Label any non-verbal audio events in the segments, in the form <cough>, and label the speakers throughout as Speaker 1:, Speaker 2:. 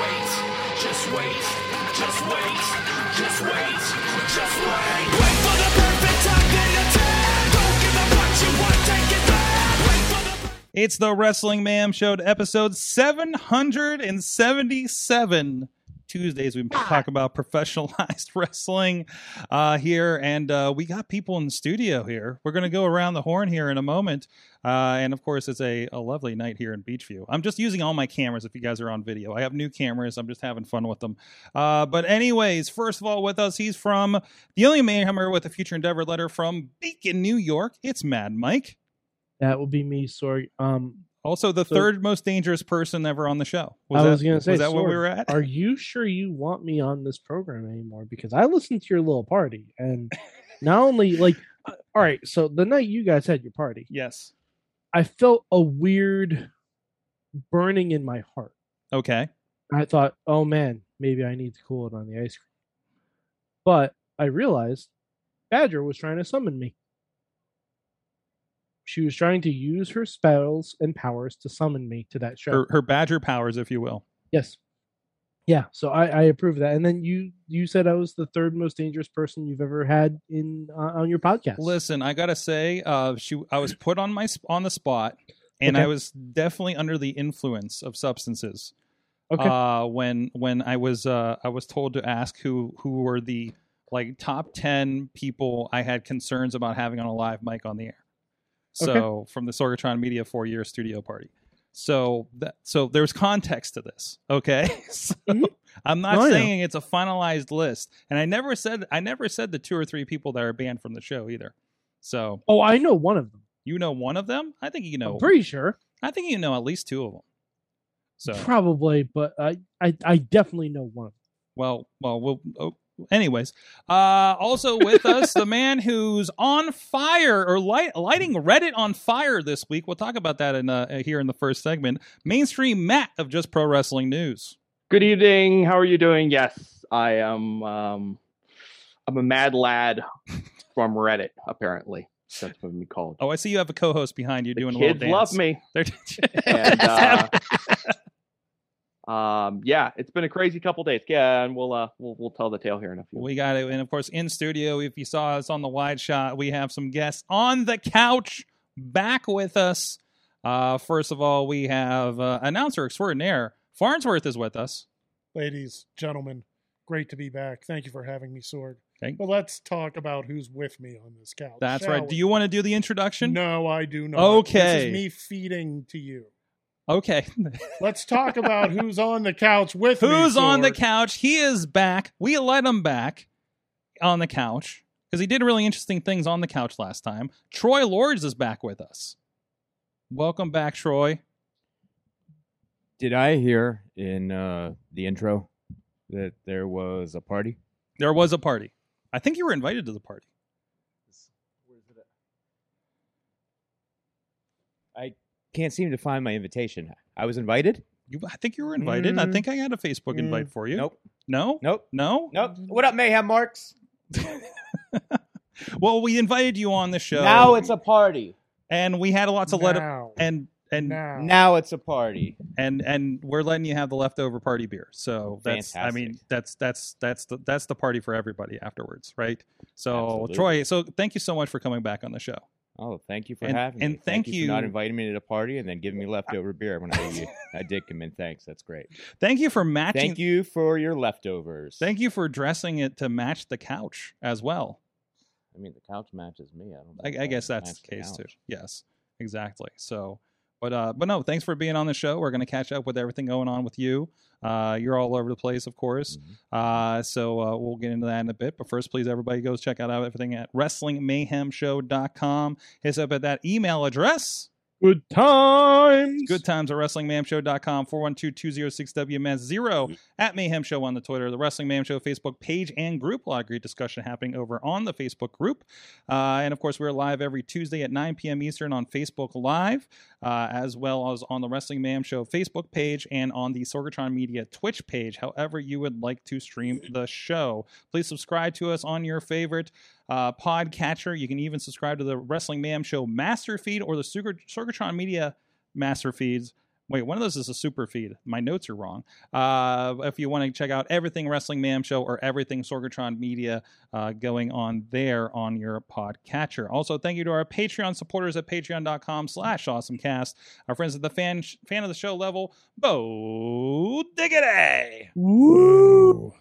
Speaker 1: just wait, just wait, just wait, just wait. Wait for the perfect time then attack. Don't give up what you want, take it back. Wait for the
Speaker 2: It's the Wrestling Mayhem Show, episode 777. Tuesdays, we talk about professionalized <laughs> wrestling uh, here, and uh, we got people in the studio here. We're going to go around the horn here in a moment. Uh, and of course, it's a, a lovely night here in Beachview. I'm just using all my cameras if you guys are on video. I have new cameras, I'm just having fun with them. Uh, but, anyways, first of all, with us, he's from the only Mayhemmer with a future endeavor letter from Beacon, New York. It's Mad Mike.
Speaker 3: That would be me, sorry. Um,
Speaker 2: Also, the
Speaker 3: So-
Speaker 2: third most dangerous person ever on the show.
Speaker 3: I was gonna say,
Speaker 2: was that what we
Speaker 3: Sorg,
Speaker 2: were at?
Speaker 3: are you sure you want me on this program anymore? Because I listened to your little party, and not only like, uh, all right, so the night you guys had your party,
Speaker 2: yes.
Speaker 3: I felt a weird burning in my heart.
Speaker 2: Okay.
Speaker 3: I thought, oh man, maybe I need to cool it on the ice cream. But I realized Badger was trying to summon me. She was trying to use her spells and powers to summon me to that show.
Speaker 2: Her, her badger powers, if you will.
Speaker 3: Yes. Yeah, so I, I approve of that. And then you you said I was the third most dangerous person you've ever had in uh, on your podcast.
Speaker 2: Listen, I gotta say, uh, she I was put on my sp- on the spot, and
Speaker 3: Okay.
Speaker 2: I was definitely under the influence of substances.
Speaker 3: Okay.
Speaker 2: Uh, when when I was uh, I was told to ask who who were the like top ten people I had concerns about having on a live mic on the air. So from the Sorgatron Media four year studio party. So that so there's context to this. Okay. <laughs> so
Speaker 3: Mhm.
Speaker 2: I'm not
Speaker 3: No, I know.
Speaker 2: saying it's a finalized list. And I never said I never said the two or three people that are banned from the show either. So
Speaker 3: oh, I know one of them.
Speaker 2: you know one of them? I think you know
Speaker 3: I'm pretty sure.
Speaker 2: I think you know at least two of them. So
Speaker 3: Probably, but I, I I definitely know one of them.
Speaker 2: well, well, well. Oh, anyways, uh, also with us the man who's on fire or light, lighting Reddit on fire this week. We'll talk about that in uh, here in the first segment. Mainstream Matt of Just Pro Wrestling News.
Speaker 4: Good evening. How are you doing? Yes, I am. Um, I'm a mad lad from Reddit. Apparently, that's what we called.
Speaker 2: Oh, I see you have a co-host behind you doing a little
Speaker 4: Kids
Speaker 2: dance. <laughs>
Speaker 4: love me.
Speaker 2: They're-
Speaker 4: And, uh, <laughs> um, yeah, it's been a crazy couple days. Yeah, and we'll uh, we'll we'll tell the tale here in a few.
Speaker 2: <laughs> we got it, and of course in studio. If you saw us on the wide shot, we have some guests on the couch back with us. Uh, first of all, we have uh, announcer extraordinaire Farnsworth is with us.
Speaker 5: ladies, gentlemen, great to be back. Thank you for having me, Sorg.
Speaker 2: Okay.
Speaker 5: But let's talk about who's with me on this couch.
Speaker 2: That's
Speaker 5: shall
Speaker 2: right.
Speaker 5: we?
Speaker 2: Do you want to do the introduction?
Speaker 5: No, I do not. This
Speaker 2: Okay.
Speaker 5: is me feeding to you. <laughs>
Speaker 2: Okay.
Speaker 5: Let's
Speaker 2: <laughs>
Speaker 5: talk about who's on the couch with me.
Speaker 2: Who's on the
Speaker 5: Sorg.
Speaker 2: couch? He is back. We let him back on the couch because he did really interesting things on the couch last time. Troy Lords is back with us. Welcome back, Troy.
Speaker 6: Did I hear in uh, the intro that there was a party?
Speaker 2: There was a party. I think you were invited to the party.
Speaker 6: Can't seem to find my invitation. I was invited.
Speaker 2: You, I think you were invited. I
Speaker 5: Mm.
Speaker 2: think I had a Facebook
Speaker 5: Mm.
Speaker 2: invite for you.
Speaker 6: Nope.
Speaker 2: No.
Speaker 6: Nope.
Speaker 2: No.
Speaker 6: Nope. What up, Mayhem Marks?
Speaker 2: Well, we invited you on the show.
Speaker 6: Now it's a party.
Speaker 2: and we had lots of letter
Speaker 5: now,
Speaker 2: and and
Speaker 5: now.
Speaker 6: Now it's a party.
Speaker 2: and and we're letting you have the leftover party beer. So that's I mean
Speaker 6: Fantastic.
Speaker 2: that's that's that's the that's the party for everybody afterwards, right? So
Speaker 6: Absolutely.
Speaker 2: Troy, so thank you so much for coming back on the show.
Speaker 6: Oh, thank you for
Speaker 2: And-
Speaker 6: having
Speaker 2: and
Speaker 6: me.
Speaker 2: thank
Speaker 6: you, for not
Speaker 2: you-
Speaker 6: inviting me to the party and
Speaker 2: <laughs>
Speaker 6: then giving me leftover beer when I I did come in. Thanks. That's great.
Speaker 2: Thank you for matching.
Speaker 6: Thank you for your leftovers.
Speaker 2: Thank you for dressing it to match the couch as well.
Speaker 6: I mean, the couch matches me. I don't. know if
Speaker 2: I, I guess
Speaker 6: can
Speaker 2: that's the
Speaker 6: match
Speaker 2: case too.
Speaker 6: couch.
Speaker 2: Yes, exactly. So, but uh, but no, thanks for being on the show. We're gonna catch up with everything going on with you. Uh, you're all over the place, of course.
Speaker 6: Mhm.
Speaker 2: Uh, so uh, we'll get into that in a bit. But first, please, everybody goes check out everything at WrestlingMayhemShow.com. Hit us up at that email address.
Speaker 3: Good times.
Speaker 2: Good times at WrestlingMamShow.com, 412-206-WMS0, at Mayhem Show on the Twitter, the Wrestling Mayhem Show Facebook page and group. A lot of great discussion happening over on the Facebook group. Uh, and, of course, we're live every Tuesday at 9 p.m. Eastern on Facebook Live, uh, as well as on the Wrestling Mayhem Show Facebook page and on the Sorgatron Media Twitch page, however you would like to stream the show. Please subscribe to us on your favorite uh, podcatcher. You can even subscribe to the Wrestling Mayhem Show Master Feed or the Sugar- Sorgatron Media Master Feeds. Wait, one of those is a super feed. My notes are wrong. Uh, if you want to check out everything Wrestling Mayhem Show or everything Sorgatron Media uh, going on there on your podcatcher. Also, thank you to our Patreon supporters at patreon.com slash awesomecast. Our friends at the fan, fan of the show level, Bo Diggity!
Speaker 3: Woo.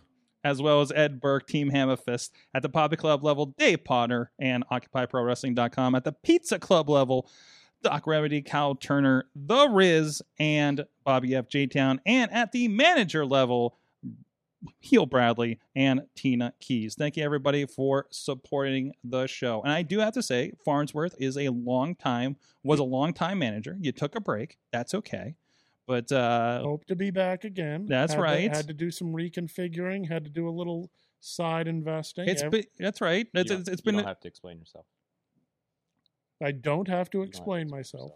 Speaker 2: as well as Ed Burke, Team Hammerfist at the Poppy Club level, Dave Potter and OccupyProWrestling.com at the Pizza Club level, Doc Remedy, Kyle Turner, The Riz, and Bobby F. J Town, and at the manager level, Heel Bradley and Tina Keys. Thank you everybody for supporting the show. And I do have to say, Farnsworth is a long time was a long time manager. You took a break. That's okay. But uh
Speaker 5: Hope to be back again.
Speaker 2: That's
Speaker 5: Had to-
Speaker 2: right.
Speaker 5: had to do some reconfiguring. Had to do a little side investing.
Speaker 2: it's
Speaker 5: Ev-
Speaker 2: been that's right. It's, it's, it's
Speaker 6: you
Speaker 2: been
Speaker 6: don't have to explain yourself.
Speaker 5: I don't have to
Speaker 6: You don't have to
Speaker 5: explain myself.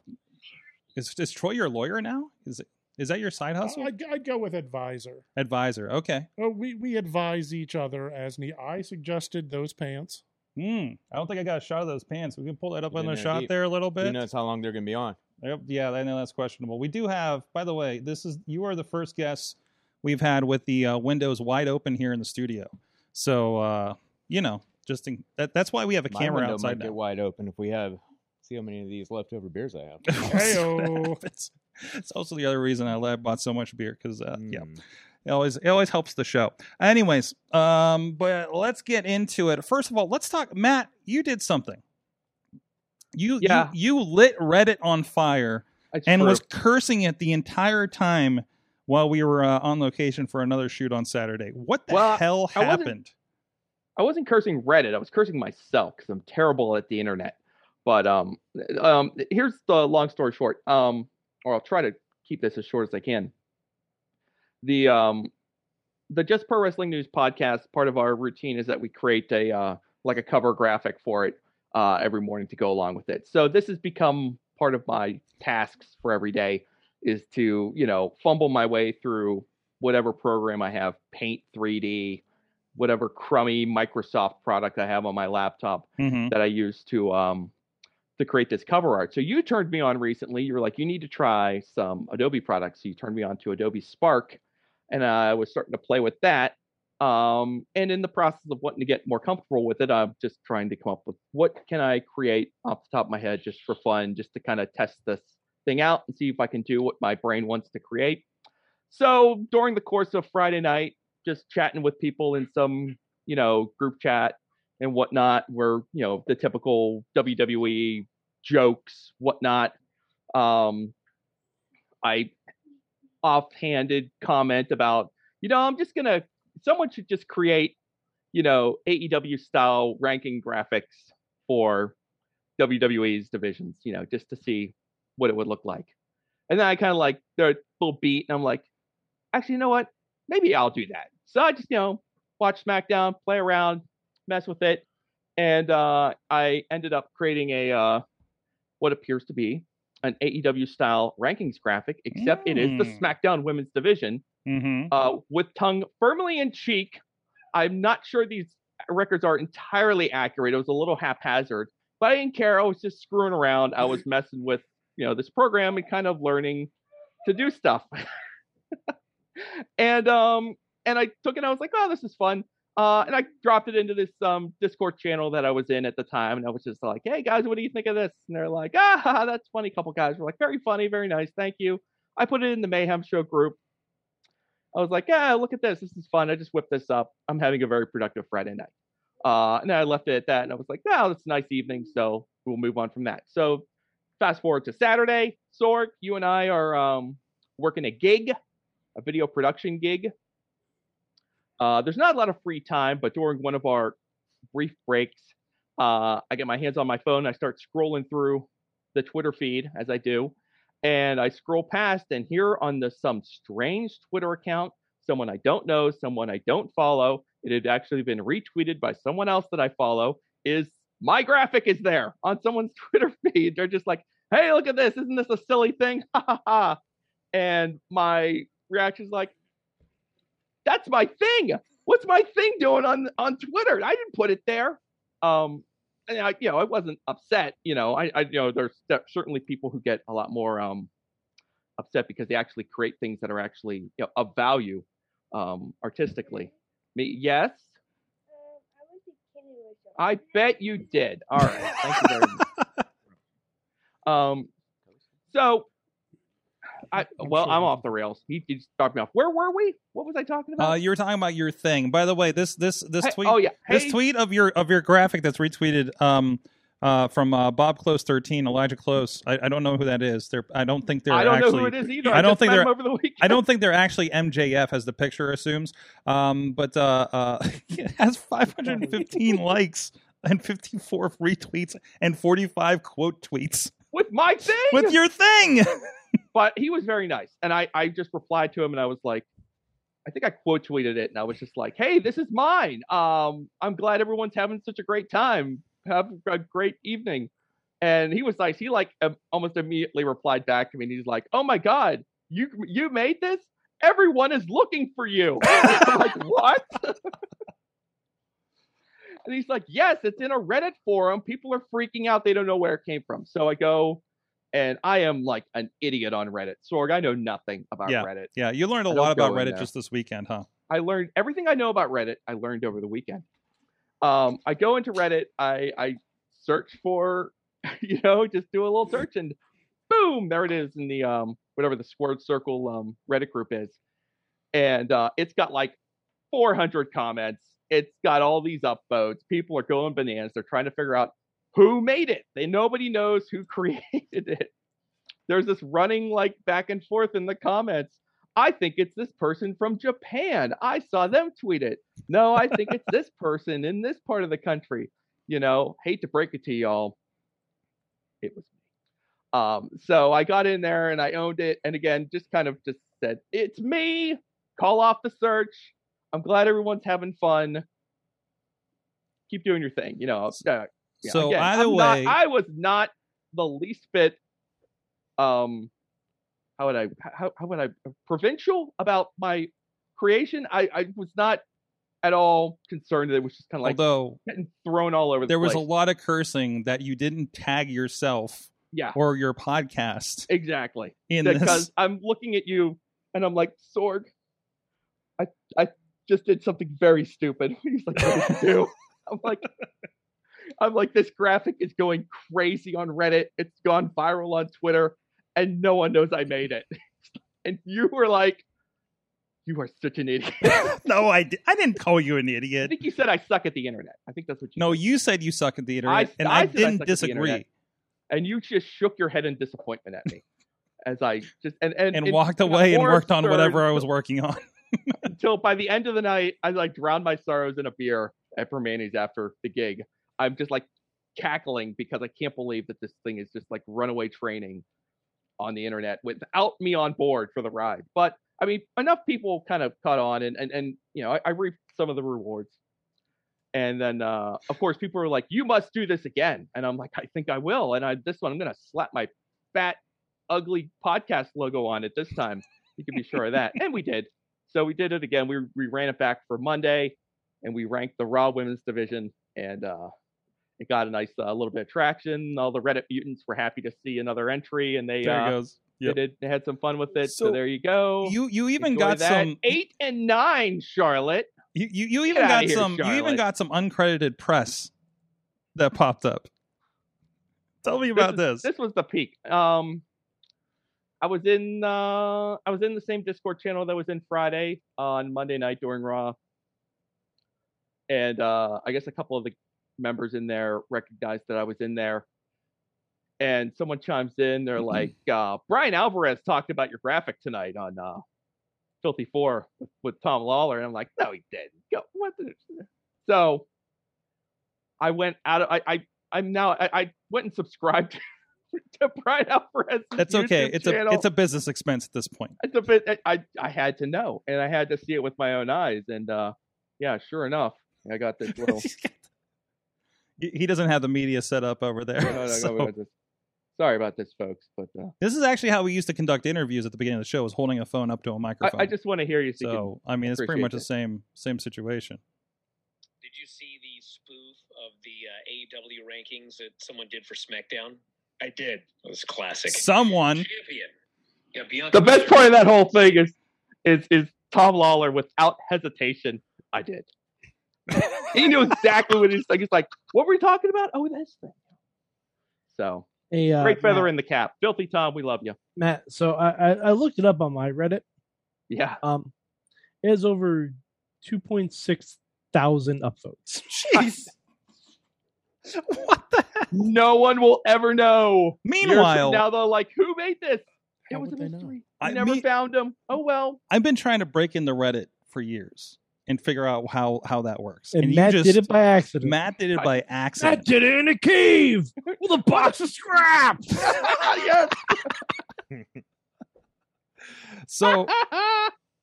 Speaker 2: Is, is Troy your lawyer now? Is it? Is that your side hustle?
Speaker 5: Oh, I'd, I'd go with advisor.
Speaker 2: Advisor. Okay.
Speaker 5: Oh, we we advise each other as need. I suggested those pants.
Speaker 2: Hmm. I don't think I got a shot of those pants. We can pull that up
Speaker 6: You
Speaker 2: on the
Speaker 6: didn't have
Speaker 2: shot
Speaker 6: deep.
Speaker 2: there a little
Speaker 6: Who
Speaker 2: bit.
Speaker 6: knows how long they're going to be on?
Speaker 2: Yep, yeah, I know that's questionable. We do have, by the way, this is you are the first guest we've had with the uh, windows wide open here in the studio. So uh, you know, just in, that, that's why we have a
Speaker 6: My
Speaker 2: camera
Speaker 6: window
Speaker 2: outside
Speaker 6: might get
Speaker 2: now.
Speaker 6: wide open if we have. See how many of these leftover beers I have. <laughs>
Speaker 5: Heyo.
Speaker 2: it's, it's also the other reason I la- bought so much beer because uh, <laughs> yeah,
Speaker 6: Mm.
Speaker 2: It always it always helps the show. Anyways, um, but let's get into it. First of all, let's talk. Matt, you did something. You
Speaker 4: Yeah.
Speaker 2: you, you lit Reddit on fire
Speaker 4: It's
Speaker 2: and
Speaker 4: true.
Speaker 2: was cursing it the entire time while we were uh, on location for another shoot on Saturday. What the
Speaker 4: Well,
Speaker 2: hell
Speaker 4: I wasn't-
Speaker 2: happened?
Speaker 4: I wasn't cursing Reddit. I was cursing myself because I'm terrible at the internet. But um, um, here's the long story short. Um, or I'll try to keep this as short as I can. The um, the Just Pro Wrestling News podcast. Part of our routine is that we create a uh, like a cover graphic for it uh, every morning to go along with it. So this has become part of my tasks for every day is to you know fumble my way through whatever program I have, Paint 3D, whatever crummy Microsoft product I have on my laptop
Speaker 2: Mhm.
Speaker 4: that I use to um to create this cover art. So you turned me on recently. You were like, you need to try some Adobe products. So you turned me on to Adobe Spark, and I was starting to play with that. Um, and in the process of wanting to get more comfortable with it, I'm just trying to come up with what can I create off the top of my head just for fun, just to kind of test this thing out and see if I can do what my brain wants to create. So during the course of Friday night, just chatting with people in some, you know, group chat and whatnot were you know the typical WWE jokes whatnot. Um, I offhanded comment about you know I'm just gonna someone should just create you know AEW style ranking graphics for WWE's divisions you know just to see what it would look like. And then I kind of like their little beat and I'm like actually you know what maybe I'll do that. So I just you know watch SmackDown play around mess with it. And uh, I ended up creating a uh, what appears to be an AEW style rankings graphic, except it is the
Speaker 2: Mm.
Speaker 4: SmackDown Women's Division
Speaker 2: Mhm.
Speaker 4: uh, with tongue firmly in cheek. I'm not sure these records are entirely accurate. It was a little haphazard, but I didn't care. I was just screwing around. I was messing with you know this program and kind of learning to do stuff. <laughs> and um and I took it. I was like, oh, this is fun. Uh, and I dropped it into this um Discord channel that I was in at the time, and I was just like, hey guys, what do you think of this? And they're like, ah, that's funny. A couple guys were like, very funny, very nice, thank you. I put it in the Mayhem Show group. I was like, yeah, look at this. This is fun. I just whipped this up. I'm having a very productive Friday night. Uh, and I left it at that. And I was like, no, it's a nice evening. So we'll move on from that. So fast forward to Saturday. Sorg, you and I are um, working a gig, a video production gig. Uh, there's not a lot of free time, but during one of our brief breaks, uh, I get my hands on my phone. I start scrolling through the Twitter feed as I do, and I scroll past, and here on the some strange Twitter account, someone I don't know, someone I don't follow, it had actually been retweeted by someone else that I follow, is my graphic is there on someone's <laughs> Twitter feed. They're just like, hey, look at this. Isn't this a silly thing? <laughs> Ha ha ha. And my reaction is like, that's my thing. What's my thing doing on on Twitter? I didn't put it there. Um, and I, you know, I wasn't upset. You know, I, I you know, there's cer- certainly people who get a lot more um upset because they actually create things that are actually you know, of value um artistically. Me, yes, I bet you did. All right, thank you very much. Um, so. I, well, I'm off the rails. He, he just dropped me off. Where were we? What was I talking about?
Speaker 2: Uh, you were talking about your thing. By the way, this this this
Speaker 4: Hey-
Speaker 2: tweet
Speaker 4: oh yeah,
Speaker 2: this
Speaker 4: Hey,
Speaker 2: tweet of your of your graphic that's retweeted um uh from uh, Bob Close thirteen Elijah Close. I, I don't know who that is. They're I don't think they're
Speaker 4: I don't
Speaker 2: actually
Speaker 4: know who it is either.
Speaker 2: I
Speaker 4: I,
Speaker 2: don't
Speaker 4: just
Speaker 2: think
Speaker 4: met
Speaker 2: they're-
Speaker 4: him over the weekend.
Speaker 2: I don't think they're actually MJF as the picture assumes. Um, but uh, uh, <laughs> it has
Speaker 4: <laughs>
Speaker 2: 515 likes and 54 retweets and 45 quote tweets
Speaker 4: with my thing.
Speaker 2: with your thing.
Speaker 4: but he was very nice, and I I just replied to him, and I was like, I think I quote tweeted it, and I was just like, Hey, this is mine. Um, I'm glad everyone's having such a great time. Have a great evening. And he was nice. He like um, almost immediately replied back to me, and he's like, Oh my god, you you made this. Everyone is looking for you. <laughs> I'm like, what? <laughs> and he's like, yes, it's in a Reddit forum. People are freaking out. They don't know where it came from. So I go, and I am like an idiot on Reddit. Sorg, I know nothing about Reddit.
Speaker 2: yeah, you learned a
Speaker 4: I
Speaker 2: lot
Speaker 4: don't go
Speaker 2: about
Speaker 4: in
Speaker 2: Reddit
Speaker 4: there.
Speaker 2: just this weekend, huh?
Speaker 4: I learned everything I know about Reddit. I learned over the weekend. Um, I go into Reddit. I I search for, <laughs> you know, just do a little search and boom, there it is in the um whatever the Squared Circle um Reddit group is, and uh, it's got like 400 comments. It's got all these upvotes. People are going bananas. They're trying to figure out who made it. They nobody knows who <laughs> created it. There's this running like back and forth in the comments. I think it's this person from Japan. I saw them tweet it. No, I think it's
Speaker 2: <laughs>
Speaker 4: this person in this part of the country. You know, hate to break it to y'all. It was me. Um, so I got in there and I owned it. And again, just kind of just said, it's me. Call off the search. I'm glad everyone's having fun. Keep doing your thing. You know, uh, yeah,
Speaker 2: so
Speaker 4: again,
Speaker 2: either
Speaker 4: I'm not-
Speaker 2: way,
Speaker 4: I was not the least bit. Um, how would I? How, how would I? uh, Provincial about my creation. I, I was not at all concerned that it was just kind of like
Speaker 2: although
Speaker 4: getting thrown all over the
Speaker 2: there was
Speaker 4: place.
Speaker 2: a lot of cursing that you didn't tag yourself
Speaker 4: Yeah,
Speaker 2: or your podcast
Speaker 4: exactly.
Speaker 2: in
Speaker 4: Because
Speaker 2: this.
Speaker 4: I'm looking at you and I'm like, Sorg, I I just did something very stupid. <laughs> He's like, what
Speaker 2: <laughs>
Speaker 4: did you do? <laughs> I'm like, I'm like, this graphic is going crazy on Reddit. It's gone viral on Twitter, and no one knows I made it. <laughs> and you were like, you are such an idiot. I
Speaker 2: <laughs> no, I, di- I didn't call you an idiot.
Speaker 4: think you said I suck at the internet. I think that's what you.
Speaker 2: No,
Speaker 4: said.
Speaker 2: you said you suck at the internet,
Speaker 4: I-
Speaker 2: and
Speaker 4: I
Speaker 2: I,
Speaker 4: said I
Speaker 2: didn't
Speaker 4: suck at the
Speaker 2: disagree.
Speaker 4: internet. and you just shook your head in disappointment at me, as I just and and,
Speaker 2: and
Speaker 4: it-
Speaker 2: walked
Speaker 4: it got
Speaker 2: away and
Speaker 4: more
Speaker 2: worked on
Speaker 4: absurd
Speaker 2: whatever I
Speaker 4: until-
Speaker 2: was working on.
Speaker 4: until by the end of the night, I like drown my sorrows in a beer at Permanes after the gig. I'm just like cackling because I can't believe that this thing is just like runaway training on the internet without me on board for the ride. But I mean, enough people kind of caught on and and, and you know, I, I reaped some of the rewards. And then uh of course people are like, You must do this again. And I'm like, I think I will. And I this one I'm gonna slap my fat, ugly podcast logo on it this time. You can be sure of that. And we did. So we did it again. We we ran it back for Monday, and we ranked the Raw Women's Division, and uh, it got a nice uh, little bit of traction. All the Reddit mutants were happy to see another entry, and they
Speaker 2: There it
Speaker 4: uh,
Speaker 2: goes. Yep.
Speaker 4: they, did, they had some fun with it. So,
Speaker 2: So
Speaker 4: there you go.
Speaker 2: You you even
Speaker 4: Enjoy
Speaker 2: got
Speaker 4: that.
Speaker 2: some you,
Speaker 4: eight and nine, Charlotte.
Speaker 2: you, you even
Speaker 4: outta
Speaker 2: got
Speaker 4: here,
Speaker 2: some you even
Speaker 4: Charlotte.
Speaker 2: got some uncredited press that popped up. Tell me about
Speaker 4: this,
Speaker 2: this.
Speaker 4: is- this was the peak. Um, I was in uh, I was in the same Discord channel that was in Friday on Monday night during Raw, and uh, I guess a couple of the members in there recognized that I was in there. And someone chimes in,
Speaker 2: Mm-hmm.
Speaker 4: they're like, uh, "Brian Alvarez talked about your graphic tonight on uh, Filthy Four with, with Tom Lawler," and I'm like, "No, he didn't. Go, what?" The? So I went out. Of, I, I I'm now I, I went and subscribed <laughs> to Brian Alvarez.
Speaker 2: That's okay. It's a it's a business expense at this point.
Speaker 4: it's a bit. I I had to know, and I had to see it with my own eyes, and uh, yeah, sure enough, I got
Speaker 2: <laughs>
Speaker 4: this little.
Speaker 2: he he doesn't have the media set up over there.
Speaker 4: <laughs> No, no,
Speaker 2: <laughs>
Speaker 4: no,
Speaker 2: so-
Speaker 4: we got this. Sorry about this, folks, but uh,
Speaker 2: This is actually how we used to conduct interviews at the beginning of the show: was holding a phone up to a microphone.
Speaker 4: I, I just want to hear you speak.
Speaker 2: so I mean, it's pretty
Speaker 4: appreciate
Speaker 2: much the
Speaker 4: it.
Speaker 2: same same situation.
Speaker 7: Did you see the spoof of the uh, AEW rankings that someone did for SmackDown? I did. It was classic.
Speaker 2: Someone
Speaker 7: Champion. Yeah, Bianca
Speaker 4: the best part of that whole thing is is is Tom Lawler without hesitation. I did. <laughs> he knew exactly what he's like. He's like, what were we talking about? Oh, this thing. So
Speaker 3: Hey, uh,
Speaker 4: great feather
Speaker 3: Matt,
Speaker 4: in the cap, filthy Tom. We love you.
Speaker 3: Matt, so I, I I looked it up on my Reddit.
Speaker 4: Yeah, <laughs>
Speaker 3: Um, it has over two point six thousand
Speaker 4: <laughs>
Speaker 3: upvotes.
Speaker 2: Jeez. what the? Heck?
Speaker 4: no one will ever know. Years from
Speaker 2: Meanwhile,
Speaker 4: now they're like, who made this?
Speaker 5: How
Speaker 4: It was a
Speaker 5: would they know?
Speaker 4: mystery.
Speaker 2: I-
Speaker 4: I never
Speaker 2: me-
Speaker 4: found him. Oh well.
Speaker 2: <laughs> I've been trying to break into Reddit for years and figure out how how that works.
Speaker 3: And,
Speaker 2: you
Speaker 3: Matt
Speaker 2: just-
Speaker 3: did it by accident.
Speaker 2: Matt did it
Speaker 4: I-
Speaker 2: by accident.
Speaker 3: did it in a cave with a box of scraps.
Speaker 4: <laughs> yes.
Speaker 2: So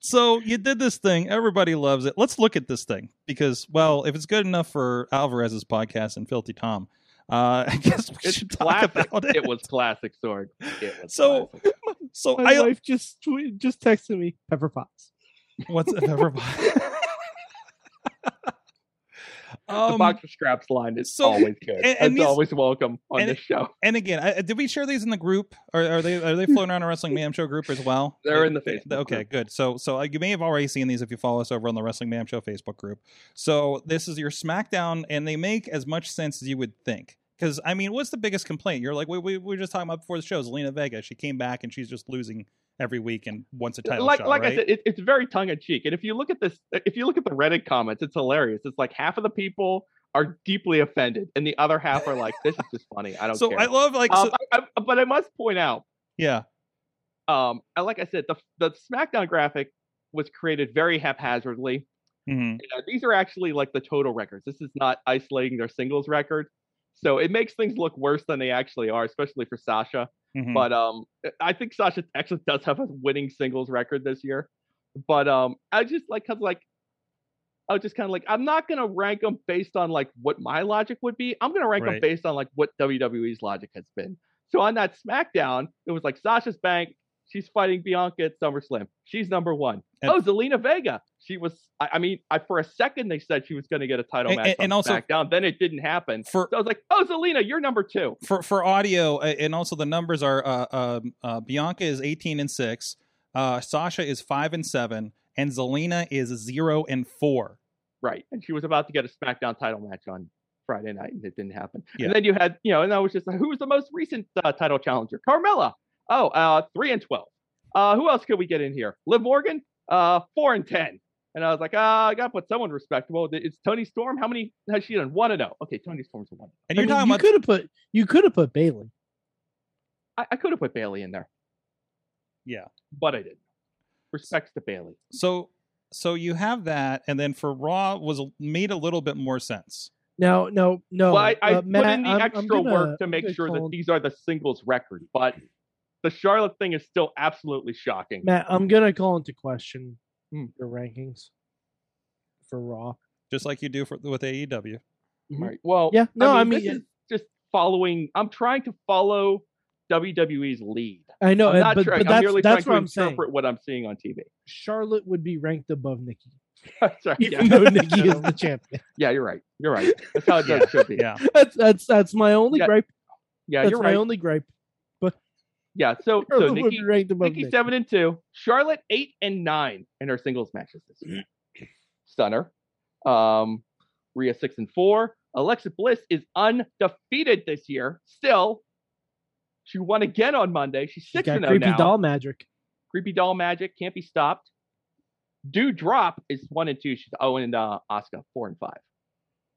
Speaker 2: so you did this thing. Everybody loves it. Let's look at this thing because, well, if it's good enough for Alvarez's podcast and Filthy Tom, uh, <laughs> I guess we
Speaker 4: It's
Speaker 2: should talk
Speaker 4: classic.
Speaker 2: about it.
Speaker 4: It was classic sword. It was
Speaker 2: So-
Speaker 4: classic.
Speaker 2: so
Speaker 3: My
Speaker 2: I
Speaker 3: wife just tweet, just texted me Pepper Potts.
Speaker 2: <laughs> what's everybody.
Speaker 4: the
Speaker 2: <laughs> um,
Speaker 4: box of scraps line is
Speaker 2: so-
Speaker 4: always good.
Speaker 2: and- and
Speaker 4: it's
Speaker 2: these-
Speaker 4: always welcome on
Speaker 2: and-
Speaker 4: this show.
Speaker 2: and again, I, did we share these in the group? Or are they are they floating around a wrestling Mayhem show group as well?
Speaker 4: They're in the
Speaker 2: They-
Speaker 4: Facebook
Speaker 2: okay,
Speaker 4: group.
Speaker 2: good. So so uh, you may have already seen these if you follow us over on the Wrestling Mayhem Show Facebook group. So this is your SmackDown, and they make as much sense as you would think. Because I mean, what's the biggest complaint? You're like, we, we, we were just talking about before the show. Is Lena Vega? She came back and she's just losing every week and wants a title
Speaker 4: like
Speaker 2: shot.
Speaker 4: like
Speaker 2: right?
Speaker 4: I said, it, it's very tongue in cheek. And if you look at this, if you look at the Reddit comments, it's hilarious. It's like half of the people are deeply offended, and the other half are like, "This is just funny. I don't
Speaker 2: so
Speaker 4: care."
Speaker 2: I love like
Speaker 4: um,
Speaker 2: so-
Speaker 4: I- I- but I must point out,
Speaker 2: yeah.
Speaker 4: um, I- like I said, the the SmackDown graphic was created very haphazardly.
Speaker 2: hmm
Speaker 4: Uh, these are actually like the total records. This is not isolating their singles record, so it makes things look worse than they actually are, especially for Sasha.
Speaker 2: hmm
Speaker 4: But um, I think Sasha actually does have a winning singles record this year. But um, I just like cause like I was just kind of like I'm not gonna rank them based on like what my logic would be. I'm gonna rank
Speaker 2: Right.
Speaker 4: them based on like what WWE's logic has been. So on that SmackDown, it was like Sasha's bank. She's fighting Bianca at SummerSlam. She's number one.
Speaker 2: And-
Speaker 4: oh, Zelina Vega. She was. I, I mean, I for a second they said she was going to get a title
Speaker 2: And-
Speaker 4: match
Speaker 2: and-
Speaker 4: on
Speaker 2: and also-
Speaker 4: SmackDown. Then it didn't happen.
Speaker 2: For
Speaker 4: So I was like, oh, Zelina, you're number two.
Speaker 2: for for audio uh, and also the numbers are uh, um uh, Bianca is 18 and 6, uh, Sasha is 5 and 7 and Zelina is 0 and 4.
Speaker 4: Right. And she was about to get a SmackDown title match on Friday night, and it didn't happen.
Speaker 2: Yeah.
Speaker 4: And then you had, you know, and I was just like, who was the most recent uh, title challenger? Carmella. Oh, uh, three and 12. Uh, who else could we get in here? Liv Morgan, uh, four and 10. And I was like, ah, I got to put someone respectable. It's Tony Storm. How many has she done? One and oh. Okay, Tony Storm's a one. oh.
Speaker 2: And
Speaker 3: I
Speaker 2: you're
Speaker 3: mean,
Speaker 2: talking
Speaker 3: you
Speaker 2: about
Speaker 3: could have put you could have put Bailey.
Speaker 4: I, I could have put Bailey in there.
Speaker 2: Yeah.
Speaker 4: But I didn't. Respects to Bailey.
Speaker 2: so so you have that and then for Raw was made a little bit more sense.
Speaker 3: No, no, no.
Speaker 4: well, I, I
Speaker 3: uh,
Speaker 4: put
Speaker 3: Matt,
Speaker 4: in the
Speaker 3: I'm- I'm
Speaker 4: extra
Speaker 3: gonna-
Speaker 4: work to
Speaker 3: I'm
Speaker 4: make
Speaker 3: gonna
Speaker 4: sure that
Speaker 3: call-
Speaker 4: these are the singles record, but the Charlotte thing is still absolutely shocking.
Speaker 3: Matt, I'm gonna call into question
Speaker 4: Hmm.
Speaker 3: your rankings for Raw.
Speaker 2: Just like you do for, with E AEW.
Speaker 3: Mhm.
Speaker 4: Right. Well,
Speaker 3: Yeah, no, I mean,
Speaker 4: this
Speaker 3: it-
Speaker 4: is just following. I'm trying to follow WWE's lead.
Speaker 3: I know,
Speaker 4: I'm
Speaker 3: uh,
Speaker 4: not
Speaker 3: but,
Speaker 4: trying,
Speaker 3: but
Speaker 4: I'm
Speaker 3: that's
Speaker 4: merely
Speaker 3: that's what
Speaker 4: trying
Speaker 3: I'm
Speaker 4: to
Speaker 3: saying.
Speaker 4: interpret what I'm seeing on TV.
Speaker 3: Charlotte would be ranked above Nikki,
Speaker 4: <laughs> Sorry, <laughs> yeah,
Speaker 3: even though Nikki is the champion.
Speaker 4: <laughs> yeah, you're right. You're right. That's how
Speaker 3: <laughs>
Speaker 4: it does, should be. Yeah,
Speaker 2: Yeah.
Speaker 3: That's that's that's my only
Speaker 4: Yeah,
Speaker 3: gripe. that's
Speaker 4: you're
Speaker 3: my
Speaker 4: right.
Speaker 3: only gripe.
Speaker 4: yeah,
Speaker 3: <laughs>
Speaker 4: so so
Speaker 3: Charlotte would
Speaker 4: Nikki,
Speaker 3: be ranked above
Speaker 4: Nikki
Speaker 3: Nikki.
Speaker 4: seven and two, Charlotte eight and nine in her singles matches this year. <clears throat> Stunner. Um, Rhea six and four. Alexa Bliss is undefeated this year. Still, she won again on Monday. She's
Speaker 3: She's
Speaker 4: six
Speaker 3: got
Speaker 4: and zero
Speaker 3: creepy
Speaker 4: now.
Speaker 3: doll magic.
Speaker 4: Creepy doll magic can't be stopped. Do drop is one and two. She's oh and uh, Oscar four and five.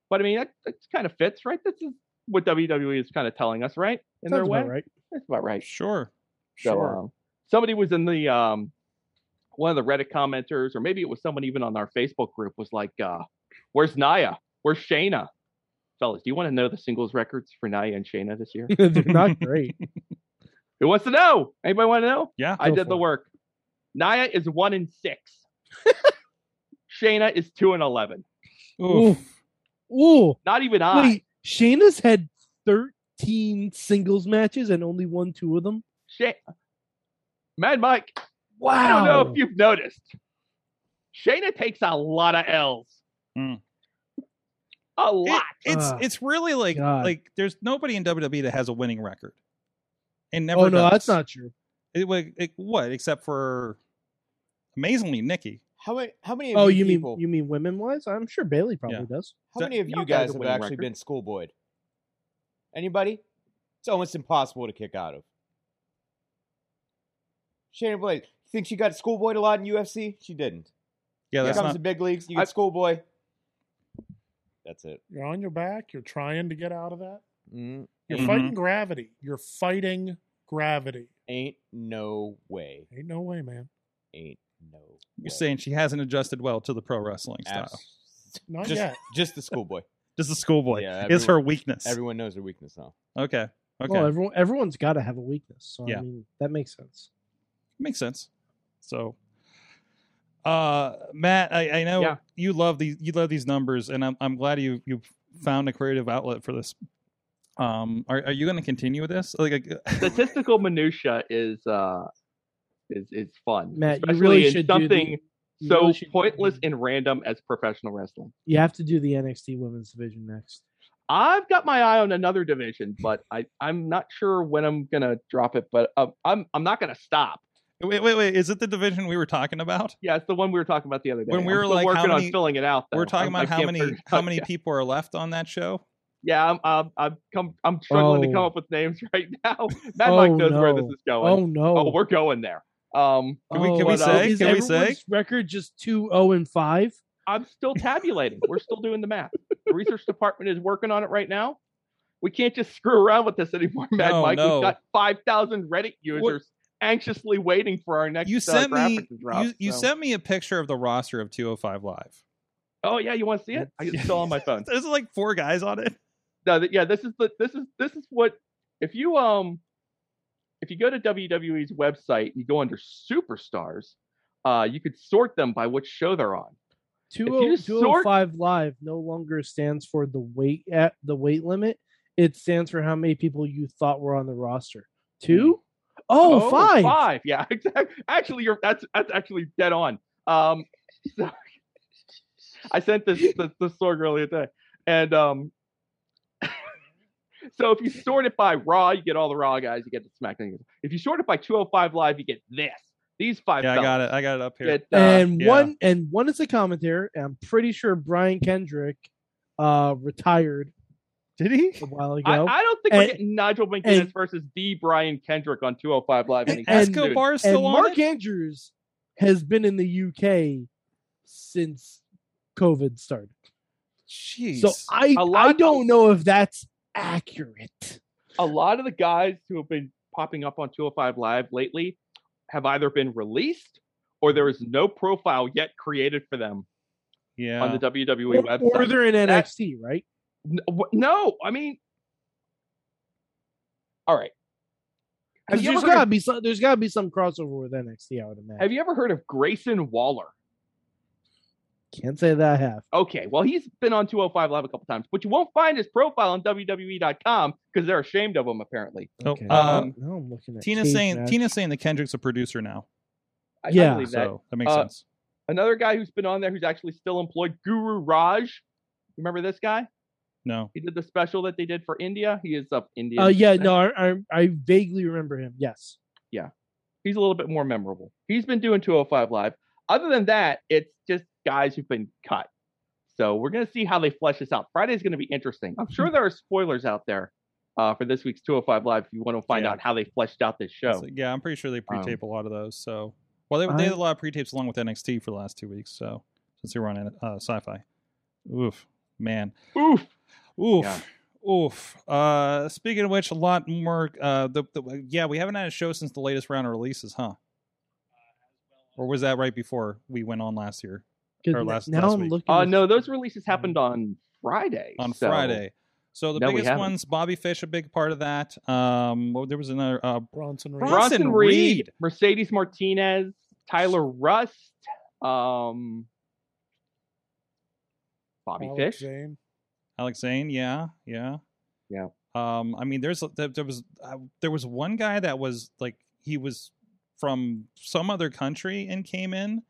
Speaker 4: But I mean that, that kind of fits, right? This is what WWE is kind of telling us, right? In
Speaker 3: Sounds
Speaker 4: their way,
Speaker 3: about right. <laughs>
Speaker 4: that's about right.
Speaker 2: Sure.
Speaker 4: So
Speaker 2: Sure.
Speaker 4: um, somebody was in the um, one of the Reddit commenters, or maybe it was someone even on our Facebook group, was like, uh, "Where's Naya? Where's Shayna? fellas, do you want to know the singles records for Nia and Shayna this
Speaker 3: <laughs>
Speaker 4: year?
Speaker 3: They're
Speaker 4: <laughs>
Speaker 3: not great.
Speaker 4: Who wants to know? Anybody want to know?
Speaker 2: Yeah,
Speaker 4: I
Speaker 3: go
Speaker 4: did
Speaker 3: for
Speaker 4: the
Speaker 3: it.
Speaker 4: work. Nia is one in six.
Speaker 3: <laughs>
Speaker 4: Shayna is two and eleven.
Speaker 2: Oof.
Speaker 3: Ooh,
Speaker 4: Not even I.
Speaker 3: wait, Shayna's had thirteen singles matches and only won two of them.
Speaker 4: Shay- Mad Mike. I don't know
Speaker 3: Wow.
Speaker 4: if you've noticed. Shayna takes a lot of L's.
Speaker 2: Mm.
Speaker 4: A
Speaker 2: It-
Speaker 4: lot.
Speaker 2: it's
Speaker 3: Ah,
Speaker 2: it's really like
Speaker 3: God.
Speaker 2: like there's nobody in WWE that has a winning record, and never.
Speaker 3: Oh no,
Speaker 2: does.
Speaker 3: that's not true.
Speaker 2: It, wa- it- what except for amazingly Nikki.
Speaker 6: How many? How many? Of
Speaker 3: Oh,
Speaker 6: you,
Speaker 3: you mean
Speaker 6: people,
Speaker 3: you mean women wise? I'm sure Bailey probably
Speaker 2: Yeah.
Speaker 3: does.
Speaker 6: How many of
Speaker 4: Y'all
Speaker 6: you
Speaker 4: guys
Speaker 6: guys
Speaker 4: are
Speaker 6: have
Speaker 4: winning
Speaker 6: actually
Speaker 4: record.
Speaker 6: been schoolboyed? Anybody? It's almost impossible to kick out of. Shannon Blade, you think she got schoolboyed a lot in UFC? She didn't.
Speaker 2: Yeah,
Speaker 6: Here
Speaker 2: that's
Speaker 6: comes
Speaker 2: not.
Speaker 6: the big leagues. You get
Speaker 4: I-
Speaker 6: schoolboy. That's it.
Speaker 5: You're on your back. You're trying to get out of that.
Speaker 6: Mm,
Speaker 5: You're
Speaker 4: Mm-hmm.
Speaker 2: Mhm.
Speaker 5: fighting gravity. You're fighting gravity.
Speaker 6: ain't no way.
Speaker 5: Ain't no way, man.
Speaker 6: Ain't no. Way.
Speaker 2: You're saying she hasn't adjusted well to the pro wrestling style.
Speaker 6: Abs-
Speaker 5: Not
Speaker 6: just,
Speaker 5: yet.
Speaker 6: just
Speaker 5: <laughs>
Speaker 6: the schoolboy.
Speaker 2: Just a schoolboy.
Speaker 6: Yeah,
Speaker 2: it's her
Speaker 6: everyone-
Speaker 2: weakness.
Speaker 6: Everyone knows her weakness now.
Speaker 2: Okay. Okay.
Speaker 3: Well, everyone everyone's got to have a weakness. So
Speaker 2: Yeah.
Speaker 3: I mean, that makes sense.
Speaker 2: makes sense. So, uh, Matt, I, I know
Speaker 4: Yeah.
Speaker 2: you love these you love these numbers, and I'm I'm glad you you found a creative outlet for this. Um, are are you going to continue with this?
Speaker 4: <laughs>
Speaker 2: Like, uh,
Speaker 4: Statistical minutia is uh is is fun.
Speaker 3: Matt, you
Speaker 4: especially
Speaker 3: really
Speaker 4: in
Speaker 3: should do the-
Speaker 4: something
Speaker 3: you
Speaker 4: so
Speaker 3: really should do
Speaker 4: pointless
Speaker 3: the-
Speaker 4: and random as professional wrestling.
Speaker 3: You have to do the NXT Women's Division next.
Speaker 4: I've got my eye on another division, but I I'm not sure when I'm gonna drop it. But uh, I'm I'm not gonna stop.
Speaker 2: <laughs> wait, wait, wait. Is it the division we were talking about?
Speaker 4: Yeah, it's the one we were talking about the other day.
Speaker 2: When we
Speaker 4: I'm
Speaker 2: were
Speaker 4: still
Speaker 2: like, how
Speaker 4: working
Speaker 2: many-
Speaker 4: on filling it out. Though.
Speaker 2: We're talking
Speaker 4: I'm- I
Speaker 2: about how
Speaker 4: can't
Speaker 2: many
Speaker 4: figure <laughs> it
Speaker 2: how
Speaker 4: out
Speaker 2: many
Speaker 4: yet.
Speaker 2: people are left on that show.
Speaker 4: Yeah, I'm I'm I'm, come, I'm struggling to come
Speaker 3: Oh.
Speaker 4: up with names <laughs> right now. Mad Mike
Speaker 3: Oh,
Speaker 4: knows where this
Speaker 3: no.
Speaker 4: is going.
Speaker 3: Oh no!
Speaker 4: Oh, we're going there. Um,
Speaker 2: Can we- can
Speaker 3: Oh,
Speaker 4: we
Speaker 3: is-
Speaker 4: say?
Speaker 3: Is
Speaker 2: Can we say?
Speaker 3: everyone's Record just two zero and five.
Speaker 4: I'm
Speaker 2: <laughs>
Speaker 4: still tabulating. we're still doing the math. The research department is working on it right now. We can't just screw around with this anymore, <laughs> Mad
Speaker 2: No,
Speaker 4: Mike.
Speaker 2: no.
Speaker 4: We've got five thousand Reddit users anxiously waiting for our next.
Speaker 2: You
Speaker 4: uh,
Speaker 2: sent me
Speaker 4: graphic to drop,
Speaker 2: you, you
Speaker 4: so-
Speaker 2: sent me a picture of the roster of 205 Live.
Speaker 4: Oh yeah, you want to see it?
Speaker 2: <laughs>
Speaker 4: I it's still on my phone.
Speaker 2: There's like four guys on it.
Speaker 4: no, th- yeah, this is the this is this is what if you um if you go to WWE's website and you go under superstars, uh, you could sort them by which show they're on. you
Speaker 3: 20-
Speaker 4: sort-
Speaker 3: 205 live no longer stands for the weight at the weight limit. It stands for how many people you thought were on the roster. Two? Oh, five.
Speaker 4: five. Yeah, <laughs> exactly. Actually, you're that's that's actually dead on. Um, <laughs> so I sent this this, this sort earlier today, and um, <laughs> so if you sort it by Raw, you get all the Raw guys. You get the SmackDown. guys. If you sort it by 205 Live, you get this. These five.
Speaker 2: Yeah, I
Speaker 4: fellas.
Speaker 2: got it. I got it up
Speaker 4: You
Speaker 2: here.
Speaker 4: Get, uh,
Speaker 3: And
Speaker 2: yeah.
Speaker 3: one and one is a commentator. And I'm pretty sure Brian Kendrick uh retired
Speaker 2: Did he?
Speaker 3: a while
Speaker 4: I,
Speaker 3: ago.
Speaker 4: I don't think we're
Speaker 3: And-
Speaker 4: getting Nigel McGuinness
Speaker 3: and-
Speaker 4: versus the Brian Kendrick on 205 Live.
Speaker 2: And,
Speaker 4: anytime soon.
Speaker 2: Escobar's
Speaker 3: and
Speaker 2: still on
Speaker 3: Mark
Speaker 2: it?
Speaker 3: Andrews has been in the UK since COVID started.
Speaker 2: Jeez.
Speaker 3: So I
Speaker 4: A lot
Speaker 3: I
Speaker 4: of-
Speaker 3: don't know if that's accurate.
Speaker 4: a lot of the guys who have been popping up on 205 Live lately have either been released or there is no profile yet created for them
Speaker 2: yeah.
Speaker 4: on the WWE
Speaker 3: Or,
Speaker 4: website.
Speaker 3: or they're in
Speaker 4: That-
Speaker 3: NXT, right?
Speaker 4: N- wh- No, I mean, all right. Have
Speaker 3: 'Cause
Speaker 4: you, ever
Speaker 3: there's
Speaker 4: heard
Speaker 3: gotta
Speaker 4: of,
Speaker 3: be some there's gotta be some crossover with NXT, I would imagine.
Speaker 4: have you ever heard of Grayson Waller?
Speaker 3: Can't say that I have.
Speaker 4: Okay, well, he's been on 205 Live a couple times, but you won't find his profile on E WWE.com because they're ashamed of him, apparently.
Speaker 2: Oh,
Speaker 3: Okay.
Speaker 2: um,
Speaker 3: now I'm looking at
Speaker 2: Tina's
Speaker 3: Cage
Speaker 2: saying
Speaker 3: match.
Speaker 2: Tina's saying that Kendrick's a producer now.
Speaker 4: I, I
Speaker 3: Yeah.
Speaker 4: believe that.
Speaker 2: So that makes
Speaker 4: Uh,
Speaker 2: sense.
Speaker 4: Another guy who's been on there who's actually still employed, Guru Raj. Remember this guy?
Speaker 2: No.
Speaker 4: He did the special that they did for India. He is up India.
Speaker 2: <laughs>
Speaker 3: Oh yeah, no, I, I I vaguely remember him. Yes.
Speaker 4: He's a little bit more memorable. He's been doing 205 Live. Other than that, it's just guys who've been cut. So we're going to see how they flesh this out. Friday's going to be interesting. I'm sure there are spoilers out there uh, for this week's 205 Live if you want to find
Speaker 2: Yeah.
Speaker 4: out how they fleshed out this show.
Speaker 2: So, yeah, I'm pretty sure they
Speaker 4: Um,
Speaker 2: pre-tape a lot of those. So well, they, they
Speaker 3: I-
Speaker 2: did a lot of pre-tapes along with NXT for the last two weeks. So since they were on uh, Sci-Fi, oof, man,
Speaker 4: Oof.
Speaker 2: oof.
Speaker 4: Yeah.
Speaker 2: Oof. Uh, speaking of which, a lot more. Uh, the, the yeah, we haven't had a show since the latest round of releases, huh? Or was that right before we went on last year
Speaker 3: 'Cause
Speaker 2: Or
Speaker 3: n-
Speaker 2: last-
Speaker 3: now
Speaker 2: last
Speaker 3: I'm
Speaker 2: week.
Speaker 3: looking.
Speaker 4: Uh,
Speaker 3: at-
Speaker 4: no, those releases happened on Friday.
Speaker 2: on
Speaker 4: so-
Speaker 2: Friday? So the
Speaker 4: No, we
Speaker 2: biggest
Speaker 4: haven't.
Speaker 2: ones, Bobby Fish, a big part of that. Um, well, there was another. Uh,
Speaker 5: Bronson Reed.
Speaker 2: Bron- Bronson Reed.
Speaker 4: Mercedes Martinez, Tyler Rust, um, Bobby
Speaker 5: Alex
Speaker 4: Fish.
Speaker 5: Zane.
Speaker 2: Alex Zane, yeah, yeah,
Speaker 4: Yeah.
Speaker 2: Um, I mean, there's there, there was uh, there was one guy that was like he was from some other country and came in.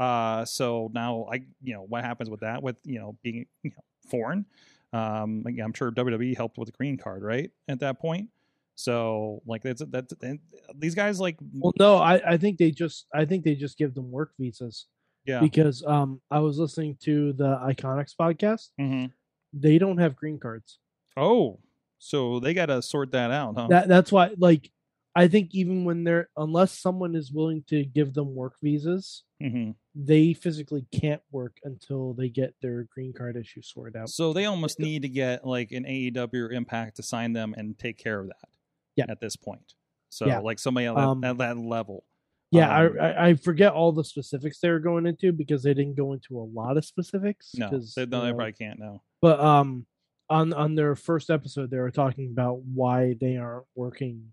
Speaker 2: Uh, so now I you know what happens with that with you know being you know, foreign. Um, like, I'm sure WWE helped with the green card, right? At that point, so like that's that and these guys like
Speaker 3: Well, no, I, I think they just I think they just give them work visas
Speaker 2: yeah.
Speaker 3: because um I was listening to the Iconics podcast.
Speaker 2: hmm
Speaker 3: They don't have green cards.
Speaker 2: Oh, so they got to sort that out, huh?
Speaker 3: That that's why like I think even when they're unless someone is willing to give them work visas,
Speaker 2: hmm
Speaker 3: they physically can't work until they get their green card issue sorted out.
Speaker 2: So they almost need to get like an AEW or Impact to sign them and take care of that.
Speaker 3: Yeah.
Speaker 2: At this point, so
Speaker 3: Yeah.
Speaker 2: like somebody at that,
Speaker 3: Um,
Speaker 2: at that level.
Speaker 3: Yeah, I,
Speaker 2: Um,
Speaker 3: I I forget all the specifics they were going into because they didn't go into a lot of specifics.
Speaker 2: No,
Speaker 3: 'cause,
Speaker 2: they, no,
Speaker 3: you
Speaker 2: they
Speaker 3: know,
Speaker 2: probably can't. No.
Speaker 3: But um, on on their first episode, they were talking about why they aren't working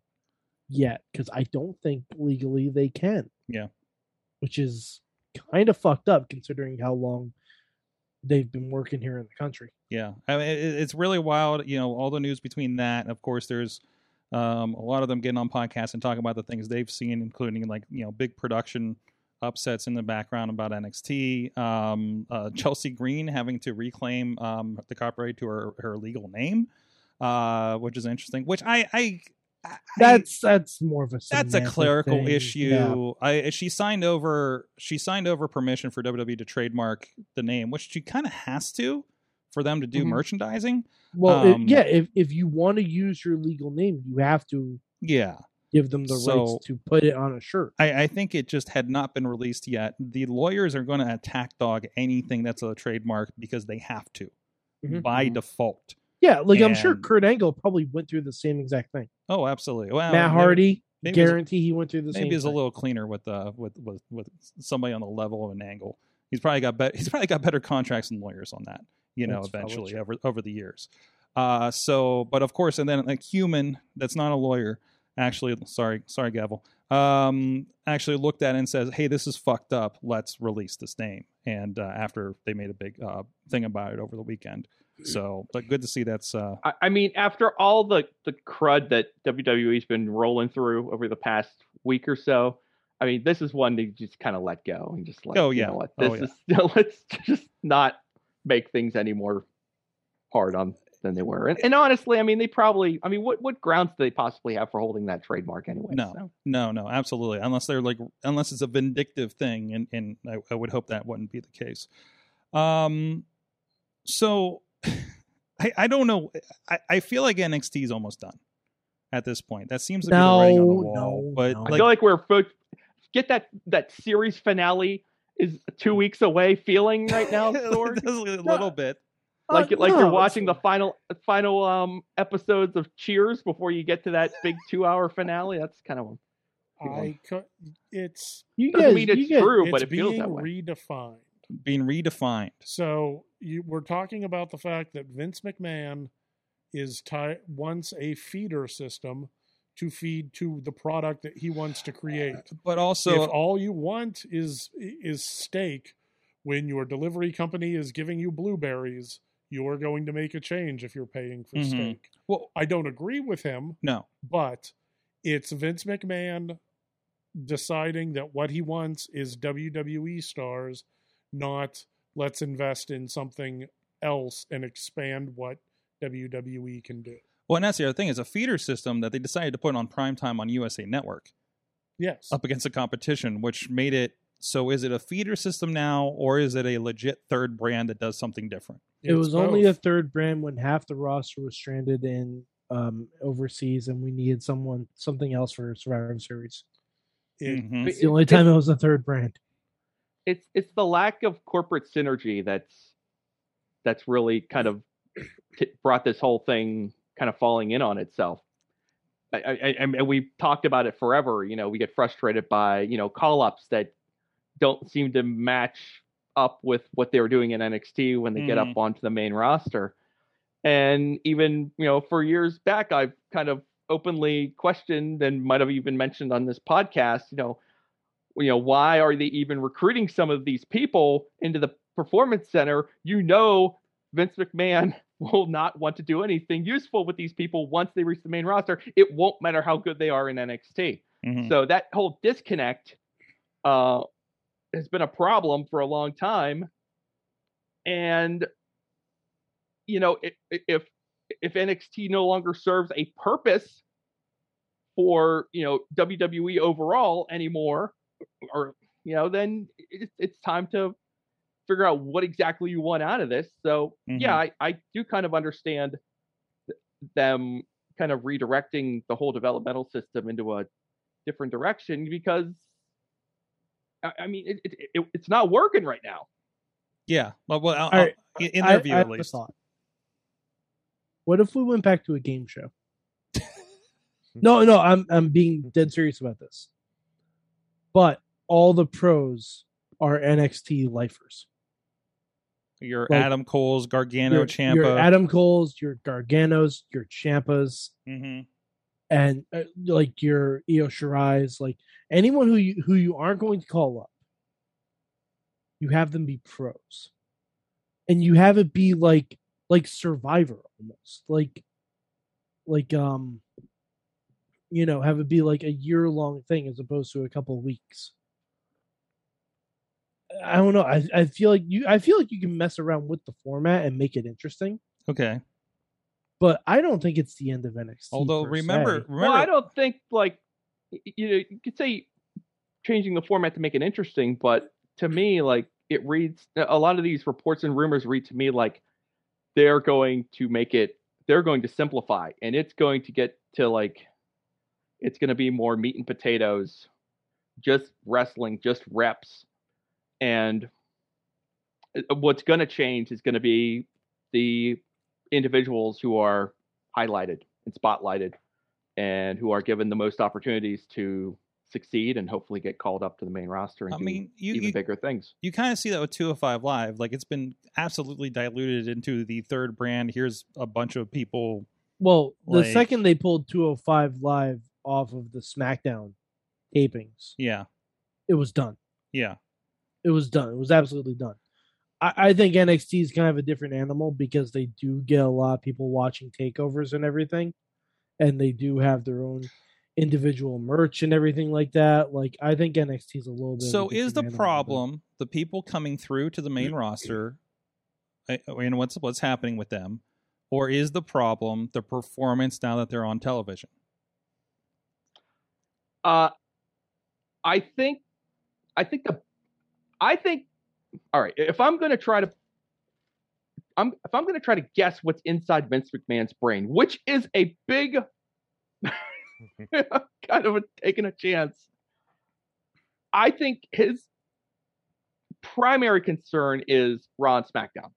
Speaker 3: yet because I don't think legally they can.
Speaker 2: Yeah.
Speaker 3: which is kind of fucked up considering how long they've been working here in the country.
Speaker 2: Yeah, I mean, it, it- it's really wild. You know, all the news between that, and of course, there's um, a lot of them getting on podcasts and talking about the things they've seen, including like you know big production upsets in the background about NXT. Um, uh, Chelsea Green having to reclaim um, the copyright to her, her legal name, uh, which is interesting. Which I I, I
Speaker 3: That's that's more of a
Speaker 2: that's a
Speaker 3: semantic
Speaker 2: clerical
Speaker 3: thing. Yeah.
Speaker 2: issue. I she signed over she signed over permission for WWE to trademark the name, which she kind of has to for them to do
Speaker 3: Mm-hmm.
Speaker 4: Mhm.
Speaker 2: merchandising.
Speaker 3: Well, if-
Speaker 2: Um,
Speaker 3: yeah, if if you want to use your legal name, you have to
Speaker 2: Yeah,
Speaker 3: give them the
Speaker 2: So-
Speaker 3: rights to put it on a shirt.
Speaker 2: I, I think it just had not been released yet. The lawyers are going to attack dog anything that's a trademark because they have to
Speaker 3: Mhm.
Speaker 2: by default.
Speaker 3: Yeah, like I'm sure
Speaker 2: And-
Speaker 3: Kurt Angle probably went through the same exact thing.
Speaker 2: Oh, absolutely. Well,
Speaker 3: Matt Hardy,
Speaker 2: maybe it's-
Speaker 3: guarantee he went through the same.
Speaker 2: maybe is a
Speaker 3: thing.
Speaker 2: little cleaner with uh with, with with somebody on the level of an angle. He's probably got better <laughs> he's probably got better contracts and lawyers on that, you know,
Speaker 3: That's probably
Speaker 2: eventually
Speaker 3: true.
Speaker 2: over over the years. Uh so but of course and then a human that's not a lawyer actually sorry sorry gavel um actually looked at it and says hey this is fucked up let's release this name and uh, after they made a big uh thing about it over the weekend so but good to see that's uh
Speaker 4: I, I mean, after all the, the crud that WWE's been rolling through over the past week or so, I mean, this is one to just kind of let go and just like,
Speaker 2: Oh,
Speaker 4: you
Speaker 2: yeah.
Speaker 4: know what,
Speaker 2: Oh,
Speaker 4: this is <laughs> let's just not make things any more hard on than they were. And, and honestly, I mean, they probably, I mean, what what grounds do they possibly have for holding that trademark anyway?
Speaker 2: No.
Speaker 4: So,
Speaker 2: No, no, absolutely. Unless they're like, unless it's a vindictive thing, and and I, I would hope that wouldn't be the case. Um, so <laughs> I I don't know. I I feel like NXT is almost done at this point. That seems to be the writing on the
Speaker 3: No,
Speaker 2: wall.
Speaker 3: no,
Speaker 2: but
Speaker 3: no.
Speaker 4: I
Speaker 2: like,
Speaker 4: feel like we're fo- get that that series finale is two weeks away feeling
Speaker 2: <laughs>
Speaker 4: right now. Sorg.
Speaker 2: a little bit.
Speaker 4: like
Speaker 3: Uh,
Speaker 4: like
Speaker 3: no,
Speaker 4: you're
Speaker 3: it's
Speaker 4: watching the
Speaker 3: fine.
Speaker 4: final final um episodes of Cheers before you get to that big two hour finale. That's kind of
Speaker 5: I could. It's
Speaker 3: You
Speaker 4: doesn't
Speaker 3: guys,
Speaker 4: mean it's
Speaker 3: you guys,
Speaker 4: true, but
Speaker 5: it's
Speaker 4: it feels
Speaker 5: being
Speaker 4: that way.
Speaker 5: redefined.
Speaker 2: Being redefined.
Speaker 5: So you, we're talking about the fact that Vince McMahon is ti wants a feeder system to feed to the product that he wants to create.
Speaker 2: But
Speaker 5: if
Speaker 2: also,
Speaker 5: all you want is is steak, when your delivery company is giving you blueberries, you are going to make a change if you're paying for
Speaker 3: Mm-hmm.
Speaker 2: Mhm.
Speaker 5: steak.
Speaker 2: well,
Speaker 5: I don't agree with him,
Speaker 2: no,
Speaker 5: but it's Vince McMahon deciding that what he wants is WWE stars, not let's invest in something else and expand what WWE can do.
Speaker 2: well, and that's the other thing is a feeder system that they decided to put on primetime on USA Network.
Speaker 5: Yes.
Speaker 3: Uh,
Speaker 2: up against the competition, which made it so is it a feeder system now or is it a legit third brand that does something different?
Speaker 3: it was only a
Speaker 5: if
Speaker 3: third brand when half the roster was stranded in um overseas, and we needed someone something else for Survivor Series. Mm-hmm.
Speaker 2: Mhm.
Speaker 3: It's the only time
Speaker 4: It's,
Speaker 3: it was a third brand.
Speaker 4: it's it's the lack of corporate synergy that's that's really kind of t- brought this whole thing kind of falling in on itself. I, I, I, and we've talked about it forever. You know, we get frustrated by you know call ups that don't seem to match up with what they were doing in NXT when they get up onto the main roster. And even, you know, for years back, I've kind of openly questioned and might have even mentioned on this podcast, you know, you know, why are they even recruiting some of these people into the performance center? You know, Vince McMahon <laughs> will not want to do anything useful with these people once they reach the main roster. It won't matter how good they are in NXT.
Speaker 2: Mhm.
Speaker 4: So that whole disconnect uh, has been a problem for a long time, and you know i- i- if if NXT no longer serves a purpose for you know WWE overall anymore, or you know then it's it's time to figure out what exactly you want out of this. So yeah, I, I do kind of understand th- them kind of redirecting the whole developmental system into a different direction because I, I mean it, it, it, it's not working right now.
Speaker 2: Yeah. Well, well I'll-
Speaker 3: All right.
Speaker 2: I'll- in
Speaker 3: I-
Speaker 2: their view,
Speaker 3: I
Speaker 2: at
Speaker 3: have a
Speaker 2: least.
Speaker 3: thought. What if we went back to a game
Speaker 2: <laughs>
Speaker 3: show? no, no, I'm I'm being dead serious about this. But all the pros are NXT lifers.
Speaker 2: Your
Speaker 3: Like,
Speaker 2: Adam Cole's Gargano
Speaker 3: your,
Speaker 2: Champa.
Speaker 3: your Adam Cole's, your Garganos, your Champas,
Speaker 2: hmm
Speaker 3: and uh, like your Io Shirai's, like anyone who you who you aren't going to call up, you have them be pros, and you have it be like like Survivor almost, like like um, you know, have it be like a year long thing as opposed to a couple weeks. I don't know. I I feel like you I feel like you can mess around with the format and make it interesting,
Speaker 2: Okay.
Speaker 3: but I don't think it's the end of NXT.
Speaker 2: Although
Speaker 3: per
Speaker 2: remember,
Speaker 3: se.
Speaker 2: remember,
Speaker 4: Well, I don't think like y- you know you could say changing the format to make it interesting, but to me like it reads a lot of these reports and rumors read to me like they're going to make it they're going to simplify and it's going to get to like it's going to be more meat and potatoes just wrestling just reps and uh, what's going to change is going to be the individuals who are highlighted and spotlighted and who are given the most opportunities to succeed and hopefully get called up to the main roster and
Speaker 2: I
Speaker 4: do
Speaker 2: mean, you,
Speaker 4: even
Speaker 2: you,
Speaker 4: bigger things.
Speaker 2: you kind of see that with 205 Live. Like it's been absolutely diluted into the third brand. Here's a bunch of people.
Speaker 3: Well, the
Speaker 2: Like-
Speaker 3: second they pulled 205 live off of the SmackDown tapings,
Speaker 2: Yeah.
Speaker 3: it was done.
Speaker 2: Yeah.
Speaker 3: It was done. It was absolutely done. I, I think NXT is kind of a different animal because they do get a lot of people watching takeovers and everything, and they do have their own individual merch and everything like that. Like I think NXT is a little bit. of a
Speaker 2: So is
Speaker 3: different
Speaker 2: the
Speaker 3: animal than-
Speaker 2: problem the people coming through to the main roster uh, and what's what's happening with them, or is the problem the performance now that they're on television?
Speaker 4: Uh, I think, I think the, I think, all right. If I'm gonna try to, I'm if I'm gonna try to guess what's inside Vince McMahon's brain, which is a big, <laughs> kind of a, taking a chance. I think his primary concern is Raw and SmackDown,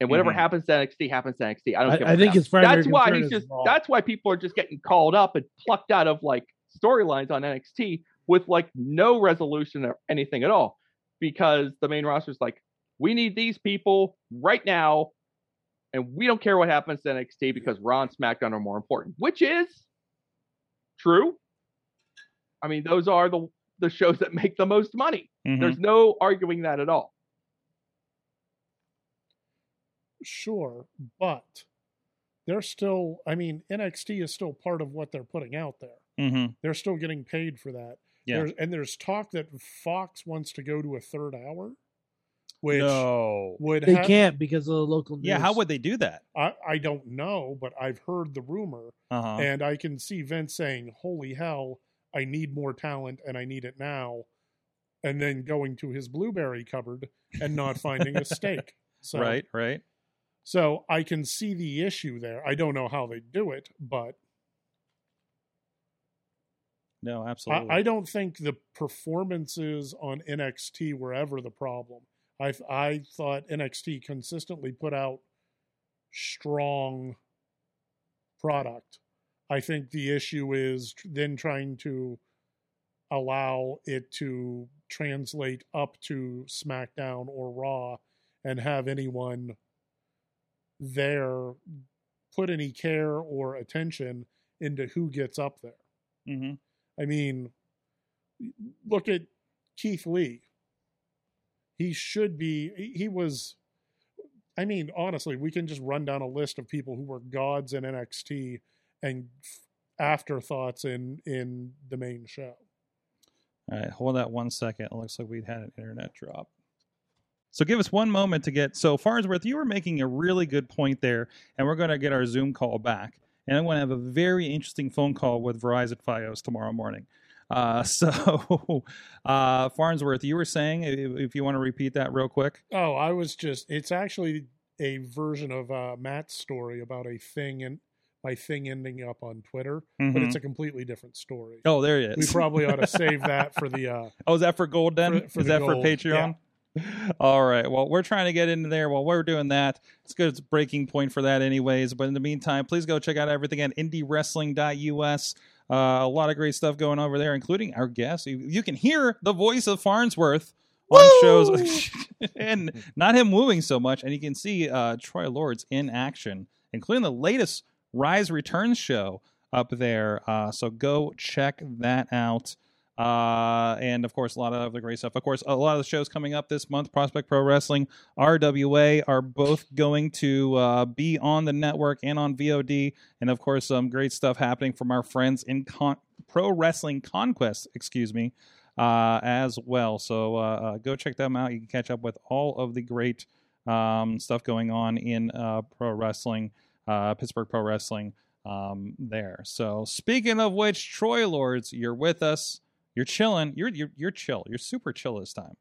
Speaker 4: and whatever
Speaker 2: Mhm.
Speaker 4: happens to NXT happens to NXT. I don't. care
Speaker 3: I, I think his primary
Speaker 4: that's why
Speaker 3: concern is
Speaker 4: he's just
Speaker 3: Raw.
Speaker 4: that's why people are just getting called up and plucked out of like storylines on NXT with like no resolution or anything at all because the main roster's like we need these people right now and we don't care what happens to NXT because Raw and SmackDown are more important which is true I mean those are the the shows that make the most money
Speaker 2: Mhm.
Speaker 4: there's no arguing that at all
Speaker 5: sure, but they're still, I mean, NXT is still part of what they're putting out there.
Speaker 2: Mhm.
Speaker 5: They're still getting paid for that.
Speaker 2: Yeah.
Speaker 5: There's, and there's talk that Fox wants to go to a third hour, which
Speaker 2: no.
Speaker 5: would
Speaker 3: They
Speaker 5: ha-
Speaker 3: can't because of the local. News.
Speaker 2: Yeah. How would they do that?
Speaker 5: I, I don't know, but I've heard the rumor,
Speaker 2: Uh-huh.
Speaker 5: and I can see Vince saying, "Holy hell, I need more talent, and I need it now," and then going to his blueberry cupboard and not finding
Speaker 2: <laughs>
Speaker 5: a steak. So,
Speaker 2: right. Right.
Speaker 5: So I can see the issue there. I don't know how they do it, but
Speaker 2: No.
Speaker 5: I,
Speaker 2: Absolutely.
Speaker 5: I don't think the performances on NXT were ever the problem. I I thought NXT consistently put out strong product. I think the issue is tr- then trying to allow it to translate up to SmackDown or Raw and have anyone there put any care or attention into who gets up there.
Speaker 2: hmm
Speaker 5: I mean, look at Keith Lee. He should be, he- he was, I mean, honestly, we can just run down a list of people who were gods in NXT and f- afterthoughts in in the main show.
Speaker 2: All right, hold that one second. It looks like we'd had an internet drop. So give us one moment to get. So Farnsworth, you were making a really good point there, and we're going to get our Zoom call back, and I'm going to have a very interesting phone call with Verizon FiOS tomorrow morning. Uh, <laughs> so uh, Farnsworth, you were saying, if, if you want to repeat that real quick.
Speaker 5: Oh, I was just, it's actually a version of uh, Matt's story about a thing and my thing ending up on Twitter, but
Speaker 2: Mhm.
Speaker 5: it's a completely different story.
Speaker 2: oh, there it
Speaker 5: Mm-hmm. We
Speaker 2: is. <laughs>
Speaker 5: probably ought to save that for the, uh,
Speaker 2: Oh, is that for gold then?
Speaker 5: For- for
Speaker 2: is
Speaker 5: the
Speaker 2: that
Speaker 5: gold,
Speaker 2: for Patreon? <laughs> All right. Well, we're trying to get into there. While we're doing that, it's a good breaking point for that, anyways. But in the meantime, please go check out everything at indiewrestling.us. Uh, a lot of great stuff going over there, including our guests. You, you can hear the voice of Farnsworth on
Speaker 5: <laughs>
Speaker 2: shows, <laughs> and not him moving so much. And you can see uh, Troy Lords in action, including the latest Rise Returns show up there. Uh, so go check that out uh, and of course a lot of other great stuff. Of course, a lot of the shows coming up this month, Prospect Pro Wrestling, RWA, are both going to uh, be on the network and on VOD, and of course some great stuff happening from our friends in con- Pro Wrestling Conquest, excuse me, uh, as well. So uh, uh, go check them out. You can catch up with all of the great um, stuff going on in uh, pro wrestling, uh, Pittsburgh Pro Wrestling. Um, there. So speaking of which, Troy Lords, you're with us. You're chilling. You're you're you're chill. You're super chill this time.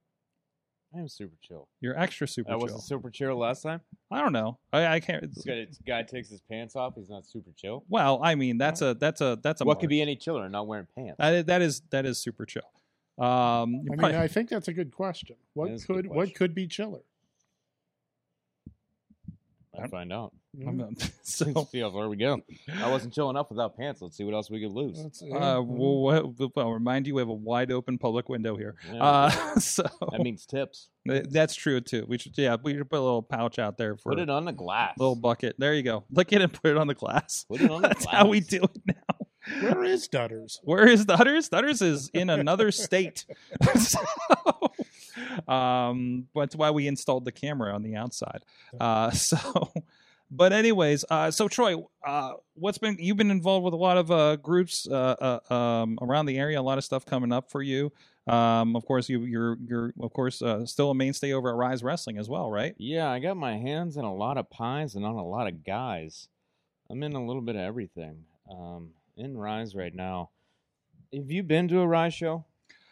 Speaker 6: I am super chill.
Speaker 2: You're extra super
Speaker 6: I
Speaker 2: chill.
Speaker 6: wasn't super chill last time.
Speaker 2: I don't know. I, I can't.
Speaker 6: This guy, this guy takes his pants off. He's not super chill.
Speaker 2: Well, I mean that's a that's a that's a
Speaker 6: what could
Speaker 2: mark.
Speaker 6: be any chiller? Not wearing pants.
Speaker 2: that is, that is that is super chill. Um,
Speaker 5: I
Speaker 2: you're
Speaker 5: mean,
Speaker 2: probably-
Speaker 5: I think that's a good question. What
Speaker 6: That is a good
Speaker 5: could what
Speaker 6: question.
Speaker 5: could be chiller?
Speaker 6: I find out.
Speaker 2: <laughs> I'm
Speaker 5: Mm,
Speaker 2: not- <laughs>
Speaker 6: Let's
Speaker 2: so uh,
Speaker 6: <laughs> see how far we go. I wasn't chill enough without pants. Let's see what else we could lose.
Speaker 5: that's- yeah,
Speaker 2: uh,
Speaker 5: mm.
Speaker 2: well, well, well, remind you we have a wide open public window here.
Speaker 6: Yeah,
Speaker 2: Uh, <laughs> so
Speaker 6: that means tips.
Speaker 2: <laughs> that's true too. We should yeah we should put a little pouch out there for
Speaker 6: Put it
Speaker 2: a
Speaker 6: on the glass.
Speaker 2: little bucket. There you go. Lick it and put it on the glass.
Speaker 6: Put it on
Speaker 2: <laughs>
Speaker 6: the
Speaker 2: that's how we
Speaker 6: glass.
Speaker 2: do it now.
Speaker 5: Where is
Speaker 6: <laughs>
Speaker 5: Dutters?
Speaker 2: Where is Dutters? Dutters is in another state. <laughs> so, um, that's why we installed the camera on the outside. Uh, <laughs> so, but anyways, uh, so Troy, uh, what's been you've been involved with a lot of uh, groups uh, uh, um, around the area. A lot of stuff coming up for you. Um, of course, you, you're you're of course uh, still a mainstay over at Rise Wrestling as well, right?
Speaker 6: Yeah, I got my hands in a lot of pies and on a lot of guys. I'm in a little bit of everything. Um, in Rise right now. Have you been to a Rise show?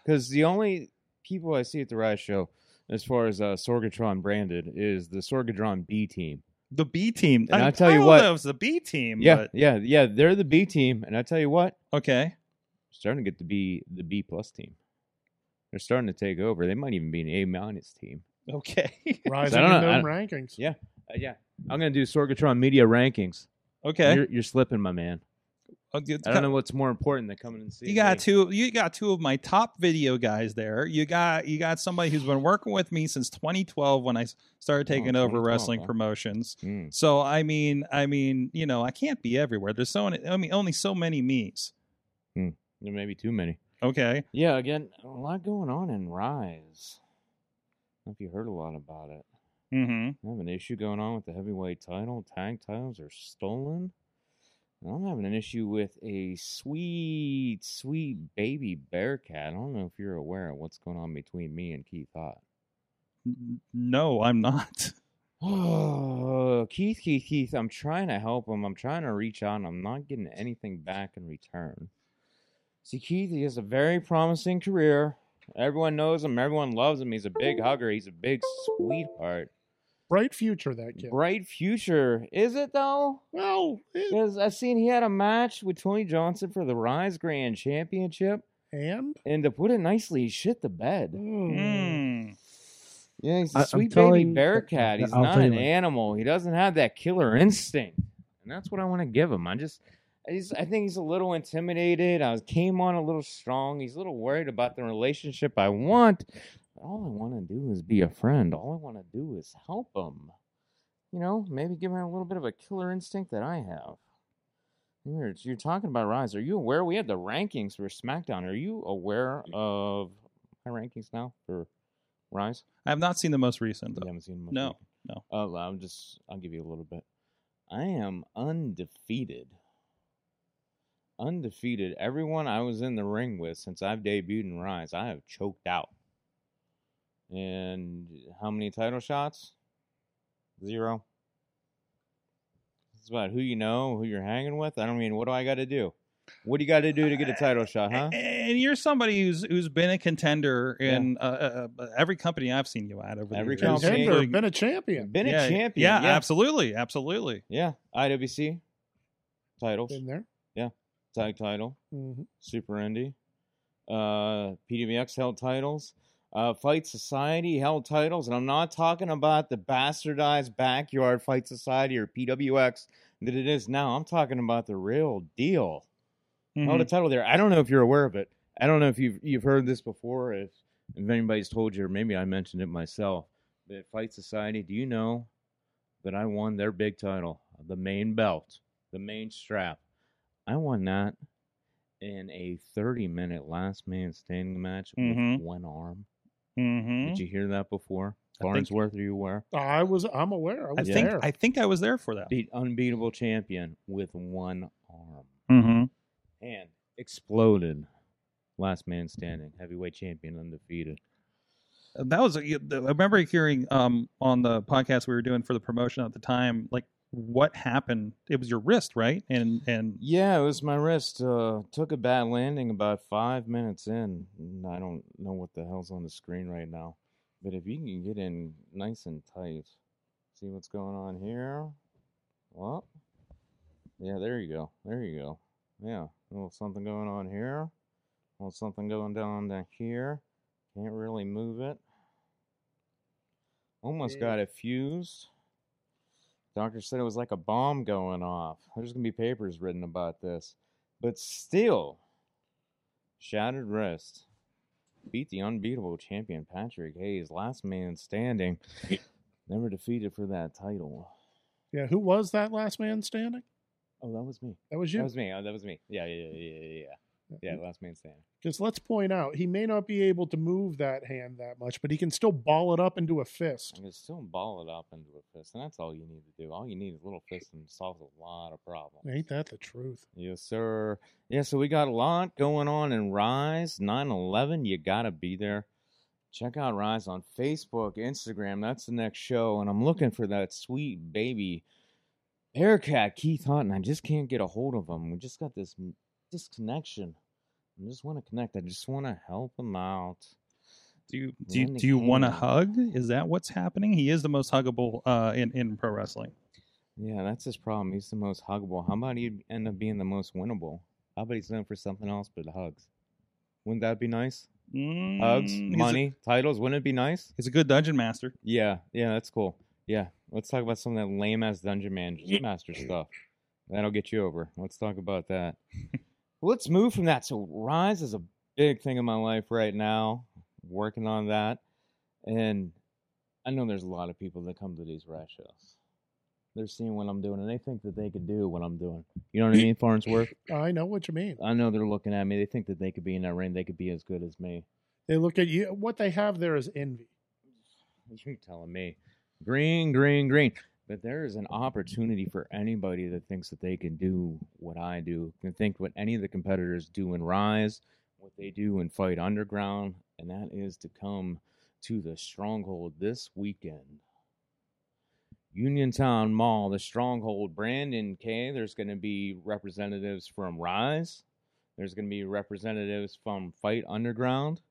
Speaker 6: Because the only people I see at the Rise show, as far as uh, Sorgatron branded, is the Sorgatron B team.
Speaker 2: The B team.
Speaker 6: And
Speaker 2: I,
Speaker 6: I'll tell you
Speaker 2: I don't
Speaker 6: what-
Speaker 2: know if it's the B team.
Speaker 6: Yeah, yeah, yeah. They're the B team, and I tell you what,
Speaker 2: But, okay. <laughs>
Speaker 6: starting to get to be the B plus team. They're starting to take over. They might even be an A minus team.
Speaker 2: Okay.
Speaker 5: Rising
Speaker 6: don't know,
Speaker 5: in
Speaker 6: I
Speaker 5: them rankings.
Speaker 6: Yeah. Uh, yeah, I'm gonna do Sorgatron media rankings.
Speaker 2: okay.
Speaker 6: You're, you're slipping, my man.
Speaker 2: Oh,
Speaker 6: I don't know what's more important than coming and seeing.
Speaker 2: You got
Speaker 6: me.
Speaker 2: two. You got two of my top video guys there. You got you got somebody who's been working with me since 2012 when I s- started
Speaker 6: Oh,
Speaker 2: taking over
Speaker 6: 2012,
Speaker 2: wrestling
Speaker 6: huh?
Speaker 2: promotions.
Speaker 6: Mm.
Speaker 2: So I mean, I mean, you know, I can't be everywhere. There's so many- I mean, only so many me's.
Speaker 6: There may be too many.
Speaker 2: Okay.
Speaker 6: Yeah, again, a lot going on in Rise. I don't know if you heard a lot about it.
Speaker 2: hmm
Speaker 6: I have an issue going on with the heavyweight title. Tag titles are stolen. And I'm having an issue with a sweet, sweet baby bear cat. I don't know if you're aware of what's going on between me and Keith Hot.
Speaker 2: No, I'm not.
Speaker 6: Oh, Keith, Keith, Keith, I'm trying to help him. I'm trying to reach out. and I'm not getting anything back in return. See, Keith, he has a very promising career. Everyone knows him. Everyone loves him. He's a big hugger. He's a big sweetheart.
Speaker 5: Bright future that kid.
Speaker 6: Bright future. Is it, though?
Speaker 5: Well, eh,
Speaker 6: Because I've seen he had a match with Tony Johnson for the Rise Grand Championship.
Speaker 5: and
Speaker 6: And to put it nicely, he shit the bed.
Speaker 2: Mm.
Speaker 6: Yeah, he's a
Speaker 3: I- I'm
Speaker 6: sweet baby
Speaker 3: telling-
Speaker 6: bear cat. He's
Speaker 3: I'll
Speaker 6: not
Speaker 3: tell you
Speaker 6: an
Speaker 3: what.
Speaker 6: animal. He doesn't have that killer instinct, and that's what I want to give him. I just, I, just, I think he's a little intimidated. I came on a little strong. He's a little worried about the relationship I want. All I want to do is be a friend. All I want to do is help him. you know, maybe give her a little bit of a killer instinct that I have. You're, you're talking about Rise. Are you aware we had the rankings for SmackDown? Are you aware of my rankings now for Rise?
Speaker 2: I have not seen the most recent
Speaker 6: You
Speaker 2: though.
Speaker 6: haven't seen them.
Speaker 2: No, no.
Speaker 6: Uh, I'll just I'll give you a little bit. I am undefeated. Undefeated. Everyone I was in the ring with since I've debuted in Rise, I have choked out. And how many title shots? Zero. It's about who you know, who you're hanging with. I don't mean what do I got to do? What do you got to do to get a title shot, huh?
Speaker 2: A- And you're somebody who's who's been a contender
Speaker 6: Uh-huh. Yeah.
Speaker 2: in uh, uh, uh, every company I've seen you at over
Speaker 6: Every
Speaker 2: the years.
Speaker 6: company.
Speaker 5: Contender,
Speaker 2: Including-
Speaker 5: been a champion.
Speaker 6: Been
Speaker 2: Uh, yeah,
Speaker 6: a champion.
Speaker 2: Yeah,
Speaker 6: yeah.
Speaker 2: absolutely, absolutely.
Speaker 6: Yeah, IWC titles,
Speaker 5: Been there.
Speaker 6: tag title,
Speaker 5: Mhm.
Speaker 6: Super Indy, uh, PWX held titles, uh, Fight Society held titles, and I'm not talking about the bastardized backyard Fight Society or PWX that it is now. I'm talking about the real deal. Held a
Speaker 2: Mhm.
Speaker 6: title there. I don't know if you're aware of it. I don't know if you've you've heard this before, if if anybody's told you, or maybe I mentioned it myself. But Fight Society, do you know that I won their big title, the main belt, the main strap? I won that in a 30 minute last man standing match
Speaker 2: Mhm.
Speaker 6: with one arm.
Speaker 2: Mhm.
Speaker 6: Did you hear that before?
Speaker 2: I think-
Speaker 6: Farnsworth, are you aware?
Speaker 5: I was. I'm aware. I
Speaker 2: I
Speaker 5: was
Speaker 2: think
Speaker 5: there.
Speaker 2: I think I was there for that.
Speaker 6: Beat unbeatable champion with one arm.
Speaker 2: Mm-hmm.
Speaker 6: and exploded. Last man standing, heavyweight champion, undefeated.
Speaker 2: that was I remember hearing um on the podcast we were doing for the promotion at the time like what happened it was your wrist right and and
Speaker 6: Yeah, it was my wrist. Uh, took a bad landing about five minutes in. and I don't know what the hell's on the screen right now, but if you can get in nice and tight, see what's going on here. What? Yeah, there you go. There you go. Yeah, a little something going on here. A little something going down down here. Can't really move it. Almost got it fused. Doctor said it was like a bomb going off. There's gonna be papers written about this. But still, shattered wrist. Beat the unbeatable champion Patrick Hayes, last man standing. Never defeated for that title.
Speaker 5: yeah. Who was that last man standing?
Speaker 6: Oh, that was me.
Speaker 5: That was
Speaker 6: That
Speaker 5: you.
Speaker 6: was me. Oh, that was me. Yeah, yeah, yeah, yeah, yeah, yeah. Yeah, last man standing.
Speaker 5: Because Mm-hmm. let's point out, he may not be able to move that hand that much, but he can still ball it up into a fist.
Speaker 6: I can still ball it up into a fist, and that's all you need to do. All you need is a little fist and it solves a lot of problems.
Speaker 5: Ain't that the truth?
Speaker 6: Yes, sir. Yeah, so we got a lot going on in Rise 911. You got to be there. Check out Rise on Facebook, Instagram. That's the next show. And I'm looking for that sweet baby Bearcat Keith Hunt, and I just can't get a hold of him. We just got this m- disconnection. I just want to connect. I just want to help him out.
Speaker 2: do you do you,
Speaker 6: Randy
Speaker 2: do you want to
Speaker 6: Kane.
Speaker 2: hug is that what's happening he is the most huggable uh in in pro wrestling
Speaker 6: Yeah, that's his problem. He's the most huggable. How about he end up being the most winnable? How about he's known for something else but hugs? Wouldn't that be nice?
Speaker 2: Mm,
Speaker 6: hugs,
Speaker 2: he's a-
Speaker 6: money, titles. Wouldn't it be nice?
Speaker 2: he's a good dungeon master
Speaker 6: Yeah, yeah, that's cool. Yeah, let's talk about some of that lame ass dungeon man- master stuff. That'll get you over. Let's talk about that. <laughs> let's move from that. So Rise is a big thing in my life right now. Working on that, and I know there's a lot of people that come to these Rise shows. They're seeing what I'm doing, and they think that they could do what I'm doing. You know what I mean, Farnsworth?
Speaker 5: I know what you mean.
Speaker 6: I know they're looking at me. They think that they could be in that ring. They could be as good as me.
Speaker 5: They look at you. What they have there is envy.
Speaker 6: <laughs> You're telling me. Green, green, green. But there is an opportunity for anybody that thinks that they can do what I do, can think what any of the competitors do in Rise, what they do in Fight Underground, and that is to come to the Stronghold this weekend. Uniontown Mall, the Stronghold, Brandon K. There's going to be representatives from Rise. There's going to be representatives from Fight Underground.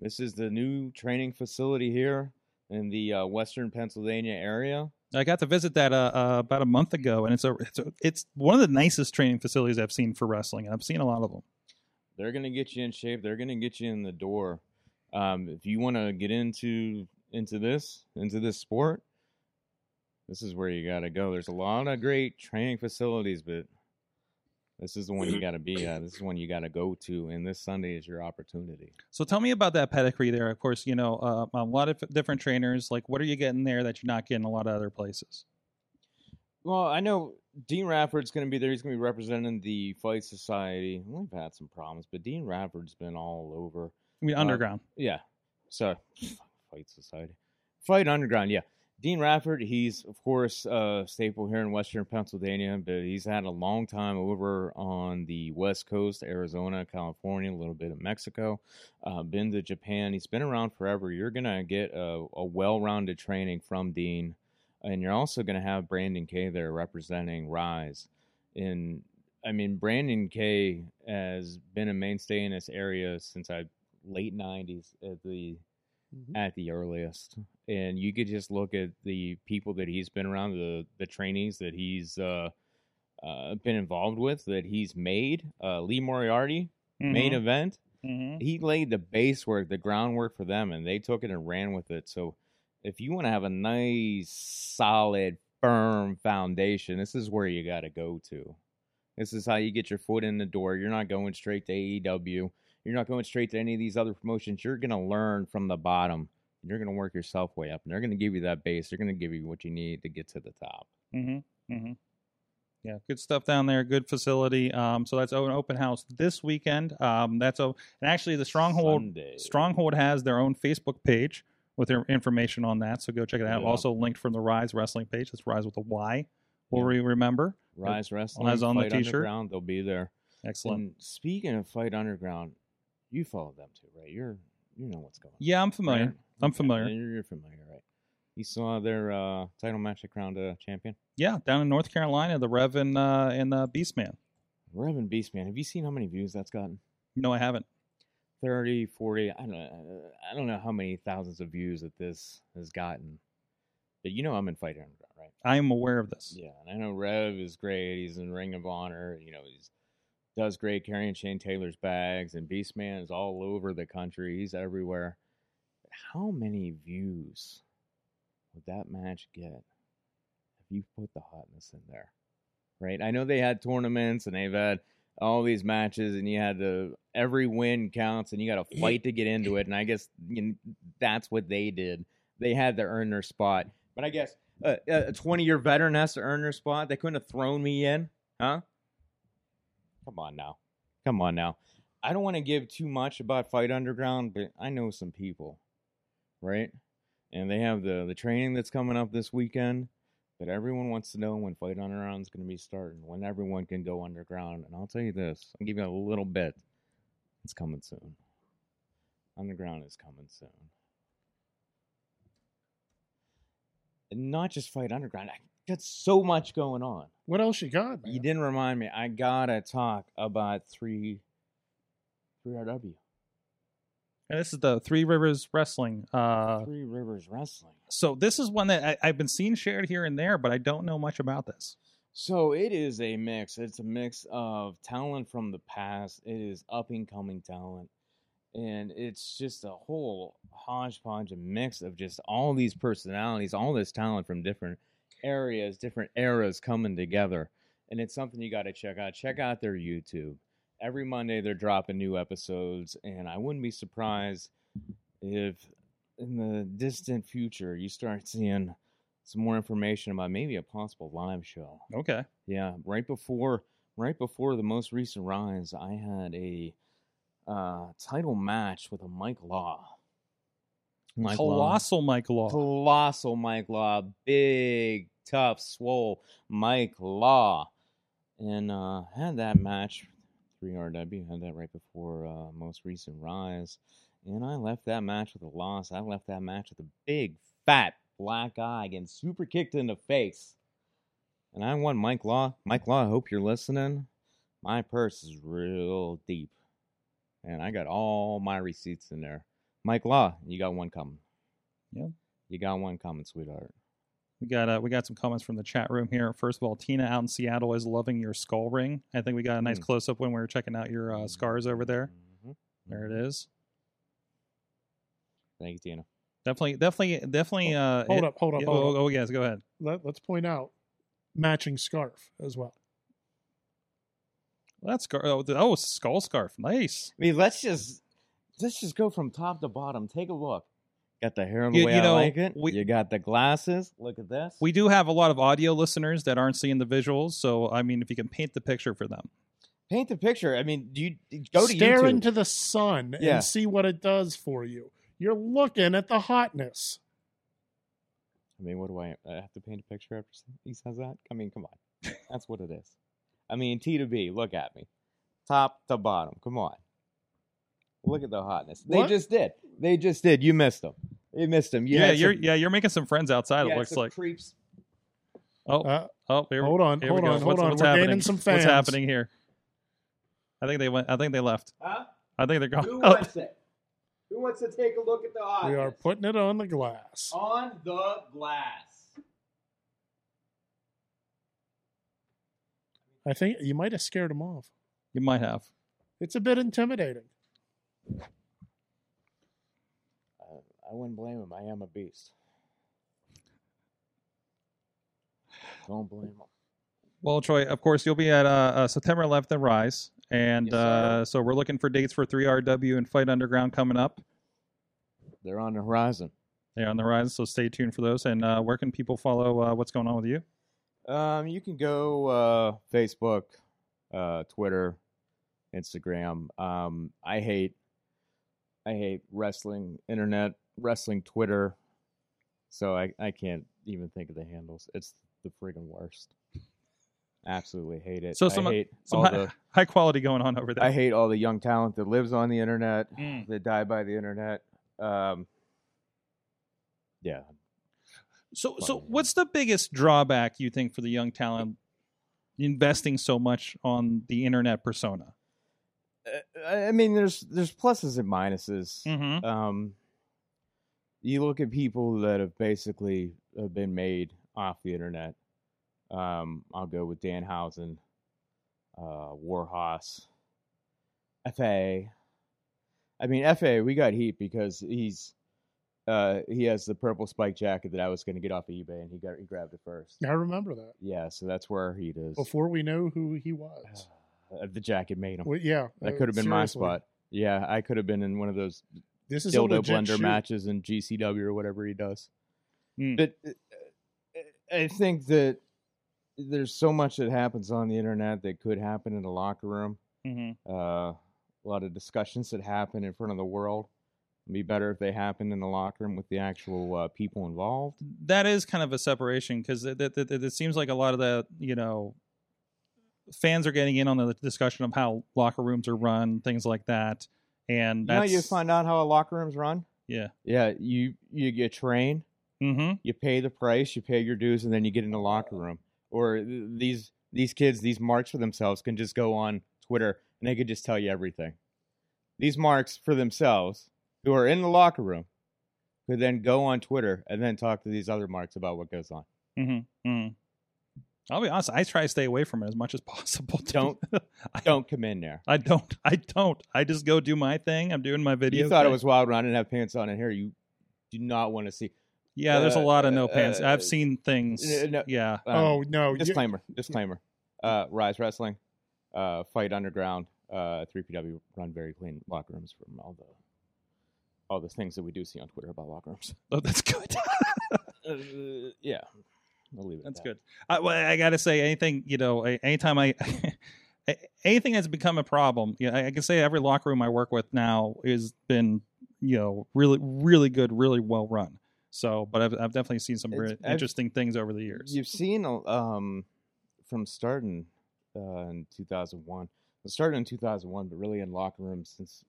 Speaker 6: This is the new training facility here in the uh, Western Pennsylvania area.
Speaker 2: i got to visit that uh, uh about a month ago and it's a, it's a it's one of the nicest training facilities i've seen for wrestling and i've seen a lot of them
Speaker 6: They're going to get you in shape. They're going to get you in the door. Um, if you want to get into into this into this sport, this is where you got to go. There's a lot of great training facilities, but this is the one you got to be at. This is the one you got to go to, and this Sunday is your opportunity.
Speaker 2: So tell me about that pedigree there. Of course, you know uh, a lot of different trainers. Like, what are you getting there that you're not getting a lot of other places?
Speaker 6: Well, I know Dean Rafford's going to be there. He's going to be representing the Fight Society. We've had some problems, but Dean Rafford's been all over.
Speaker 2: I mean,
Speaker 6: Uh,
Speaker 2: underground.
Speaker 6: Yeah. So, Fight Society. Fight Underground, yeah. Dean Rafford, he's, of course, a staple here in Western Pennsylvania, but he's had a long time over on the West Coast, Arizona, California, a little bit of Mexico, uh, been to Japan. He's been around forever. You're going to get a, a well rounded training from Dean, and you're also going to have Brandon Kay there representing Rise in I mean Brandon K has been a mainstay in this area since I late nineties at the at the earliest. And you could just look at the people that he's been around, the the trainees that he's uh, uh, been involved with, that he's made. Uh, Lee Moriarty, main event.
Speaker 2: hmm
Speaker 6: He laid the base work, the groundwork for them, and they took it and ran with it. So if you want to have a nice, solid, firm foundation, this is where you got to go to. This is how you get your foot in the door. You're not going straight to E AEW. You're not going straight to any of these other promotions. You're going to learn from the bottom. You're going to work yourself way up, and they're going to give you that base. They're going to give you what you need to get to the top.
Speaker 2: Mm-hmm. Mm-hmm. Yeah, good stuff down there. Good facility. Um, so that's an open house this weekend. Um, that's a and actually the stronghold
Speaker 6: Sunday.
Speaker 2: stronghold has their own Facebook page with their information on that. So go check it out.
Speaker 6: Yeah.
Speaker 2: Also linked from the Rise Wrestling page. That's Rise with a Y. Will we remember?
Speaker 6: Rise Wrestling
Speaker 2: Eyes on the
Speaker 6: Fight
Speaker 2: t-shirt.
Speaker 6: Underground, They'll be there.
Speaker 2: Excellent.
Speaker 6: And speaking of Fight Underground, you follow them too, right? You're you know what's going on.
Speaker 2: Yeah, I'm familiar.
Speaker 6: right?
Speaker 2: I'm
Speaker 6: Okay,
Speaker 2: familiar.
Speaker 6: You're, you're familiar, right? You saw their uh, title match at Crown uh, Champion.
Speaker 2: Yeah, down in North Carolina, the Rev and uh, and uh, Beastman.
Speaker 6: Revan Beastman, have you seen how many views that's gotten?
Speaker 2: No, I haven't.
Speaker 6: 30, 40, I don't know, I don't know how many thousands of views that this has gotten. But you know I'm in Fight Underground, right?
Speaker 2: I am aware of this.
Speaker 6: Yeah, and I know Rev is great. He's in Ring of Honor. You know, he's does great carrying Shane Taylor's bags, and Beastman is all over the country. He's everywhere. But how many views would that match get if you put the hotness in there? Right? I know they had tournaments and they've had all these matches, and you had to every win counts, and you got to fight to get into it. And I guess you know, that's what they did. They had to earn their spot. But I guess a, a 20 year veteran has to earn their spot. They couldn't have thrown me in, huh? Come on now. Come on now. I don't want to give too much about Fight Underground, but I know some people, right? And they have the, the training that's coming up this weekend. But everyone wants to know when Fight Underground's going to be starting, when everyone can go underground. And I'll tell you this I'll give you a little bit. It's coming soon. Underground is coming soon. and not just Fight Underground. I got so much going on.
Speaker 5: What else you got?
Speaker 6: You
Speaker 5: Man?
Speaker 6: didn't remind me. I gotta talk about three, three RW,
Speaker 2: And this is the Three Rivers Wrestling uh,
Speaker 6: Three Rivers Wrestling.
Speaker 2: So this is one that I, I've been seeing shared here and there, but I don't know much about this.
Speaker 6: So it is a mix. It's a mix of talent from the past. It is up and coming talent. And it's just a whole hodgepodge, a mix of just all these personalities, all this talent from different areas, different eras coming together. And it's something you got to check out. Check out their YouTube. Every Monday, they're dropping new episodes. And I wouldn't be surprised if in the distant future you start seeing some more information about maybe a possible live show.
Speaker 2: Okay.
Speaker 6: Yeah, right before right before the most recent rise, I had a uh, title match with a Mike Law. Mike Law.
Speaker 2: Colossal Mike Law.
Speaker 6: Colossal Mike Law, big, tough, swole Mike Law, and uh, had that match. 3RW had that right before uh, most recent rise, and I left that match with a loss. I left that match with a big, fat black eye, getting super kicked in the face. And I won Mike Law. Mike Law, I hope you're listening. My purse is real deep, and I got all my receipts in there. Mike Law, you got one coming. You got one comment, sweetheart.
Speaker 2: We got uh, we got some comments from the chat room here. First of all, Tina out in Seattle is loving your skull ring. I think we got a nice
Speaker 6: Mm.
Speaker 2: close up when we were checking out your
Speaker 6: Hmm.
Speaker 2: uh, scars over there.
Speaker 6: Mhm.
Speaker 2: There it is.
Speaker 6: Thank you, Tina.
Speaker 2: Definitely, definitely, definitely. Uh,
Speaker 5: Oh, Hold
Speaker 2: it-
Speaker 5: up, hold up,
Speaker 2: yeah,
Speaker 5: hold
Speaker 2: oh,
Speaker 5: up.
Speaker 2: oh, yes, go ahead.
Speaker 5: Let, let's point out matching scarf as well.
Speaker 2: That's gar- oh, the- oh, skull scarf. Nice.
Speaker 6: I mean, let's just let's just go from top to bottom. Take a look. Got the hair the
Speaker 2: You-
Speaker 6: way
Speaker 2: you
Speaker 6: I
Speaker 2: know,
Speaker 6: like it.
Speaker 2: we-
Speaker 6: you got the glasses. Look at this.
Speaker 2: We do have a lot of audio listeners that aren't seeing the visuals, so I mean, if you can paint the picture for them,
Speaker 6: paint the picture. I mean, you go to
Speaker 5: Stare
Speaker 6: YouTube.
Speaker 5: into the sun
Speaker 6: Yeah.
Speaker 5: and see what it does for you. You're looking at the hotness.
Speaker 6: I mean, what do I, I have to paint a picture after he says that? I mean, come on. That's what it is. I mean, T to B, look at me. Top to bottom. Come on. Look at the hotness.
Speaker 5: What?
Speaker 6: They just did. They just did. You missed them. You missed them. You
Speaker 2: yeah,
Speaker 6: had
Speaker 2: you're
Speaker 6: some-
Speaker 2: yeah you're making some friends outside.
Speaker 6: you
Speaker 2: it
Speaker 6: had
Speaker 2: looks
Speaker 6: some
Speaker 2: like
Speaker 6: creeps.
Speaker 2: oh
Speaker 5: Uh,
Speaker 2: oh here,
Speaker 5: hold on,
Speaker 2: here we
Speaker 5: hold
Speaker 2: go.
Speaker 5: on, hold
Speaker 2: what's,
Speaker 5: on.
Speaker 2: What's
Speaker 5: We're
Speaker 2: happening?
Speaker 5: gaining some
Speaker 2: What's
Speaker 5: fans.
Speaker 2: happening here? I think they went. I think they left. <laughs>
Speaker 6: Huh?
Speaker 2: I think they're gone.
Speaker 6: Who
Speaker 2: Oh,
Speaker 6: wants it? Who wants to take a look at the hotness?
Speaker 5: we are putting it on the glass.
Speaker 6: on the glass.
Speaker 5: I think you might have scared him off.
Speaker 2: you might have.
Speaker 5: It's a bit intimidating.
Speaker 6: I wouldn't blame him. I am a beast. Don't blame him.
Speaker 2: Well, Troy, of course, you'll be at uh, uh, September 11th at Rise, and
Speaker 6: Yes, sir.
Speaker 2: uh, so we're looking for dates for 3RW and Fight Underground coming up.
Speaker 6: They're on the horizon.
Speaker 2: They're on the rise, so stay tuned for those. And uh, where can people follow uh, what's going on with you?
Speaker 6: Um, you can go uh, Facebook, uh, Twitter, Instagram. Um, I hate, I hate wrestling internet, wrestling Twitter. So I, I can't even think of the handles. It's the friggin' worst. Absolutely hate it.
Speaker 2: So
Speaker 6: I
Speaker 2: some-
Speaker 6: hate
Speaker 2: Some
Speaker 6: all
Speaker 2: high, <laughs>
Speaker 6: the
Speaker 2: high quality going on over there.
Speaker 6: I hate all the young talent that lives on the internet.
Speaker 2: Mm.
Speaker 6: That die by the internet. Um, yeah,
Speaker 2: So,
Speaker 6: Fuck
Speaker 2: so
Speaker 6: me.
Speaker 2: what's the biggest drawback you think for the young talent investing so much on the internet persona?
Speaker 6: Uh, I I mean, there's there's pluses and minuses.
Speaker 2: Mm-hmm.
Speaker 6: um, you look at people that have basically have been made off the internet. Um, I'll go with Danhausen, uh, Warhas, FA. I mean, FA, we got heat because he's uh, he has the purple spike jacket that I was going to get off of eBay, and he got he grabbed it first.
Speaker 5: I remember that
Speaker 6: Yeah, so that's where our heat is.
Speaker 5: before we knew who he was.
Speaker 6: Uh, the jacket made him.
Speaker 5: Well, yeah,
Speaker 6: that
Speaker 5: uh,
Speaker 6: could have been my
Speaker 5: seriously.
Speaker 6: spot. Yeah, I could have been in one of those
Speaker 5: This is a
Speaker 6: dildo
Speaker 5: legit
Speaker 6: blender
Speaker 5: shoot. Hmm.
Speaker 6: matches in GCW or whatever he does.
Speaker 2: Mm.
Speaker 6: But uh, uh, I think that there's so much that happens on the internet that could happen in the locker room.
Speaker 2: Mm-hmm.
Speaker 6: Uh, a lot of discussions that happen in front of the world. It'd be better if they happened in the locker room with the actual uh, people involved.
Speaker 2: That is kind of a separation because it, it, it, it seems like a lot of the you know fans are getting in on the discussion of how locker rooms are run, things like that. And
Speaker 6: You know, how
Speaker 2: that's
Speaker 6: you find out how a locker room's run.
Speaker 2: Yeah.
Speaker 6: Yeah, you you get trained.
Speaker 2: Mhm.
Speaker 6: you pay the price, you pay your dues, and then you get in the locker room. Or th- these these kids, these marks for themselves, can just go on Twitter and they could just tell you everything. These marks for themselves, who are in the locker room, could then go on Twitter and then talk to these other marks about what goes on.
Speaker 2: Mhm. Mhm. I'll be honest. I try to stay away from it as much as <laughs> possible.
Speaker 6: Don't don't come in there.
Speaker 2: I don't. I don't. I just go do my thing. I'm doing my video.
Speaker 6: You thought it
Speaker 2: thing.
Speaker 6: was wild when I didn't have pants on in here. You do not want to see.
Speaker 2: Yeah, there's a
Speaker 6: uh,
Speaker 2: lot of no pants.
Speaker 6: uh,
Speaker 2: I've seen things.
Speaker 6: uh, no.
Speaker 2: Yeah.
Speaker 6: um,
Speaker 5: oh no! you-
Speaker 6: disclaimer disclaimer uh rise wrestling uh fight underground uh 3pw run very clean locker rooms from all the all the things that we do see on twitter about locker rooms
Speaker 2: Oh, that's
Speaker 6: <laughs>
Speaker 2: good.
Speaker 6: uh, <laughs> yeah i'll leave it at
Speaker 2: that's
Speaker 6: that.
Speaker 2: good. I, well, I gotta say, anything you know, a- anytime I. <laughs> a- Anything that's become a problem, yeah, I I can say every locker room I work with now has been, you know, really, really good, really well run. So, but I've, I've definitely seen some
Speaker 6: It's-
Speaker 2: really
Speaker 6: I've-
Speaker 2: interesting things over the years.
Speaker 6: You've seen a- um, from starting uh, in 2001, well, starting in 2001, but really in locker rooms since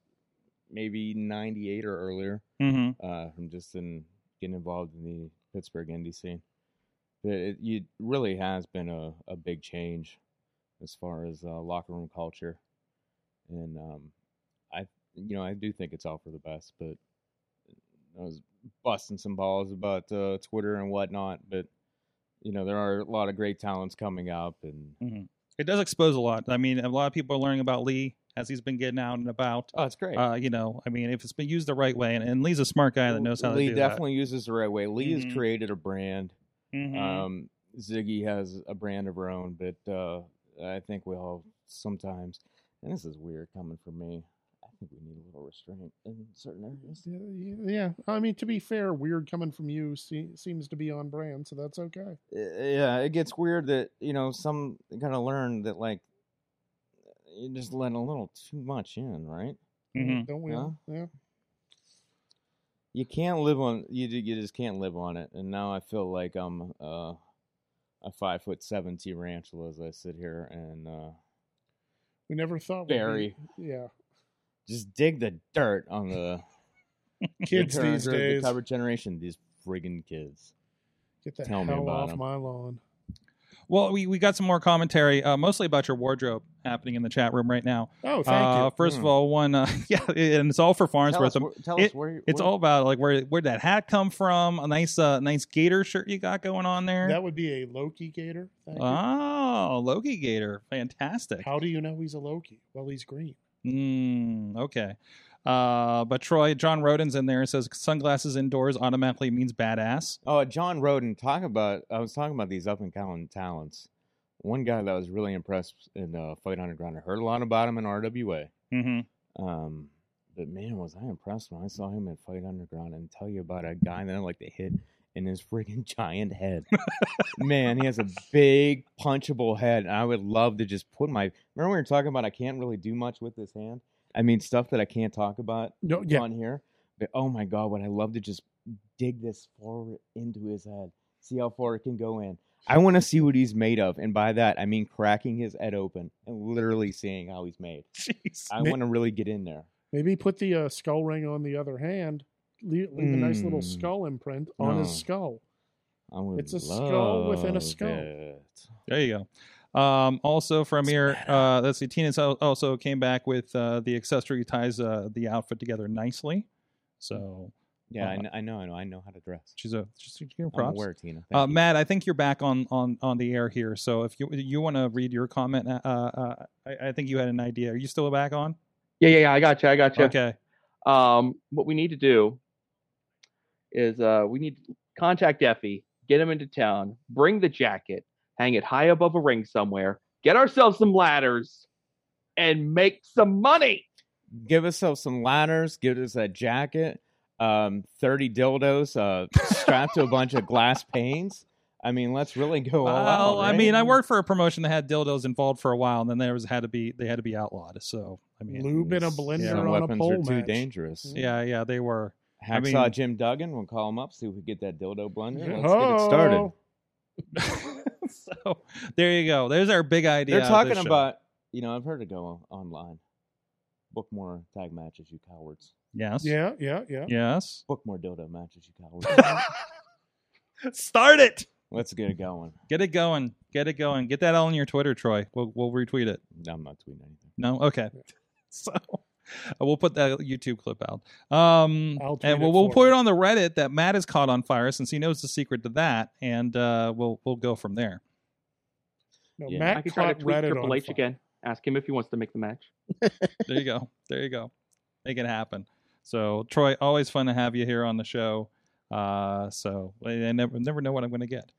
Speaker 6: maybe 98 or earlier,
Speaker 2: hmm
Speaker 6: uh, from just in getting involved in the Pittsburgh indie scene. But it, it really has been a, a big change as far as uh, locker room culture, and um, I you know I do think it's all for the best. But uh, I was busting some balls about uh, Twitter and whatnot, but you know there are a lot of great talents coming up, and
Speaker 2: It does expose a lot. I mean, a lot of people are learning about Lee as he's been getting out and about.
Speaker 6: oh, it's great.
Speaker 2: Uh, you know, I mean, if it's been used the right way, and, and Lee's a smart guy that knows how
Speaker 6: Lee
Speaker 2: to do
Speaker 6: definitely uses the right way. Lee
Speaker 2: Mhm.
Speaker 6: has created a brand.
Speaker 2: that.
Speaker 4: Mm-hmm.
Speaker 2: Mhm.
Speaker 6: Um, Ziggy has a brand of her own, but uh, I think we all sometimes, and this is weird coming from me. I think we need a little restraint in certain areas.
Speaker 5: Yeah, I mean to be fair, weird coming from you se- seems to be on brand, so that's okay.
Speaker 6: Uh, yeah, it gets weird that you know some gotta learn that like you're just letting a little too much in, right? Mm,
Speaker 2: Mhm.
Speaker 5: Don't we? all? Yeah.
Speaker 6: You can't live on you. ju- You just can't live on it. And now I feel like I'm uh, a five foot seven tarantula as I sit here and uh,
Speaker 5: We never thought. we'd be-
Speaker 6: bury.
Speaker 5: Yeah.
Speaker 6: Just dig the dirt on the
Speaker 5: Kids
Speaker 6: the
Speaker 5: these
Speaker 6: current-
Speaker 5: days.
Speaker 6: the covered generation. These friggin' kids.
Speaker 5: Get the
Speaker 6: Tell me
Speaker 5: hell
Speaker 6: about
Speaker 5: off
Speaker 6: 'em.
Speaker 5: my lawn.
Speaker 2: Well, we, we got some more commentary, uh, mostly about your wardrobe happening in the chat room right now.
Speaker 5: Oh, thank
Speaker 2: uh,
Speaker 5: you.
Speaker 2: First of
Speaker 6: Hmm.
Speaker 2: all, one, uh, <laughs> yeah, and it's all for
Speaker 6: Tell
Speaker 2: Farnsworth. Um,
Speaker 6: us, where- tell us where
Speaker 2: it's
Speaker 6: where-
Speaker 2: all about like where where'd that hat come from? A nice uh, nice gator shirt you got going on there.
Speaker 5: That would be a Loki gator. Thank you.
Speaker 2: oh, Loki gator, fantastic.
Speaker 5: How do you know he's a Loki? Well, he's green.
Speaker 2: Mm, okay. Uh, but Troy, John Roden's in there. It says sunglasses indoors automatically means badass.
Speaker 6: Oh, John Roden, talk about. I was talking about these up and coming talents. One guy that I was really impressed in uh, Fight Underground, I heard a lot about him in RWA.
Speaker 2: Mm-hmm.
Speaker 6: Um, but man, was I impressed when I saw him at Fight Underground and tell you about a guy that I like to hit in his freaking <laughs> giant head. man, he has a big, punchable head. And I would love to just put my. Remember, we were talking about I can't really do much with this hand? I mean, stuff that I can't talk about
Speaker 5: <laughs> No, yeah.
Speaker 6: on here. But oh my god, would I love to just dig this forward into his head, see how far it can go in. I want to see what he's made of, and by that I mean cracking his head open and literally seeing how he's made.
Speaker 2: Jeez.
Speaker 6: I
Speaker 5: Ma-
Speaker 6: want to really get in there.
Speaker 5: Maybe put the uh, skull ring on the other hand. Leave, leave a nice little
Speaker 6: Mm.
Speaker 5: skull imprint on his
Speaker 6: No.
Speaker 5: skull.
Speaker 6: I would
Speaker 5: It's a skull within a
Speaker 6: love
Speaker 5: skull.
Speaker 6: it.
Speaker 2: There you go. Um, also from here, uh, let's see. Tina's al- also came back with uh, the accessory ties uh, the outfit together nicely. So
Speaker 6: Yeah, I
Speaker 2: Uh,
Speaker 6: kn- I know, I know, I know how to dress.
Speaker 2: she's a she's a
Speaker 6: I'm
Speaker 2: props.
Speaker 6: aware, Tina. Thank
Speaker 2: Uh,
Speaker 6: you.
Speaker 2: Matt, I think you're back on on on the air here. So if you you want to read your comment, uh, uh, I, I think you had an idea. Are you still back on?
Speaker 4: Yeah, yeah, yeah. I got you. I got you.
Speaker 2: Okay.
Speaker 4: Um, what we need to do is uh, we need to contact Effie, get him into town, bring the jacket, hang it high above a ring somewhere, get ourselves some ladders, and make some money.
Speaker 6: give ourselves some ladders, give us a jacket, um, 30 dildos uh, strapped to a bunch of glass panes. I mean, let's really go all out.
Speaker 2: Well, I
Speaker 6: right?
Speaker 2: mean, I worked for a promotion that had dildos involved for a while, and then there was had to be they had to be outlawed. So I mean,
Speaker 5: Lube in a
Speaker 6: Some
Speaker 5: blender
Speaker 2: Yeah.
Speaker 5: on
Speaker 6: weapons
Speaker 5: a pole
Speaker 6: are too
Speaker 5: match. Mm.
Speaker 6: dangerous.
Speaker 2: yeah, yeah, they were. <laughs>
Speaker 6: Hacksaw
Speaker 2: mean-
Speaker 6: Jim Duggan, we'll call him up, see if we get that dildo blender. Let's get it
Speaker 5: Oh.
Speaker 6: started.
Speaker 2: so there you go. There's our big idea.
Speaker 6: They're
Speaker 2: of
Speaker 6: talking
Speaker 2: this show.
Speaker 6: about, you know, I've heard it go on- online. Book more tag matches, you cowards.
Speaker 2: yes,
Speaker 5: Yeah, yeah, yeah.
Speaker 2: yes.
Speaker 6: Book more dildo matches, you
Speaker 5: <laughs>
Speaker 6: cowards.
Speaker 2: Start it.
Speaker 6: let's get it going.
Speaker 2: Get it going. Get it going. Get that on your Twitter, Troy. We'll we'll retweet it.
Speaker 6: I'm not tweeting anything.
Speaker 2: No, okay. <laughs> So uh, we'll put that YouTube clip out. Um,
Speaker 5: I'll tweet
Speaker 2: and we'll,
Speaker 5: it
Speaker 2: we'll
Speaker 5: for
Speaker 2: put it
Speaker 5: you.
Speaker 2: on the Reddit that Matt is caught on fire since he knows the secret to that, and uh, we'll we'll go from there.
Speaker 5: No,
Speaker 6: Yeah.
Speaker 4: I
Speaker 5: Matt
Speaker 4: could try
Speaker 5: caught
Speaker 4: to tweet
Speaker 5: Reddit
Speaker 4: Triple
Speaker 5: on
Speaker 4: H
Speaker 5: fire.
Speaker 4: again. Ask him if he wants to make the match.
Speaker 2: there you
Speaker 5: <laughs>
Speaker 2: go. There you go. Make it happen. So Troy, always fun to have you here on the show. Uh, so I I never never know what I'm going to get. <laughs>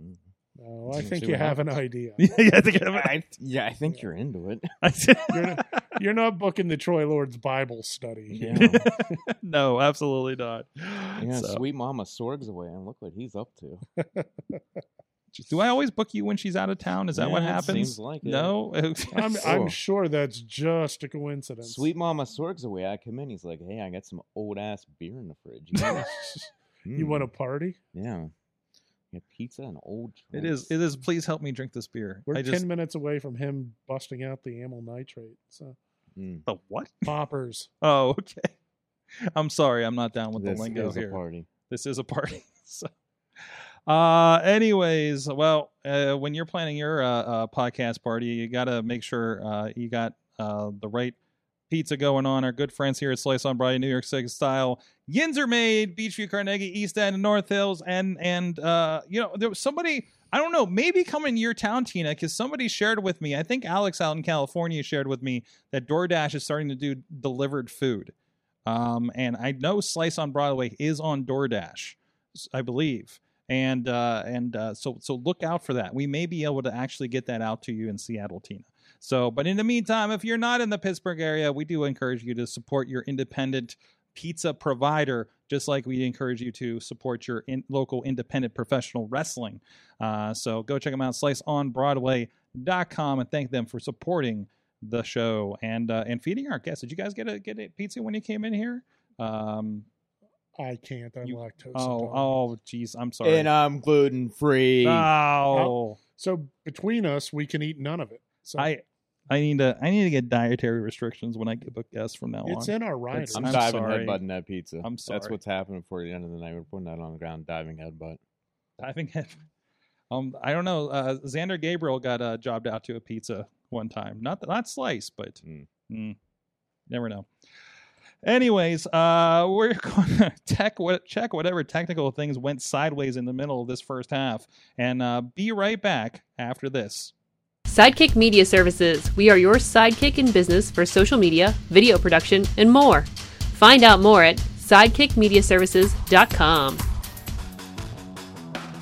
Speaker 6: Mm.
Speaker 5: <laughs> No, I
Speaker 6: Let's
Speaker 5: think
Speaker 6: see
Speaker 5: you
Speaker 6: what
Speaker 5: have an idea.
Speaker 6: <laughs>
Speaker 5: <laughs>
Speaker 2: yeah, I think I'm-
Speaker 6: I, yeah, I think you're into it.
Speaker 5: You're not booking the Troy Lord's Bible study. here.
Speaker 6: Yeah.
Speaker 2: <laughs>
Speaker 6: <laughs>
Speaker 2: no, absolutely not.
Speaker 6: Yeah,
Speaker 2: So-
Speaker 6: sweet mama Sorg's away, and look what he's up to.
Speaker 2: do I always book you when she's out of town? Is that
Speaker 6: Yeah,
Speaker 2: what
Speaker 6: it
Speaker 2: happens?
Speaker 6: seems like it.
Speaker 2: no. <laughs>
Speaker 5: I'm, I'm
Speaker 6: Cool.
Speaker 5: sure that's just a coincidence.
Speaker 6: Sweet mama Sorg's away. I come in, he's like, "Hey, I got some old ass beer in the
Speaker 3: <laughs>
Speaker 6: fridge. You, want it?"
Speaker 5: you want to
Speaker 6: Mm,
Speaker 5: party?
Speaker 6: Yeah, yeah, pizza and old.
Speaker 2: It is. It is. Please help me drink this beer.
Speaker 5: We're
Speaker 2: I just
Speaker 5: ten minutes away from him busting out the amyl nitrate. So
Speaker 6: Mm,
Speaker 2: the what? <laughs>
Speaker 5: poppers.
Speaker 2: Oh, okay. I'm sorry. I'm not down with
Speaker 6: this
Speaker 2: the lingo
Speaker 6: is
Speaker 2: here.
Speaker 6: a party.
Speaker 2: this is a party. <laughs> so, uh, anyways, well, uh, when you're planning your uh, uh, podcast party, you got to make sure uh, you got uh, the right pizza going on. Our good friends here at Slice on Brian, New York City style, Yinzer Made, Beachview, Carnegie, East End, and North Hills, and and uh, you know there was somebody. I don't know, maybe coming to your town, Tina, because somebody shared with me. I think Alex out in California shared with me that DoorDash is starting to do delivered food. Um, and I know Slice on Broadway is on DoorDash, s- I believe. And uh, and uh, so so look out for that. We may be able to actually get that out to you in Seattle, Tina. So, but in the meantime, if you're not in the Pittsburgh area, we do encourage you to support your independent pizza provider, just like we encourage you to support your in- local independent professional wrestling. Uh, so go check them out, sliceonbroadway.com, and thank them for supporting the show and uh, and feeding our guests. Did you guys get a get a pizza when you came in here? Um,
Speaker 5: I can't. I'm
Speaker 2: You-
Speaker 5: lactose
Speaker 2: oh,
Speaker 5: intolerant.
Speaker 2: oh, geez, I'm sorry.
Speaker 6: And I'm gluten free.
Speaker 2: oh,
Speaker 5: So between us, we can eat none of it. So
Speaker 2: I I need to I need to get dietary restrcions when I give a guest from now on.
Speaker 5: it's in our rider.
Speaker 6: I'm,
Speaker 2: I'm
Speaker 6: diving
Speaker 2: sorry.
Speaker 6: headbutting that pizza.
Speaker 2: I'm
Speaker 6: That's
Speaker 2: sorry.
Speaker 6: what's happening before the end of the night. We're putting that on the ground, diving headbutt.
Speaker 2: diving head. <laughs> Um, I don't know. Uh, Xander Gabriel got uh, jobbed out to a pizza one time. Not not slice, but
Speaker 6: Mm.
Speaker 2: mm, never know. Anyways, uh, <laughs> we're going to tech what, check whatever technical things went sideways in the middle of this first half, and uh, be right back after this.
Speaker 8: Sidekick Media Services. We are your sidekick in business for social media, video production, and more. Find out more at sidekickmediaservices.com.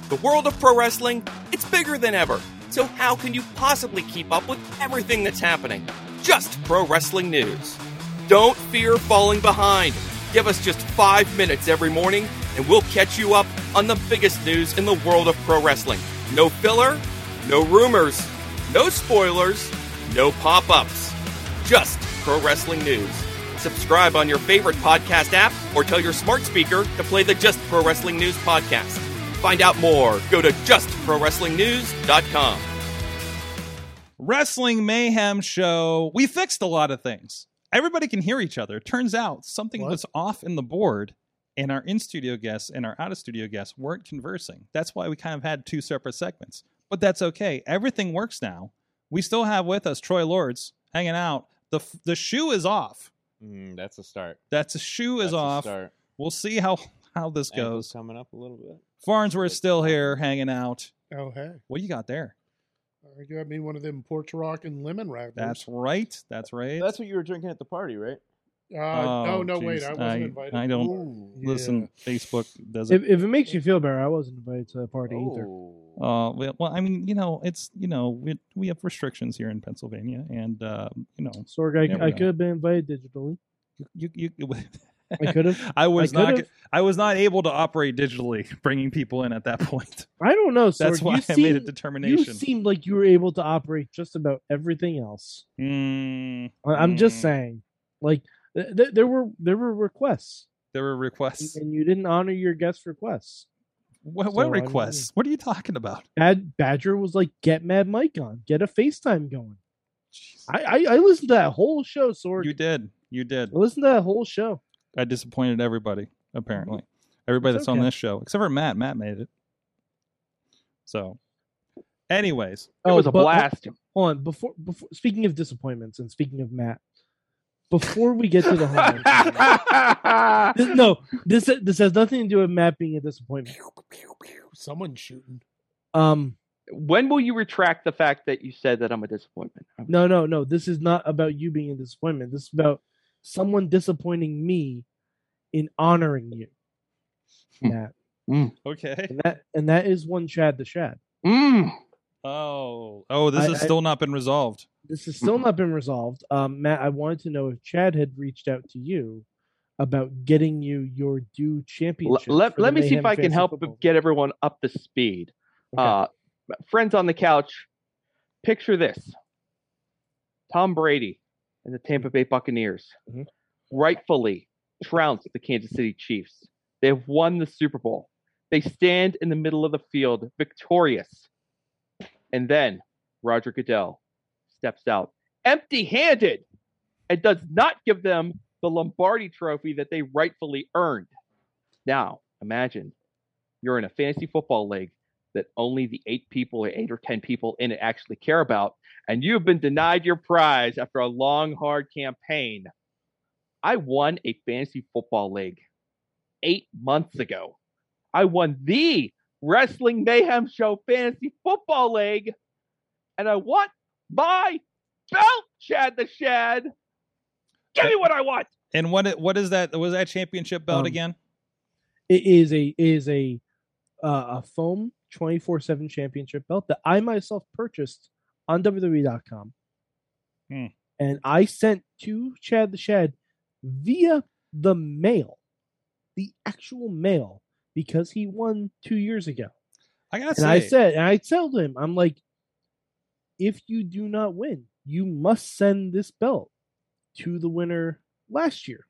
Speaker 1: The world of pro wrestling, it's bigger than ever. So how can you possibly keep up with everything that's happening? Just pro wrestling news. Don't fear falling behind. Give us just 5 minutes every morning and we'll catch you up on the biggest news in the world of pro wrestling. No filler, no rumors, no spoilers, no pop-ups. Just pro wrestling news. Subscribe on your favorite podcast app or tell your smart speaker to play the Just Pro Wrestling News podcast. Find out more. Go to justprowrestlingnews.com.
Speaker 2: Wrestling Mayhem Show. We fixed a lot of things. Everybody can hear each other. Turns out something
Speaker 5: What?
Speaker 2: was off in the board, and our in studio guests and our out of studio guests weren't conversing. That's why we kind of had two separate segments. But that's okay. Everything works now. We still have with us Troy Lords hanging out. The, f- the shoe is off.
Speaker 6: Mm, that's a start.
Speaker 2: That's a shoe
Speaker 6: That's
Speaker 2: is
Speaker 6: a
Speaker 2: off.
Speaker 6: start.
Speaker 2: We'll see how, how this
Speaker 6: Ankle's
Speaker 2: goes.
Speaker 6: coming up a little bit.
Speaker 2: Farnsworth's still here hanging out.
Speaker 5: oh hey,
Speaker 2: What do you got there?
Speaker 5: I got me one of them porch rock and lemon wrappers.
Speaker 2: That's right. That's right.
Speaker 6: That's what you were drinking at the party, right?
Speaker 5: uh, no,
Speaker 2: Oh,
Speaker 5: no, wait,
Speaker 2: geez.
Speaker 5: I wasn't
Speaker 2: I-
Speaker 5: invited.
Speaker 2: I don't-
Speaker 5: Yeah.
Speaker 2: Listen, Facebook does
Speaker 3: If, if it makes you feel better, I wasn't invited to the party either.
Speaker 6: Oh.
Speaker 2: Uh, well, well, I mean, you know, it's you know, we we have restrictions here in Pennsylvania, and uh, you know,
Speaker 3: Sorg, I,
Speaker 2: Never
Speaker 3: I
Speaker 2: mind.
Speaker 3: could have been invited digitally.
Speaker 2: you you. you <laughs>
Speaker 3: I could have.
Speaker 2: I was
Speaker 3: I
Speaker 2: not.
Speaker 3: could've.
Speaker 2: I was not able to operate digitally, <laughs> bringing people in at that point. <laughs>
Speaker 3: I don't know. Sorg.
Speaker 2: That's why
Speaker 3: you
Speaker 2: I made a
Speaker 3: seem-
Speaker 2: determination.
Speaker 3: You seemed like you were able to operate just about everything else.
Speaker 2: Mm,
Speaker 3: I- I'm just
Speaker 2: mm.
Speaker 3: saying, like th- th- there were there were requests,
Speaker 2: there were requests.
Speaker 3: and you didn't honor your guest requests.
Speaker 2: What,
Speaker 3: So,
Speaker 2: what
Speaker 3: I mean-
Speaker 2: requests? What are you talking about?
Speaker 3: Bad Badger was like, "Get Mad Mike on, get a FaceTime going." I I, I listened to that whole show, Sorg.
Speaker 2: You did. You did.
Speaker 3: I listened to that whole show.
Speaker 2: I disappointed everybody. Apparently, everybody
Speaker 3: It's
Speaker 2: that's on
Speaker 3: okay.
Speaker 2: this show, except for Matt. Matt made it. So, anyways,
Speaker 4: It was a
Speaker 3: but- <laughs>
Speaker 4: blast.
Speaker 3: Hold on, before before speaking of disappointments and speaking of Matt, before we get to the homework,
Speaker 4: <laughs>
Speaker 3: this, no, this this has nothing to do with Matt being a disappointment.
Speaker 5: Someone shooting.
Speaker 3: Um,
Speaker 4: when will you retract the fact that you said that I'm a disappointment?
Speaker 3: No, no, no. This is not about you being a disappointment. This is about someone disappointing me in honoring you.
Speaker 4: Hmm.
Speaker 3: Matt.
Speaker 2: okay.
Speaker 3: And that and that is one Chad the Shad.
Speaker 4: Mm.
Speaker 2: Oh, oh, this
Speaker 3: I-
Speaker 2: has
Speaker 3: I-
Speaker 2: still not been resolved.
Speaker 3: This has
Speaker 4: Hmm.
Speaker 3: still not been resolved. Um, Matt, I wanted to know if Chad had reached out to you about getting you your due
Speaker 4: L-
Speaker 3: championship.
Speaker 4: let
Speaker 3: for the
Speaker 4: let me see if
Speaker 3: Mayhem
Speaker 4: I can
Speaker 3: Fantasy
Speaker 4: help
Speaker 3: Football
Speaker 4: get everyone up to speed.
Speaker 3: League. Okay.
Speaker 4: Uh, friends on the couch, picture this Tom Brady and the Tampa Bay Buccaneers
Speaker 3: Mhm.
Speaker 4: rightfully trounced the Kansas City Chiefs. They have won the Super Bowl. They stand in the middle of the field victorious. And then Roger Goodell steps out empty handed and does not give them the Lombardi trophy that they rightfully earned. Now, imagine you're in a fantasy football league that only the eight people or eight or 10 people in it actually care about, and you've been denied your prize after a long, hard campaign. I won a fantasy football league eight months ago. I won the Wrestling Mayhem Show Fantasy Football League, and I want my belt, Shad the Shad. Give me what I want.
Speaker 2: And what it- what is that? Was that championship belt
Speaker 3: Um,
Speaker 2: again?
Speaker 3: It is a it is a uh, a foam twenty four seven championship belt that I myself purchased on WWE.com
Speaker 2: Hmm.
Speaker 3: E And I sent to Chad the Shad via the mail, the actual mail, because he won two years ago.
Speaker 2: I gotta
Speaker 3: And
Speaker 2: say,
Speaker 3: I said, and I told him, I'm like, if you do not win, you must send this belt to the winner last year.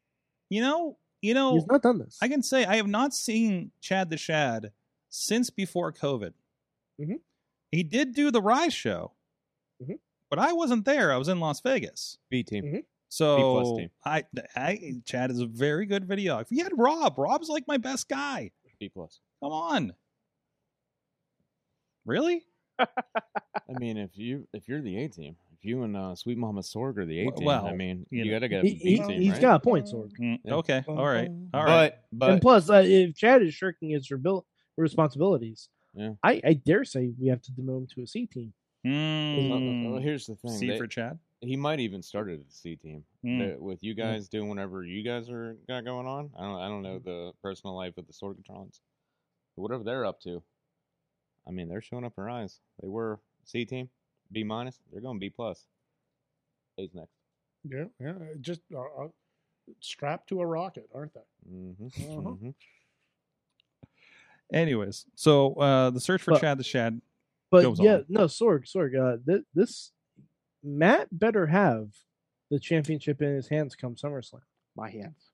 Speaker 2: you know, you know,
Speaker 3: He's not done this.
Speaker 2: I can say I have not seen Chad the Shad since before COVID.
Speaker 3: Mhm.
Speaker 2: He did do the Rise show,
Speaker 3: Mhm.
Speaker 2: but I wasn't there. I was in Las Vegas.
Speaker 6: B team.
Speaker 2: So
Speaker 6: team.
Speaker 2: I, I, Chad is a very good video. If you had Rob, Rob's like my best guy.
Speaker 6: B plus.
Speaker 2: Come on. Really?
Speaker 6: I mean, if you if you're the A team, if you and uh, Sweet Mama Sorg are the A
Speaker 2: W-
Speaker 6: team, I
Speaker 2: well,
Speaker 6: mean,
Speaker 2: you
Speaker 6: you,
Speaker 2: know.
Speaker 6: gotta get a
Speaker 3: he,
Speaker 6: B
Speaker 3: he-
Speaker 6: team,
Speaker 3: he's
Speaker 6: right?
Speaker 3: got a point, Sorg.
Speaker 2: Mm,
Speaker 6: Yeah.
Speaker 2: Okay. All right. All
Speaker 6: but
Speaker 2: right.
Speaker 6: but
Speaker 3: and plus, uh, if Chad is shirking his rebil- responsibilities,
Speaker 6: Yeah.
Speaker 3: I, I dare say we have to demote him to a C team.
Speaker 2: Mm.
Speaker 6: well, here's the thing.
Speaker 2: C
Speaker 6: they-
Speaker 2: for Chad.
Speaker 6: he might even started at the C team
Speaker 2: Mm.
Speaker 6: There- with you guys doing whatever you guys are got going on. I don't I don't
Speaker 2: Hmm.
Speaker 6: know the personal life of the Sorgatrons, but whatever they're up to, I mean they're showing up in our eyes. They were C team, B minus. They're going B plus. A's next.
Speaker 5: Yeah, yeah. Just uh, uh, strapped to a rocket, aren't they?
Speaker 6: Mm-hmm.
Speaker 5: Uh-huh.
Speaker 6: hmm
Speaker 2: Anyways, so uh the search for
Speaker 3: But-
Speaker 2: Chad the Shad.
Speaker 3: But
Speaker 2: Goes
Speaker 3: yeah,
Speaker 2: on.
Speaker 3: no, Sorg, Sorg, uh, th- this Matt better have the championship in his hands come SummerSlam.
Speaker 4: My hands.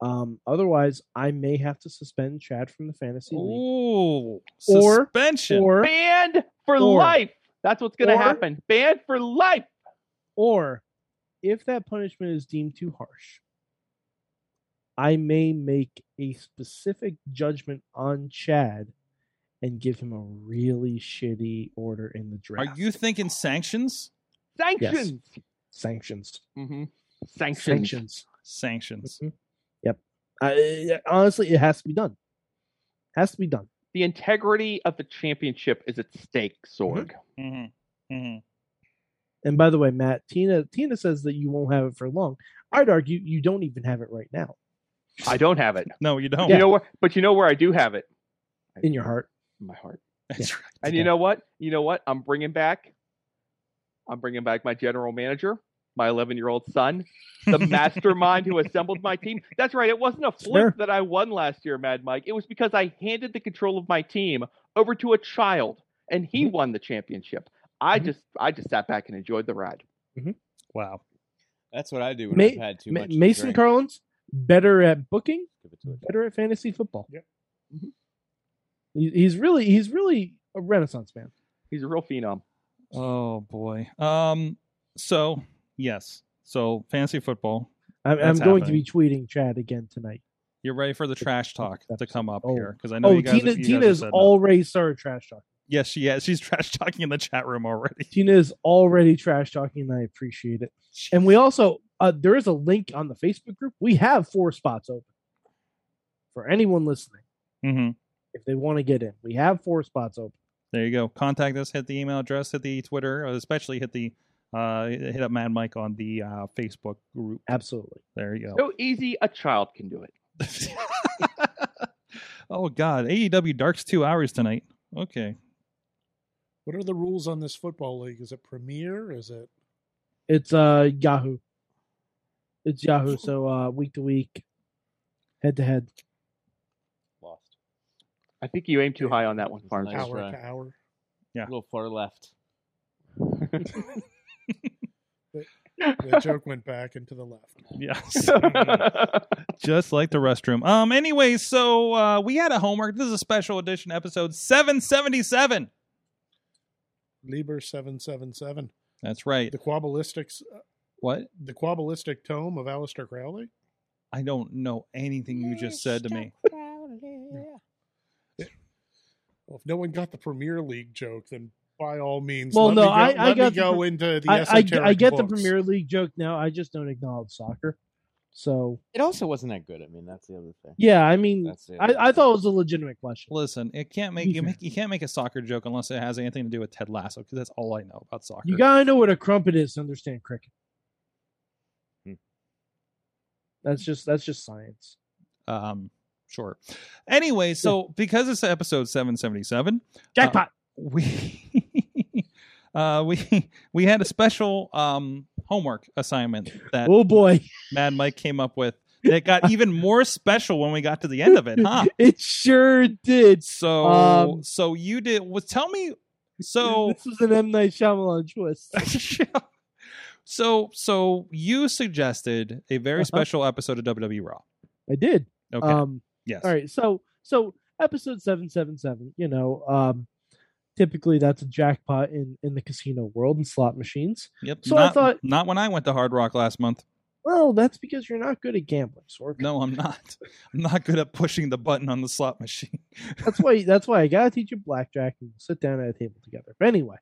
Speaker 3: Um, otherwise, I may have to suspend Chad from the fantasy league.
Speaker 2: Ooh,
Speaker 3: Or-
Speaker 2: suspension.
Speaker 3: Or,
Speaker 4: Banned for
Speaker 3: Or-
Speaker 4: life. That's what's gonna
Speaker 3: or-
Speaker 4: happen. Banned for life.
Speaker 3: or if that punishment is deemed too harsh, I may make a specific judgment on Chad and give him a really shitty order in the
Speaker 2: Are
Speaker 3: draft.
Speaker 2: you thinking sanctions?
Speaker 4: Sanctions.
Speaker 3: sanctions?
Speaker 4: Mm-hmm. Sanctions.
Speaker 3: Sanctions.
Speaker 2: Sanctions.
Speaker 3: Mhm. Yep. I, honestly, it has to be done. Has to be done.
Speaker 4: The integrity of the championship is at stake, Sorg.
Speaker 2: Mm-hmm. Mm-hmm.
Speaker 3: And by the way, Matt, Tina Tina says that you won't have it for long. I'd argue you don't even have it right now
Speaker 4: I don't have it.
Speaker 2: No, you don't.
Speaker 4: You know where, but you know where I do have it.
Speaker 3: in your heart.
Speaker 4: In my heart.
Speaker 2: <laughs> That's right.
Speaker 4: And you know what? You know what? I'm bringing back. I'm bringing back my general manager, my 11 year old son, the mastermind who assembled my team. That's right. It wasn't a fluke
Speaker 3: Sure.
Speaker 4: that I won last year, Mad Mike. It was because I handed the control of my team over to a child, and he won the championship. I
Speaker 3: Mhm.
Speaker 4: just, I just sat back and enjoyed the ride.
Speaker 2: Wow.
Speaker 6: That's what I do when
Speaker 3: Ma-
Speaker 6: I've had too
Speaker 3: Ma-
Speaker 6: much. to
Speaker 3: Mason
Speaker 6: drink.
Speaker 3: Carlins better at booking,
Speaker 6: Give it to it.
Speaker 3: better at fantasy football. Mm-hmm.
Speaker 5: Yep.
Speaker 4: Mhm.
Speaker 3: He- He's really he's really a renaissance man.
Speaker 4: He's a real phenom.
Speaker 2: Oh boy. Um. So yes. So fancy football.
Speaker 3: I'm, I'm
Speaker 2: That's
Speaker 3: going
Speaker 2: happening.
Speaker 3: to be tweeting Chad again tonight.
Speaker 2: You're ready for the trash talk to come up
Speaker 3: Oh.
Speaker 2: here because I know
Speaker 3: Oh,
Speaker 2: you guys.
Speaker 3: Tina
Speaker 2: you guys
Speaker 3: Tina
Speaker 2: have
Speaker 3: is
Speaker 2: said no.
Speaker 3: already started trash talking.
Speaker 2: Yes, she is. She's <laughs> trash talking in the chat room already.
Speaker 3: Tina is already trash talking, and I appreciate it. And we also uh, there is a link on the Facebook group. We have four spots open for anyone listening.
Speaker 2: Mm-hmm.
Speaker 3: if they want to get in. We have four spots open.
Speaker 2: There you go. Contact us. Hit the email address. Hit the Twitter. Especially hit the uh hit up Mad Mike on the uh Facebook group.
Speaker 3: Absolutely.
Speaker 2: There you go.
Speaker 4: So easy, a child can do it.
Speaker 2: <laughs> oh God, AEW Dark's two hours tonight. Okay,
Speaker 5: What are the rules on this football league? Is it Premier? Is it
Speaker 3: It's uh Yahoo. It's Yahoo. So uh week to week, head to head.
Speaker 6: Lost.
Speaker 4: I think you aim too high on that one, Farms.
Speaker 6: Nice
Speaker 5: hour
Speaker 6: try.
Speaker 5: to
Speaker 6: <laughs>
Speaker 5: hour?
Speaker 2: Yeah.
Speaker 6: A little
Speaker 3: <laughs>
Speaker 6: far left.
Speaker 5: The joke went back and to the left.
Speaker 2: yes, <laughs>
Speaker 6: Mm-hmm.
Speaker 2: just like the restroom. Um. Anyway, so uh, we had a homework. This is a special edition episode seven seventy seven.
Speaker 5: Lieber seven seven seven.
Speaker 2: That's right.
Speaker 5: The Quabalistics, uh,
Speaker 2: What?
Speaker 5: the Quabalistic tome of Aleister Crowley.
Speaker 2: I don't know anything you just said to me.
Speaker 5: Well, if no one got the Premier League joke, then by all means,
Speaker 3: Well,
Speaker 5: let
Speaker 3: no,
Speaker 5: me go,
Speaker 3: I-
Speaker 5: let
Speaker 3: I
Speaker 5: me
Speaker 3: got the
Speaker 5: go
Speaker 3: pre-
Speaker 5: into the
Speaker 3: I, I, I
Speaker 5: esoteric
Speaker 3: get the
Speaker 5: books.
Speaker 3: Premier League joke now. I just don't acknowledge soccer. So
Speaker 6: It also wasn't that good. I mean, that's the other thing.
Speaker 3: yeah, I mean,
Speaker 6: That's the
Speaker 3: I,
Speaker 6: other
Speaker 3: I
Speaker 6: thing.
Speaker 3: thought it was a legitimate question.
Speaker 2: Listen, it can't make you make you can't make a soccer joke unless it has anything to do with Ted Lasso because that's all I know about soccer.
Speaker 3: You gotta know what a crumpet is to understand cricket.
Speaker 6: Hmm.
Speaker 3: That's just that's just science.
Speaker 2: um sure. Anyway, so because it's episode seven seventy seven,
Speaker 3: Jackpot.
Speaker 2: <laughs> we uh, we we had a special um, homework assignment that
Speaker 3: Oh boy,
Speaker 2: Mad Mike came up with that
Speaker 3: <laughs>
Speaker 2: got even more special when we got to the end of it, huh?
Speaker 3: it sure did.
Speaker 2: So
Speaker 3: Um,
Speaker 2: so you did well, tell me so
Speaker 3: this was an M Night Shyamalan twist.
Speaker 2: <laughs> so so you suggested a very
Speaker 3: Uh-huh.
Speaker 2: special episode of WWE Raw.
Speaker 3: I did.
Speaker 2: Okay.
Speaker 3: Um,
Speaker 2: yes.
Speaker 3: All right. So so episode seven seven seven. You know, um, typically that's a jackpot in in the casino world and slot machines.
Speaker 2: Yep.
Speaker 3: So I
Speaker 2: not,
Speaker 3: thought-
Speaker 2: not when I went to Hard Rock last month.
Speaker 3: Well, that's because you're not good at gambling, Sork.
Speaker 2: No, I'm not. I'm not good at pushing the button on the slot machine.
Speaker 3: <laughs>
Speaker 2: <laughs>
Speaker 3: That's why that's why I gotta teach you blackjack and we'll sit down at a table together. But anyway,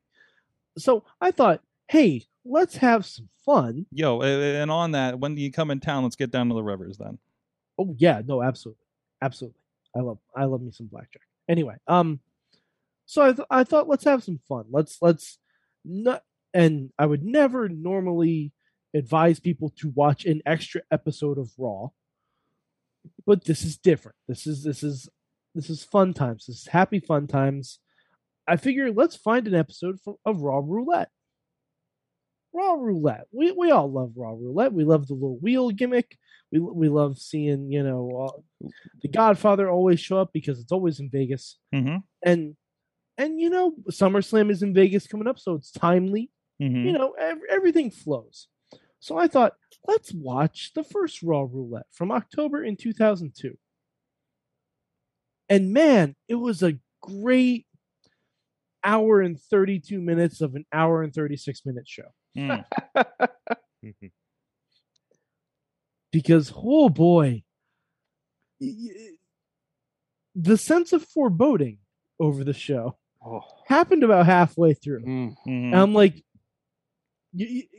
Speaker 3: so I thought, hey, let's have some fun.
Speaker 2: Yo, a- a- and on that, when you come in town, let's get down to the rivers then.
Speaker 3: Oh yeah, no, absolutely, absolutely. I love I love me some blackjack. Anyway, um, so I th- I thought let's have some fun. Let's let's not and I would never normally advise people to watch an extra episode of Raw, but this is different. This is this is this is fun times. This is happy fun times. I figure let's find an episode for, of Raw Roulette. Raw Roulette. We we all love Raw Roulette. We love the little wheel gimmick we we love seeing you know uh, the Godfather always show up because it's always in Vegas
Speaker 2: Mm-hmm.
Speaker 3: and and you know SummerSlam is in Vegas coming up so it's timely
Speaker 2: Mm-hmm.
Speaker 3: you know ev- everything flows so I thought let's watch the first Raw Roulette from October in 2002 and man it was a great hour and 32 minutes of an hour and 36 minute show
Speaker 2: Mm-hmm.
Speaker 3: <laughs>
Speaker 4: <laughs>
Speaker 3: because oh boy y- y- the sense of foreboding over the show happened about halfway through
Speaker 4: Mm-hmm.
Speaker 2: Mm-hmm.
Speaker 3: and i'm like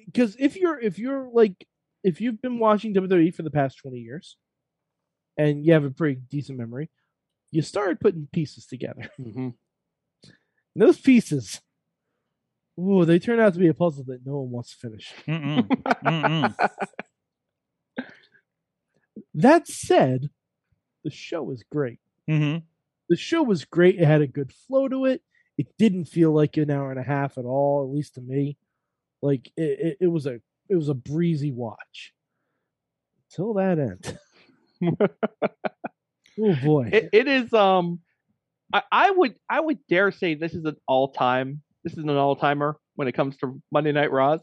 Speaker 3: because if you're if you're like if you've been watching wwe for the past 20 years and you have a pretty decent memory you started putting pieces together <laughs> and those pieces ooh they turn out to be a puzzle that no one wants to finish
Speaker 2: Mm-mm. Mm-mm.
Speaker 3: that said the show was great
Speaker 2: Mm-hmm.
Speaker 3: the show was great. It had a good flow to it. It didn't feel like an hour and a half at all, at least to me. Like it, it, it was a it was a breezy watch. Till that end. <laughs> oh boy.
Speaker 4: It, it is um I, I would I would dare say this is an all time this is an all timer when it comes to Monday Night Raws.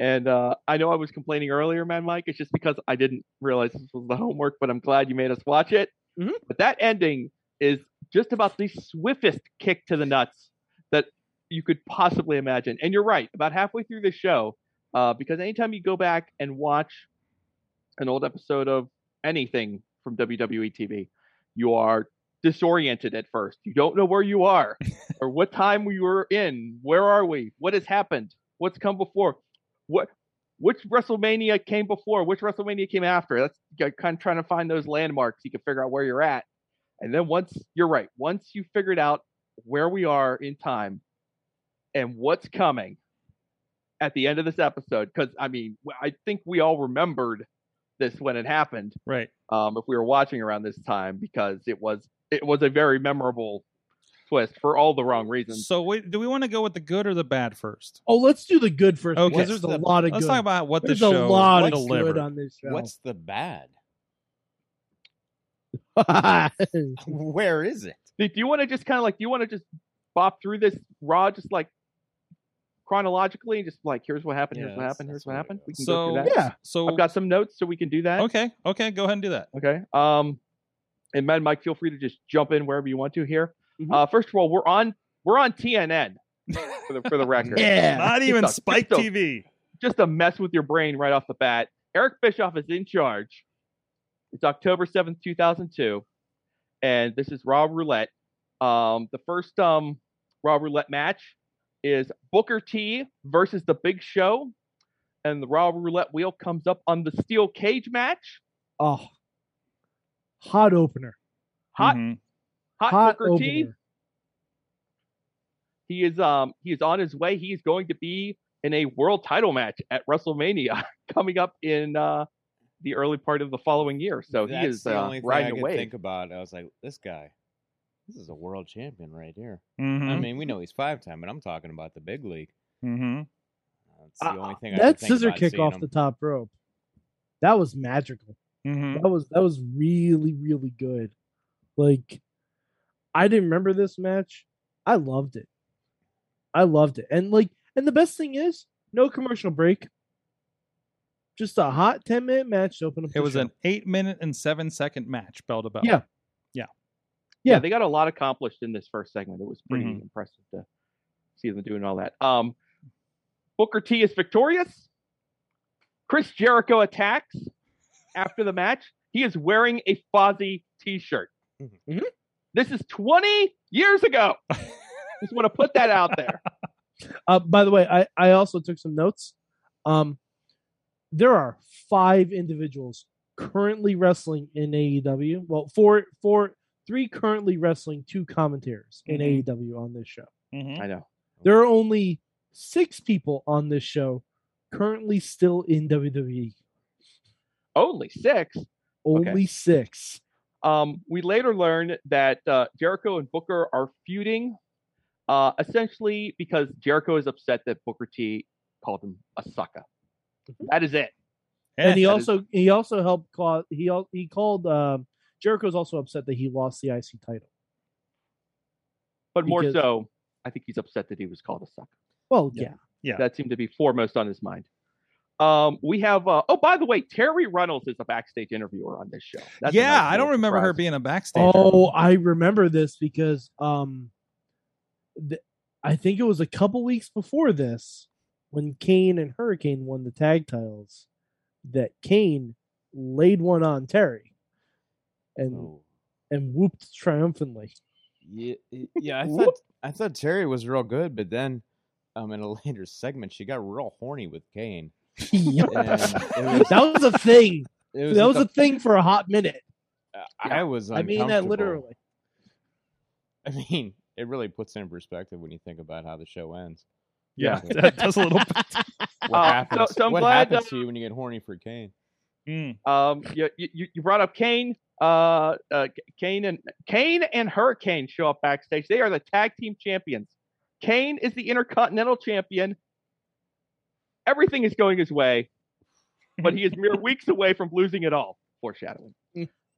Speaker 4: And uh, I know I was complaining earlier, man, Mike. It's just because I didn't realize this was the homework, but I'm glad you made us watch it.
Speaker 3: Mhm.
Speaker 4: But that ending is just about the swiftest kick to the nuts that you could possibly imagine. And you're right, about halfway through the show, uh, because anytime you go back and watch an old episode of anything from E WWE TV, you are disoriented at first. You don't know where you are or what time we were in. Where are we? What has happened? What's come before? What which WrestleMania came before? Which WrestleMania came after? That's you're kind of trying to find those landmarks. You can figure out where you're at. And then once you're right, once you figured out where we are in time and what's coming at the end of this episode, because I mean, I think we all remembered this when it happened
Speaker 2: Right.
Speaker 4: um, if we were watching around this time because it was it was a very memorable twist for all the wrong reasons.
Speaker 2: So wait, do we want to go with the good or the bad first?
Speaker 3: oh, let's do the good first.
Speaker 2: Okay.
Speaker 3: because
Speaker 2: What's
Speaker 3: There's a
Speaker 6: the-
Speaker 3: lot of
Speaker 2: Let's
Speaker 3: good.
Speaker 2: talk about what
Speaker 3: There's
Speaker 2: the
Speaker 3: a
Speaker 2: show
Speaker 3: lot of
Speaker 2: delivered.
Speaker 3: good on this show.
Speaker 6: What's the bad? <laughs>
Speaker 3: I
Speaker 6: Where is it?
Speaker 4: Do, do you want to just kind of like do you want to just bop through this raw just like chronologically and just like here's what happened,
Speaker 6: Yeah,
Speaker 4: here's what
Speaker 6: that's-
Speaker 4: happened, here's
Speaker 6: that's
Speaker 4: what
Speaker 6: what I
Speaker 4: happened.
Speaker 6: got.
Speaker 4: We can
Speaker 2: so
Speaker 4: go through that.
Speaker 3: Yeah.
Speaker 2: so
Speaker 4: I've got some notes so we can do that.
Speaker 2: okay okay go ahead and do that.
Speaker 4: Okay. Um, and man, Mike, feel free to just jump in wherever you want to here.
Speaker 6: Mm-hmm.
Speaker 3: Mhm.
Speaker 4: Uh, first of all, we're on we're on TNN for the for the record.
Speaker 3: Yeah.
Speaker 2: Not
Speaker 4: It's
Speaker 2: even
Speaker 4: a-
Speaker 2: Spike
Speaker 4: it's a-
Speaker 2: TV.
Speaker 4: just a mess with your brain right off the bat. Eric Bischoff is in charge. It's October 7th, 2002. And this is Raw Roulette. Um, the first um, Raw Roulette match is Booker T versus The Big Show. And the Raw Roulette wheel comes up on the steel cage match.
Speaker 3: <laughs> Oh. Hot opener.
Speaker 4: Hot,
Speaker 2: Mhm.
Speaker 4: hot,
Speaker 3: Mm-hmm. Hot
Speaker 4: Booker T.
Speaker 3: opener.
Speaker 4: He is um he is on his way. He is going to be in a world title match at WrestleMania <laughs> coming up in uh, the early part of the following year. So
Speaker 6: That's
Speaker 4: he is
Speaker 6: the
Speaker 4: uh,
Speaker 6: only thing I
Speaker 4: riding
Speaker 6: could
Speaker 4: away.
Speaker 6: think about. I was like, this guy, this is a world champion right here.
Speaker 2: Mhm.
Speaker 3: Mm-hmm.
Speaker 6: I mean, we know he's five time, but I'm talking about the big league.
Speaker 2: Mhm.
Speaker 6: Uh, That's the
Speaker 3: Uh,
Speaker 6: only thing. I could
Speaker 3: that
Speaker 6: think
Speaker 3: scissor
Speaker 6: about
Speaker 3: kick
Speaker 6: seeing
Speaker 3: off
Speaker 6: him.
Speaker 3: the top rope, that was magical.
Speaker 2: Mhm.
Speaker 3: That was that was really really good. Like I didn't remember this match. I loved it. I loved it. And like and the best thing is no commercial break. Just a hot 10 minute match to open up.
Speaker 2: It
Speaker 3: the
Speaker 2: was
Speaker 3: show.
Speaker 2: an eight minute and seven second match, bell to bell.
Speaker 3: Yeah.
Speaker 4: yeah,
Speaker 3: Yeah.
Speaker 4: they got a lot accomplished in this first segment. It was pretty
Speaker 2: Mhm.
Speaker 4: impressive to see them doing all that. Um, Booker T is victorious. Chris Jericho attacks after the match. He is wearing a Fozzy T-shirt.
Speaker 6: Mhm.
Speaker 3: Mhm.
Speaker 4: This is 20 years ago. Just want to put that out there.
Speaker 3: Uh, by the way, I, I also took some notes. Um, there are five individuals currently wrestling in AEW. Well, four, four, three currently wrestling, two commentators in
Speaker 2: Mhm.
Speaker 3: AEW on this show.
Speaker 2: Mhm.
Speaker 4: I know.
Speaker 3: There are only six people on this show currently still in WWE.
Speaker 4: Only six.
Speaker 3: Only six.
Speaker 4: Um, we later learn that uh, Jericho and Booker are feuding, uh, essentially because Jericho is upset that Booker T called him a sucker.
Speaker 2: Mm-hmm.
Speaker 4: That is it.
Speaker 3: and he
Speaker 4: that
Speaker 3: also he also helped call he al- he called um, Jericho's also upset that he lost the IC title.
Speaker 4: But more
Speaker 3: Because-
Speaker 4: so, I think he's upset that he was called a sucker.
Speaker 3: Well,
Speaker 2: Yeah.
Speaker 3: yeah.
Speaker 2: Yeah.
Speaker 4: That seemed to be foremost on his mind. Um, we have. Uh, oh, by the way, Terry Runnels is a backstage interviewer on this show. That's a
Speaker 2: yeah,
Speaker 4: nice
Speaker 2: I don't
Speaker 4: little
Speaker 2: remember her
Speaker 4: surprise.
Speaker 2: being a backstage.
Speaker 3: Oh, I remember this because um, th- I think it was a couple weeks before this when Kane and Hurricane won the tag titles that Kane laid one on Terry and
Speaker 6: Oh.
Speaker 3: and whooped triumphantly.
Speaker 6: Yeah,
Speaker 3: <laughs>
Speaker 6: y- yeah. I thought I thought Terry was real good, but then um, in a <laughs> later segment, she got real horny with Kane.
Speaker 3: <laughs> Yeah.
Speaker 6: And it was,
Speaker 3: <laughs> that was a thing.
Speaker 6: it was
Speaker 3: That
Speaker 6: at
Speaker 3: was
Speaker 6: the-
Speaker 3: a thing for a hot minute. <laughs>
Speaker 6: I was.
Speaker 3: I mean that
Speaker 6: uncomfortable.
Speaker 3: literally.
Speaker 6: <laughs> I mean, it really puts it in perspective when you think about how the show ends.
Speaker 2: yeah,
Speaker 3: <laughs>
Speaker 2: that does a little. <laughs> bit.
Speaker 6: What
Speaker 4: Uh, so-
Speaker 6: happens?
Speaker 4: so I'm
Speaker 6: what
Speaker 4: glad,
Speaker 6: happens
Speaker 4: uh,
Speaker 6: to you when you get horny for Kane?
Speaker 4: <laughs>
Speaker 2: Mm.
Speaker 4: Um, you, you, you brought up Kane. Uh, uh, Kane and Kane and Hurricane show up backstage. They are the tag team champions. Kane is the Intercontinental Champion. Everything is going his way,
Speaker 3: <laughs>
Speaker 4: but he is mere weeks away from losing it all. Foreshadowing.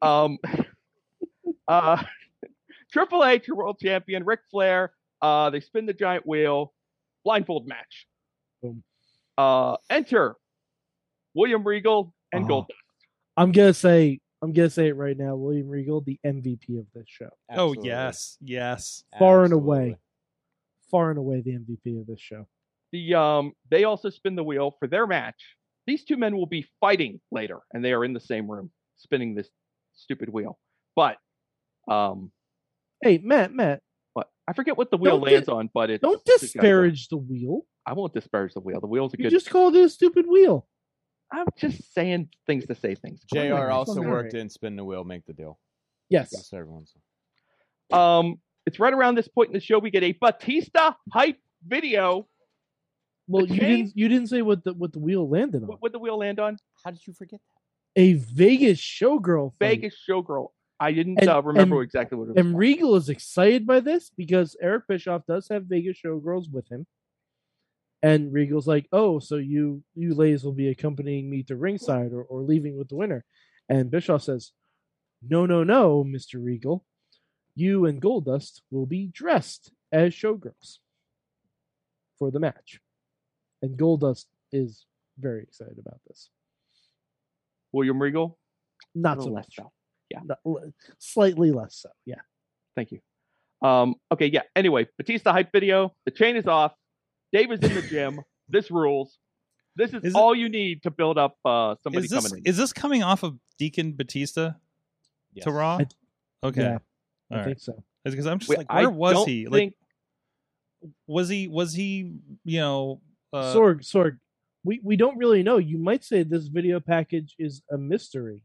Speaker 4: Um, <laughs> uh, Triple H, World Champion, Ric Flair. Uh, they spin the giant wheel, blindfold match.
Speaker 3: Boom.
Speaker 4: Uh, enter William Regal and
Speaker 3: Oh.
Speaker 4: Gold.
Speaker 3: I'm gonna say I'm gonna say it right now. William Regal, the MVP of this show,
Speaker 2: Oh
Speaker 6: Absolutely.
Speaker 2: yes, yes.
Speaker 3: Far and
Speaker 6: Absolutely.
Speaker 3: away. far and away the MVP of this show.
Speaker 4: the um they also spin the wheel for their match. These two men will be fighting later, and they are in the same room spinning this stupid wheel. But um
Speaker 3: Hey, Matt, Matt,
Speaker 4: but I forget what the wheel
Speaker 3: Don't di-
Speaker 4: lands on, but it's
Speaker 3: Don't
Speaker 4: it's gotta go.
Speaker 3: disparage the wheel.
Speaker 4: I won't disparage the wheel. The wheel's a
Speaker 3: You
Speaker 4: good
Speaker 3: just called it a stupid wheel.
Speaker 4: I'm just saying things to say things.
Speaker 6: Jr. also
Speaker 3: Alright.
Speaker 6: worked in spin the wheel, make the deal.
Speaker 3: Yes.
Speaker 6: Yes, everyone's.
Speaker 4: Um it's right around this point in the show we get a Batista hype video.
Speaker 3: Well,
Speaker 4: The
Speaker 3: you
Speaker 4: chain-
Speaker 3: didn't. You didn't say what the what the wheel landed on.
Speaker 4: What would the wheel land on?
Speaker 6: How did you forget
Speaker 3: A Vegas showgirl. fight.
Speaker 4: Vegas showgirl. I didn't
Speaker 3: And-
Speaker 4: uh, remember
Speaker 3: and-
Speaker 4: exactly what it was.
Speaker 3: And Regal is excited by this because Eric Bischoff does have Vegas showgirls with him. And Regal's like, "Oh, so you you ladies will be accompanying me to ringside or, or leaving with the winner." And Bischoff says, "No, no, no, Mister Regal, you and Goldust will be dressed as showgirls for the match." And Goldust is very excited about this.
Speaker 4: William Regal.
Speaker 3: Not
Speaker 4: Little
Speaker 3: so
Speaker 4: less
Speaker 3: much,
Speaker 4: so.
Speaker 3: Not- l- slightly less so. Yeah,
Speaker 4: Thank you. Um, okay, yeah. Anyway, Batista hype video. The chain is off. Dave is in
Speaker 2: <laughs>
Speaker 4: the gym. this rules. This is,
Speaker 2: Is it-
Speaker 4: all you need to build up uh, somebody
Speaker 2: Is this
Speaker 4: coming in.
Speaker 2: is this coming off of Deacon Batista
Speaker 6: that?
Speaker 2: to Raw?
Speaker 3: I-
Speaker 2: okay,
Speaker 3: yeah, I
Speaker 2: all right.
Speaker 3: think so.
Speaker 2: Because I'm just
Speaker 4: Wait,
Speaker 2: like,
Speaker 4: I
Speaker 2: where was
Speaker 4: don't
Speaker 2: he? Like,
Speaker 4: think-
Speaker 2: was he was he you know uh,
Speaker 3: Sorg, Sorg, we, we don't really know. You might say this video package is a mystery.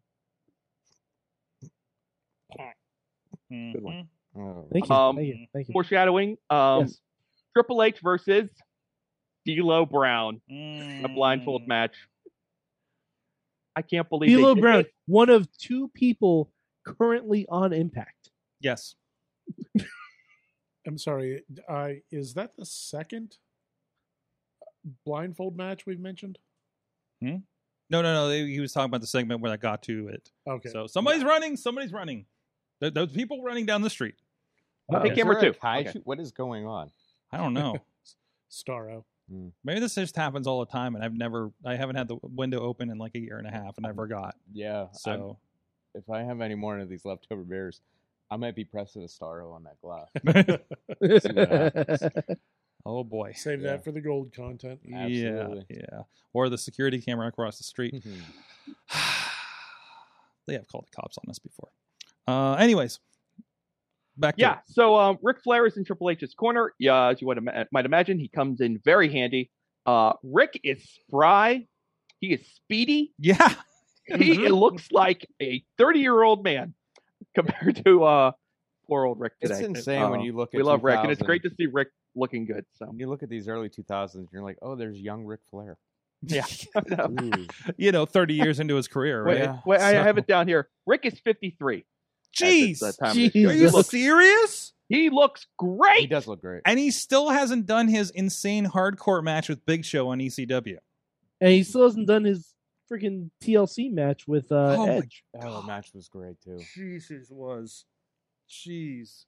Speaker 2: mhm.
Speaker 4: Good one.
Speaker 6: Oh.
Speaker 3: Thank you.
Speaker 4: Um,
Speaker 3: thank you. Thank you.
Speaker 4: foreshadowing. Um,
Speaker 3: Yes.
Speaker 4: Triple H versus D'Lo Brown.
Speaker 2: Mm.
Speaker 4: A blindfold match. I can't believe
Speaker 3: D'Lo
Speaker 4: they did
Speaker 3: Brown,
Speaker 4: this.
Speaker 3: one of two people currently on Impact.
Speaker 2: Yes.
Speaker 5: I'm sorry. I is that the second? blindfold match we've mentioned?
Speaker 2: No, no, no. they- He was talking about the segment when I got to it.
Speaker 5: Okay.
Speaker 2: So somebody's running. Somebody's running. There, there's people running down the street.
Speaker 4: I think
Speaker 6: Is
Speaker 4: camera
Speaker 6: there a
Speaker 4: two.
Speaker 6: kaiju?
Speaker 4: Okay.
Speaker 6: What is going on?
Speaker 2: I don't know.
Speaker 4: <laughs>
Speaker 5: Starro.
Speaker 2: Maybe this just happens all the time, and I've never, I haven't had the window open in like a year and a half, and I forgot.
Speaker 6: Yeah. I'm-
Speaker 2: So
Speaker 6: if I have any more of these leftover beers, I might be pressing a Starro on
Speaker 2: <laughs>
Speaker 6: that glass.
Speaker 4: <laughs>
Speaker 6: See what happens.
Speaker 2: Oh boy.
Speaker 5: Save
Speaker 6: Yeah.
Speaker 5: that for the gold content.
Speaker 6: Absolutely. Hmm.
Speaker 2: Yeah, yeah. Or the security camera across the street. <sighs> they have called the cops on us before. Uh, anyways, back to
Speaker 4: Yeah. So um, Ric Flair is in Triple H's corner. Yeah, as you would ima- might imagine, he comes in very handy. Uh, Rick is spry. He is speedy.
Speaker 2: <laughs> yeah.
Speaker 4: He
Speaker 6: Mm-hmm.
Speaker 4: looks like a 30 year old man compared to uh, poor old Rick today.
Speaker 6: It's insane when
Speaker 4: Uh,
Speaker 6: you look at
Speaker 4: We love Rick, and it's
Speaker 6: 2000.
Speaker 4: great to see Rick looking good. So <laughs>
Speaker 6: When you look at these early 2000s, and you're like, oh, there's young Ric Flair.
Speaker 2: Yeah.
Speaker 6: Ooh.
Speaker 2: <laughs> you know, 30 years into his career,
Speaker 4: wait,
Speaker 2: right?
Speaker 6: Yeah.
Speaker 4: wait, I
Speaker 2: So-
Speaker 4: have it down here. Rick is 53. at
Speaker 2: Jeez.
Speaker 4: this, uh, time of this show.
Speaker 2: Are
Speaker 3: He
Speaker 2: you
Speaker 3: looks-
Speaker 2: serious?
Speaker 4: He looks
Speaker 6: he
Speaker 4: great.
Speaker 6: does look great.
Speaker 2: And he still hasn't done his insane hardcore match with Big Show on E ECW.
Speaker 3: and he still hasn't done his freaking TLC match with uh,
Speaker 2: Oh my
Speaker 3: Edge.
Speaker 6: Oh, the match was great too.
Speaker 2: Jesus was. Jeez.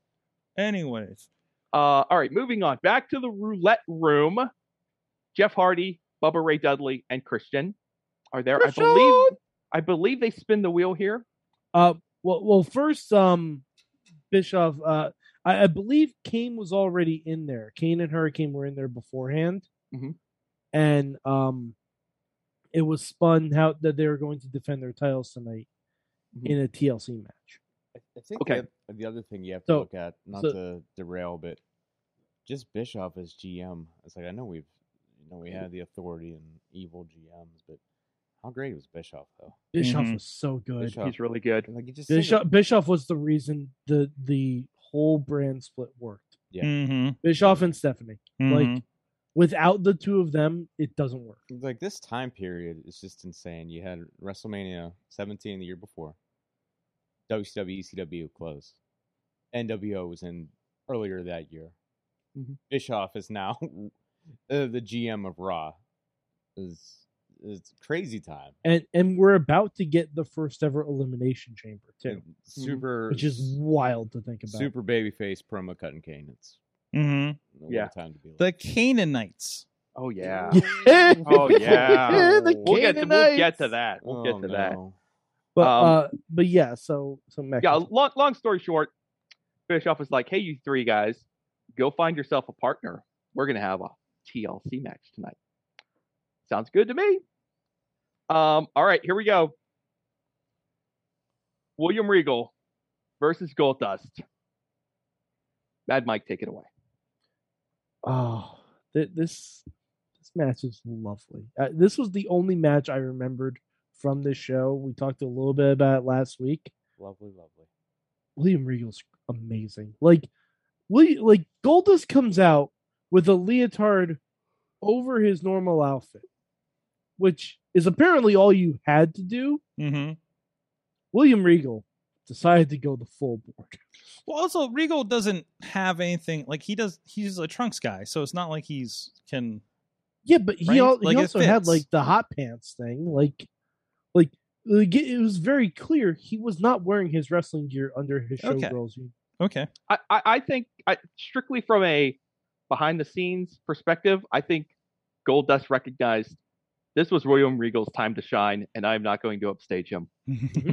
Speaker 2: Anyways.
Speaker 4: Uh, all right, moving on. Back to the roulette room. Jeff Hardy, Bubba Ray Dudley, and Christian are there. I believe I believe they spin the wheel here.
Speaker 3: Uh, well, well, first, um, Bischoff, uh, I, I believe Kane was already in there. Kane and Hurricane were in there beforehand,
Speaker 4: Mhm.
Speaker 3: and um, it was spun how that they were going to defend their titles tonight
Speaker 4: Mhm.
Speaker 3: in a TLC match.
Speaker 6: I I think
Speaker 4: Okay.
Speaker 6: the, oth- the other thing you have to
Speaker 3: So-
Speaker 6: look at, not
Speaker 3: so-
Speaker 6: to derail, but just Bischoff as GM. It's like I know we've, you know, we had the authority and evil GMs, but how great was Bischoff though?
Speaker 3: Bischoff
Speaker 2: Mhm.
Speaker 3: was so good.
Speaker 6: Bischoff,
Speaker 4: He's really good.
Speaker 6: like you just think of-
Speaker 3: Bischoff, Bischoff was the reason the the whole brand split worked.
Speaker 6: Yeah.
Speaker 2: Mhm,
Speaker 3: Bischoff and Stephanie,
Speaker 2: mhm.
Speaker 3: like without the two of them, it doesn't work.
Speaker 6: like this time period is just insane. You had WrestleMania 17 the year before. WCW, ECW E closed. NWO was in earlier that year.
Speaker 4: Mm-hmm.
Speaker 6: Bischoff is now <laughs> uh, the GM of Raw. Is it's crazy time.
Speaker 3: and and we're about to get the first ever elimination chamber too,
Speaker 4: Mm-hmm.
Speaker 6: And Super,
Speaker 3: which is wild to think about. <laughs>
Speaker 6: super babyface promo cutting Kane. It's
Speaker 2: Mhm.
Speaker 6: what a
Speaker 4: Yeah.
Speaker 6: time to be.
Speaker 2: The Canaanites.
Speaker 4: Oh yeah.
Speaker 6: Oh, yeah.
Speaker 3: The
Speaker 4: we'll get to, we'll get
Speaker 3: Canaanites.
Speaker 4: to that. We'll
Speaker 6: Oh,
Speaker 4: get to that.
Speaker 6: no.
Speaker 3: But
Speaker 4: Um,
Speaker 3: uh, but yeah, so so Mac
Speaker 4: Yeah. Long long story short, Bischoff is like, "Hey, you three guys, go find yourself a partner. We're gonna have a TLC match tonight. Sounds good to me." Um. All right, here we go. William Regal versus Goldust. Mad Mike, take it away.
Speaker 3: oh, th- this this match is lovely. Uh, this was the only match I remembered from this show. We talked a little bit about it last week.
Speaker 6: Lovely, lovely.
Speaker 3: William Regal's amazing. Like, William, like Goldust comes out with a leotard over his normal outfit, which is apparently all you had to do.
Speaker 2: Mm-hmm.
Speaker 3: William Regal decided to go the full board.
Speaker 2: Well, also Regal doesn't have anything like he does. He's a trunks guy, so it's not like he's can.
Speaker 3: Yeah, but he,
Speaker 2: Right?
Speaker 3: al-
Speaker 2: Like,
Speaker 3: he
Speaker 2: it
Speaker 3: also had
Speaker 2: fits.
Speaker 3: like the hot pants thing. Like, like like, it it was very clear he was not wearing his wrestling gear under his
Speaker 2: Okay.
Speaker 3: showgirls. u-
Speaker 2: Okay,
Speaker 4: I, I, I think I, strictly from a behind the scenes perspective, I think Goldust recognized this was William Regal's time to shine, and I'm not going to upstage him. Mm-hmm.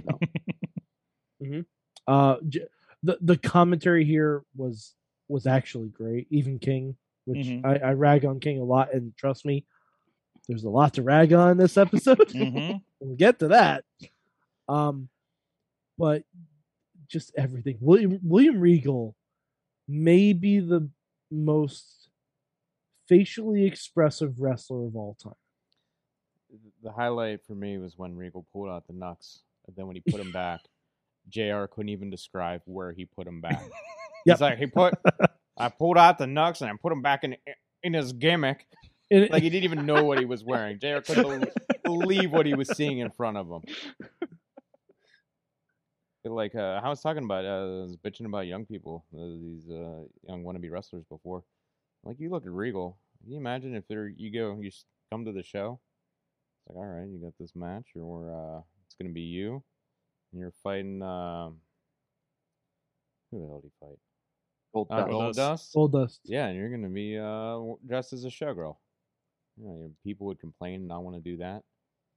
Speaker 3: Uh, j- the the commentary here was was actually great. Even King, which
Speaker 2: Mhm.
Speaker 3: I, I rag on King a lot, and trust me, there's a lot to rag on this episode.
Speaker 2: Mhm.
Speaker 3: we'll get to that. Um, but just everything. William William Regal may be the most facially expressive wrestler of all time.
Speaker 6: the highlight for me was when Regal pulled out the Nux, and then when he put him back, Jr. couldn't even describe where he put him back.
Speaker 3: Yep.
Speaker 6: He's like, he put, I pulled out the Nux and I put him back in in his gimmick.
Speaker 3: And it-
Speaker 6: Like he didn't even know what he was wearing. Jr. couldn't bel- believe what he was seeing in front of him. Like uh, I was talking about, uh, I was bitching about young people, uh, these uh, young wannabe wrestlers before. Like you look at Regal, Can you imagine if there you go, you s- come to the show? It's like, all right, you got this match, or uh, it's gonna be you, and you're fighting. Um, who the hell did he fight?
Speaker 4: Gold
Speaker 6: Uh,
Speaker 4: Dust.
Speaker 6: Gold Dust.
Speaker 3: Gold dust.
Speaker 6: Yeah, and you're gonna be uh, w- dressed as a showgirl. You know, your people would complain, not want to do that.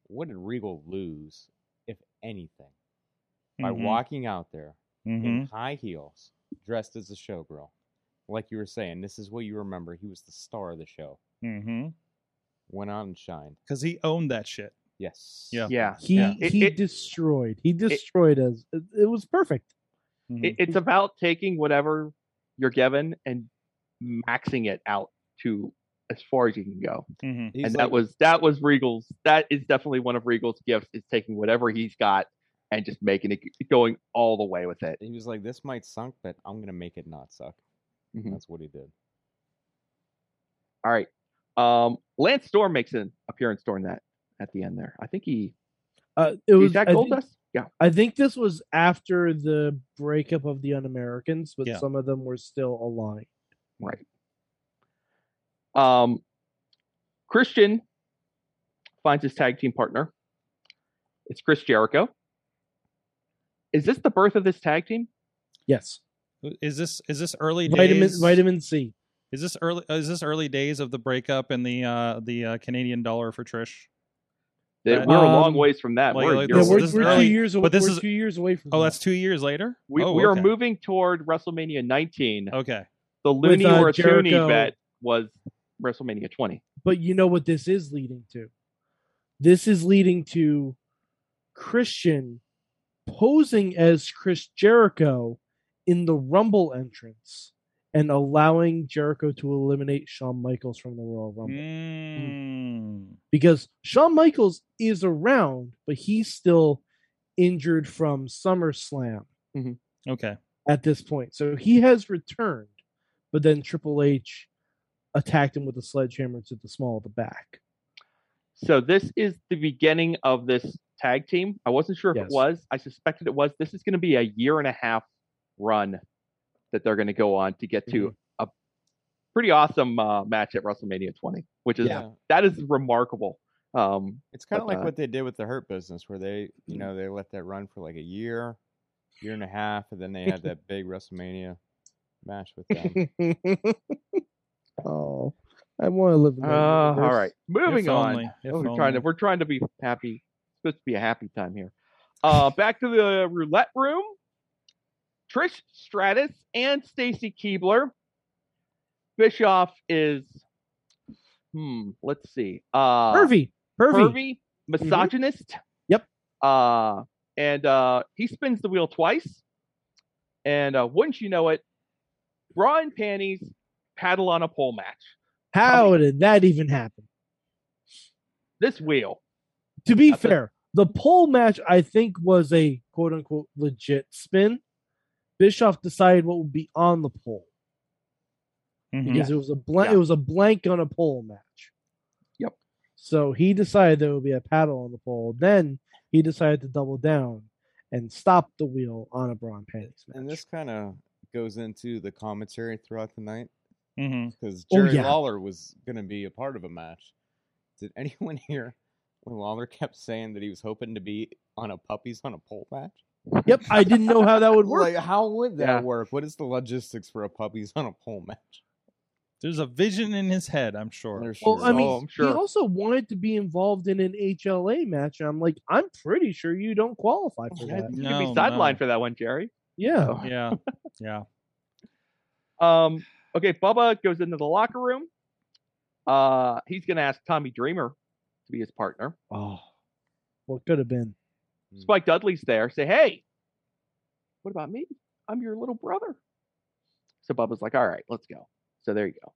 Speaker 6: What did Regal lose, if anything, by
Speaker 4: Mm-hmm.
Speaker 2: Mhm.
Speaker 6: walking out there
Speaker 2: Mhm.
Speaker 6: in high heels, dressed as a showgirl? Like you were saying, this is what you remember. He was the star of the show.
Speaker 2: Mhm.
Speaker 6: Went out and shined.
Speaker 2: Cuz he owned that shit.
Speaker 6: Yes.
Speaker 2: Yeah.
Speaker 4: Yeah,
Speaker 3: He
Speaker 4: yeah. It-
Speaker 3: he
Speaker 4: it-
Speaker 3: destroyed. He destroyed us. It, it was perfect.
Speaker 2: Mhm.
Speaker 4: it, it's about taking whatever you're given and maxing it out to as far as you can go.
Speaker 2: Mhm.
Speaker 6: He's
Speaker 4: and
Speaker 6: like-
Speaker 4: that was that was Regal's. That is definitely one of Regal's gifts is taking whatever he's got and just making it going all the way with it.
Speaker 6: he was like, "This might suck, but I'm gonna make it not suck."
Speaker 4: Mhm.
Speaker 6: That's what he did.
Speaker 4: All right. Um, Lance Storm makes an appearance during that at the end there. I think he
Speaker 3: Uh, it
Speaker 4: was
Speaker 3: was.
Speaker 4: that
Speaker 3: I think,
Speaker 4: Goldust. Yeah.
Speaker 3: I think this was after the breakup of the Un-Americans, but
Speaker 2: Yeah.
Speaker 3: some of them were still aligned.
Speaker 4: Right. Um, Christian finds his tag team partner. It's Chris Jericho. Is this the birth of this tag team?
Speaker 3: Yes.
Speaker 2: Is this is this early
Speaker 3: Vitamin
Speaker 2: days?
Speaker 3: Vitamin C.
Speaker 2: Is this early uh, is this early days of the breakup and the uh the uh, Canadian dollar for Trish?
Speaker 4: That-
Speaker 2: That-
Speaker 4: We're a
Speaker 3: Um,
Speaker 4: long ways from that.
Speaker 2: like-
Speaker 4: we're
Speaker 2: like
Speaker 4: you're-
Speaker 3: Yeah, we're,
Speaker 2: this is
Speaker 3: we're
Speaker 2: early,
Speaker 3: two years away.
Speaker 2: but this
Speaker 3: we're
Speaker 2: is-
Speaker 3: two years away from.
Speaker 2: Oh,
Speaker 3: that.
Speaker 2: that's 2 years later?
Speaker 4: Mm-hmm. we,
Speaker 2: oh,
Speaker 4: we are
Speaker 2: okay. Uh,
Speaker 4: moving toward WrestleMania 19.
Speaker 2: Okay.
Speaker 4: the loony
Speaker 3: uh,
Speaker 4: or a toony
Speaker 3: Jericho.
Speaker 4: bet was WrestleMania 20.
Speaker 3: But you know what this is leading to? This is leading to Christian posing as Chris Jericho in the Rumble entrance and allowing Jericho to eliminate Shawn Michaels from the Royal
Speaker 4: Um,
Speaker 3: Rumble
Speaker 2: Mm.
Speaker 3: because Shawn Michaels is around, but he's still injured from SummerSlam
Speaker 2: Okay.
Speaker 3: at this point. So he has returned, but then Triple H attacked him with a sledgehammer to the small of the back.
Speaker 4: So this is the beginning of this tag team. I wasn't sure if
Speaker 3: Yes.
Speaker 4: it was. I suspected it was. This is going to be a year and a half run that they're going to go on to get to a pretty awesome uh, match at WrestleMania 20, which is
Speaker 6: Yeah.
Speaker 4: that is remarkable. Um,
Speaker 6: It's kind of
Speaker 4: But,
Speaker 6: like
Speaker 4: uh,
Speaker 6: what they did with the Hurt business, where they,
Speaker 3: Mm.
Speaker 6: you know, they let that run for like a year, year and a half, and then they
Speaker 3: <laughs>
Speaker 6: had that big WrestleMania match with them.
Speaker 3: <laughs> oh, I want to live. In
Speaker 4: uh,
Speaker 3: that
Speaker 4: all
Speaker 3: universe.
Speaker 4: right, moving
Speaker 2: If
Speaker 4: on.
Speaker 2: only, if
Speaker 4: Oh, we're
Speaker 2: only.
Speaker 4: trying to we're trying to be happy. It's supposed to be a happy time here. Uh, back to the roulette room. Trish Stratus and Stacy Keebler. Bischoff is hmm, let's see. Uh
Speaker 3: pervy, pervy.
Speaker 4: pervy, misogynist.
Speaker 3: Mm-hmm. Yep.
Speaker 4: Uh and uh he spins the wheel twice. And uh wouldn't you know it, bra and panties, paddle on a pole match.
Speaker 3: How did that even happen?
Speaker 4: This wheel.
Speaker 3: To be
Speaker 4: That's a-
Speaker 3: fair, the pole match I think was a quote unquote legit spin. Bischoff decided what would be on the pole
Speaker 2: Mhm.
Speaker 3: because it was a blank.
Speaker 4: Mm-hmm. Yeah.
Speaker 3: It was a blank on a pole match.
Speaker 4: Yep.
Speaker 3: So he decided there would be a paddle on the pole. Then he decided to double down and stop the wheel on a Braun Panties match.
Speaker 6: and this kind of goes into the commentary throughout the night
Speaker 2: Mhm.
Speaker 6: because
Speaker 3: Oh,
Speaker 6: Jerry
Speaker 3: yeah.
Speaker 6: Lawler was going to be a part of a match. Did anyone <laughs> hear when Lawler kept saying that he was hoping to be on a puppies on a pole match?
Speaker 3: Yep, I didn't know how that would work.
Speaker 6: Like, how would that
Speaker 4: Yeah.
Speaker 6: work? What is the logistics for a puppies on a pole match?
Speaker 2: There's a vision in his head, I'm sure.
Speaker 6: There's
Speaker 3: Well, I
Speaker 6: just-
Speaker 3: mean,
Speaker 4: Oh, I'm
Speaker 3: he
Speaker 4: sure.
Speaker 3: also wanted to be involved in an HLA match, and I'm like, I'm pretty sure you don't qualify for
Speaker 6: Yeah.
Speaker 3: that.
Speaker 4: You could
Speaker 2: No,
Speaker 4: be sidelined
Speaker 2: no.
Speaker 4: for that one, Jerry.
Speaker 3: Yeah,
Speaker 2: <laughs>
Speaker 4: So-
Speaker 2: Yeah. Yeah.
Speaker 4: Um, okay, Bubba goes into the locker room. Uh, he's gonna ask Tommy Dreamer to be his partner.
Speaker 3: oh, what could have been? Hmm.
Speaker 4: Spike Dudley's there. Say, hey, what about me? I'm your little brother. So Bubba's like, all right, let's go. So there you go.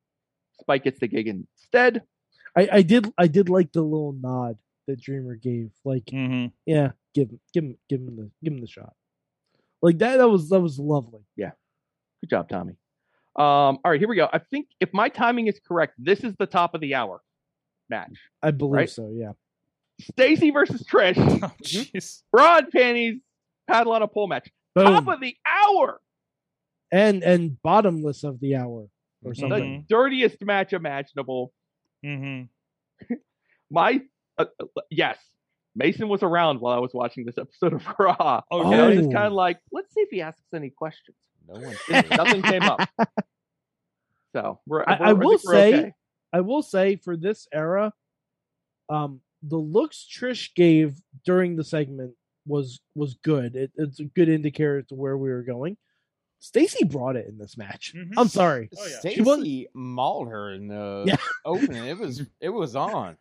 Speaker 4: Spike gets the gig instead.
Speaker 3: I, I did, I did like the little nod that Dreamer gave. Like,
Speaker 6: <laughs>
Speaker 2: Mhm.
Speaker 3: yeah, give him, give him, give him the, give him the shot. Like that, that was that was lovely.
Speaker 4: Good job, Tommy. Um, all right, here we go. I think if my timing is correct, this is the top of the hour match.
Speaker 3: I believe
Speaker 4: Right.
Speaker 3: so. Yeah,
Speaker 4: Stacy versus Trish.
Speaker 3: <laughs>
Speaker 2: Oh, jeez.
Speaker 4: Broad panties, paddle on a pole match. Top
Speaker 3: Boom.
Speaker 4: of the hour.
Speaker 3: and and bottomless of the hour or
Speaker 2: Mhm.
Speaker 4: Mm-hmm.
Speaker 3: something.
Speaker 4: The dirtiest match imaginable.
Speaker 2: Mm-hmm.
Speaker 4: My uh, uh, yes, Mason was around while I was watching this episode of Raw.
Speaker 2: Oh,
Speaker 4: And I was
Speaker 2: really?
Speaker 4: just kind of like, let's see if he asks any questions.
Speaker 6: No one. <laughs>
Speaker 4: Didn't- Nothing came up. So
Speaker 3: I-
Speaker 4: we're, we're-
Speaker 3: I
Speaker 4: think
Speaker 3: will
Speaker 4: we're
Speaker 2: <laughs>
Speaker 3: say-
Speaker 4: okay.
Speaker 3: I will say for this era, um, the looks Trish gave during the segment was was good. It, it's a good indicator to where we were going. Stacy brought it in this match.
Speaker 2: Mhm.
Speaker 3: I'm sorry.
Speaker 2: Oh, yeah.
Speaker 3: She wasn't-
Speaker 6: Stacy mauled her in the
Speaker 3: Yeah.
Speaker 6: opening. It was it was on.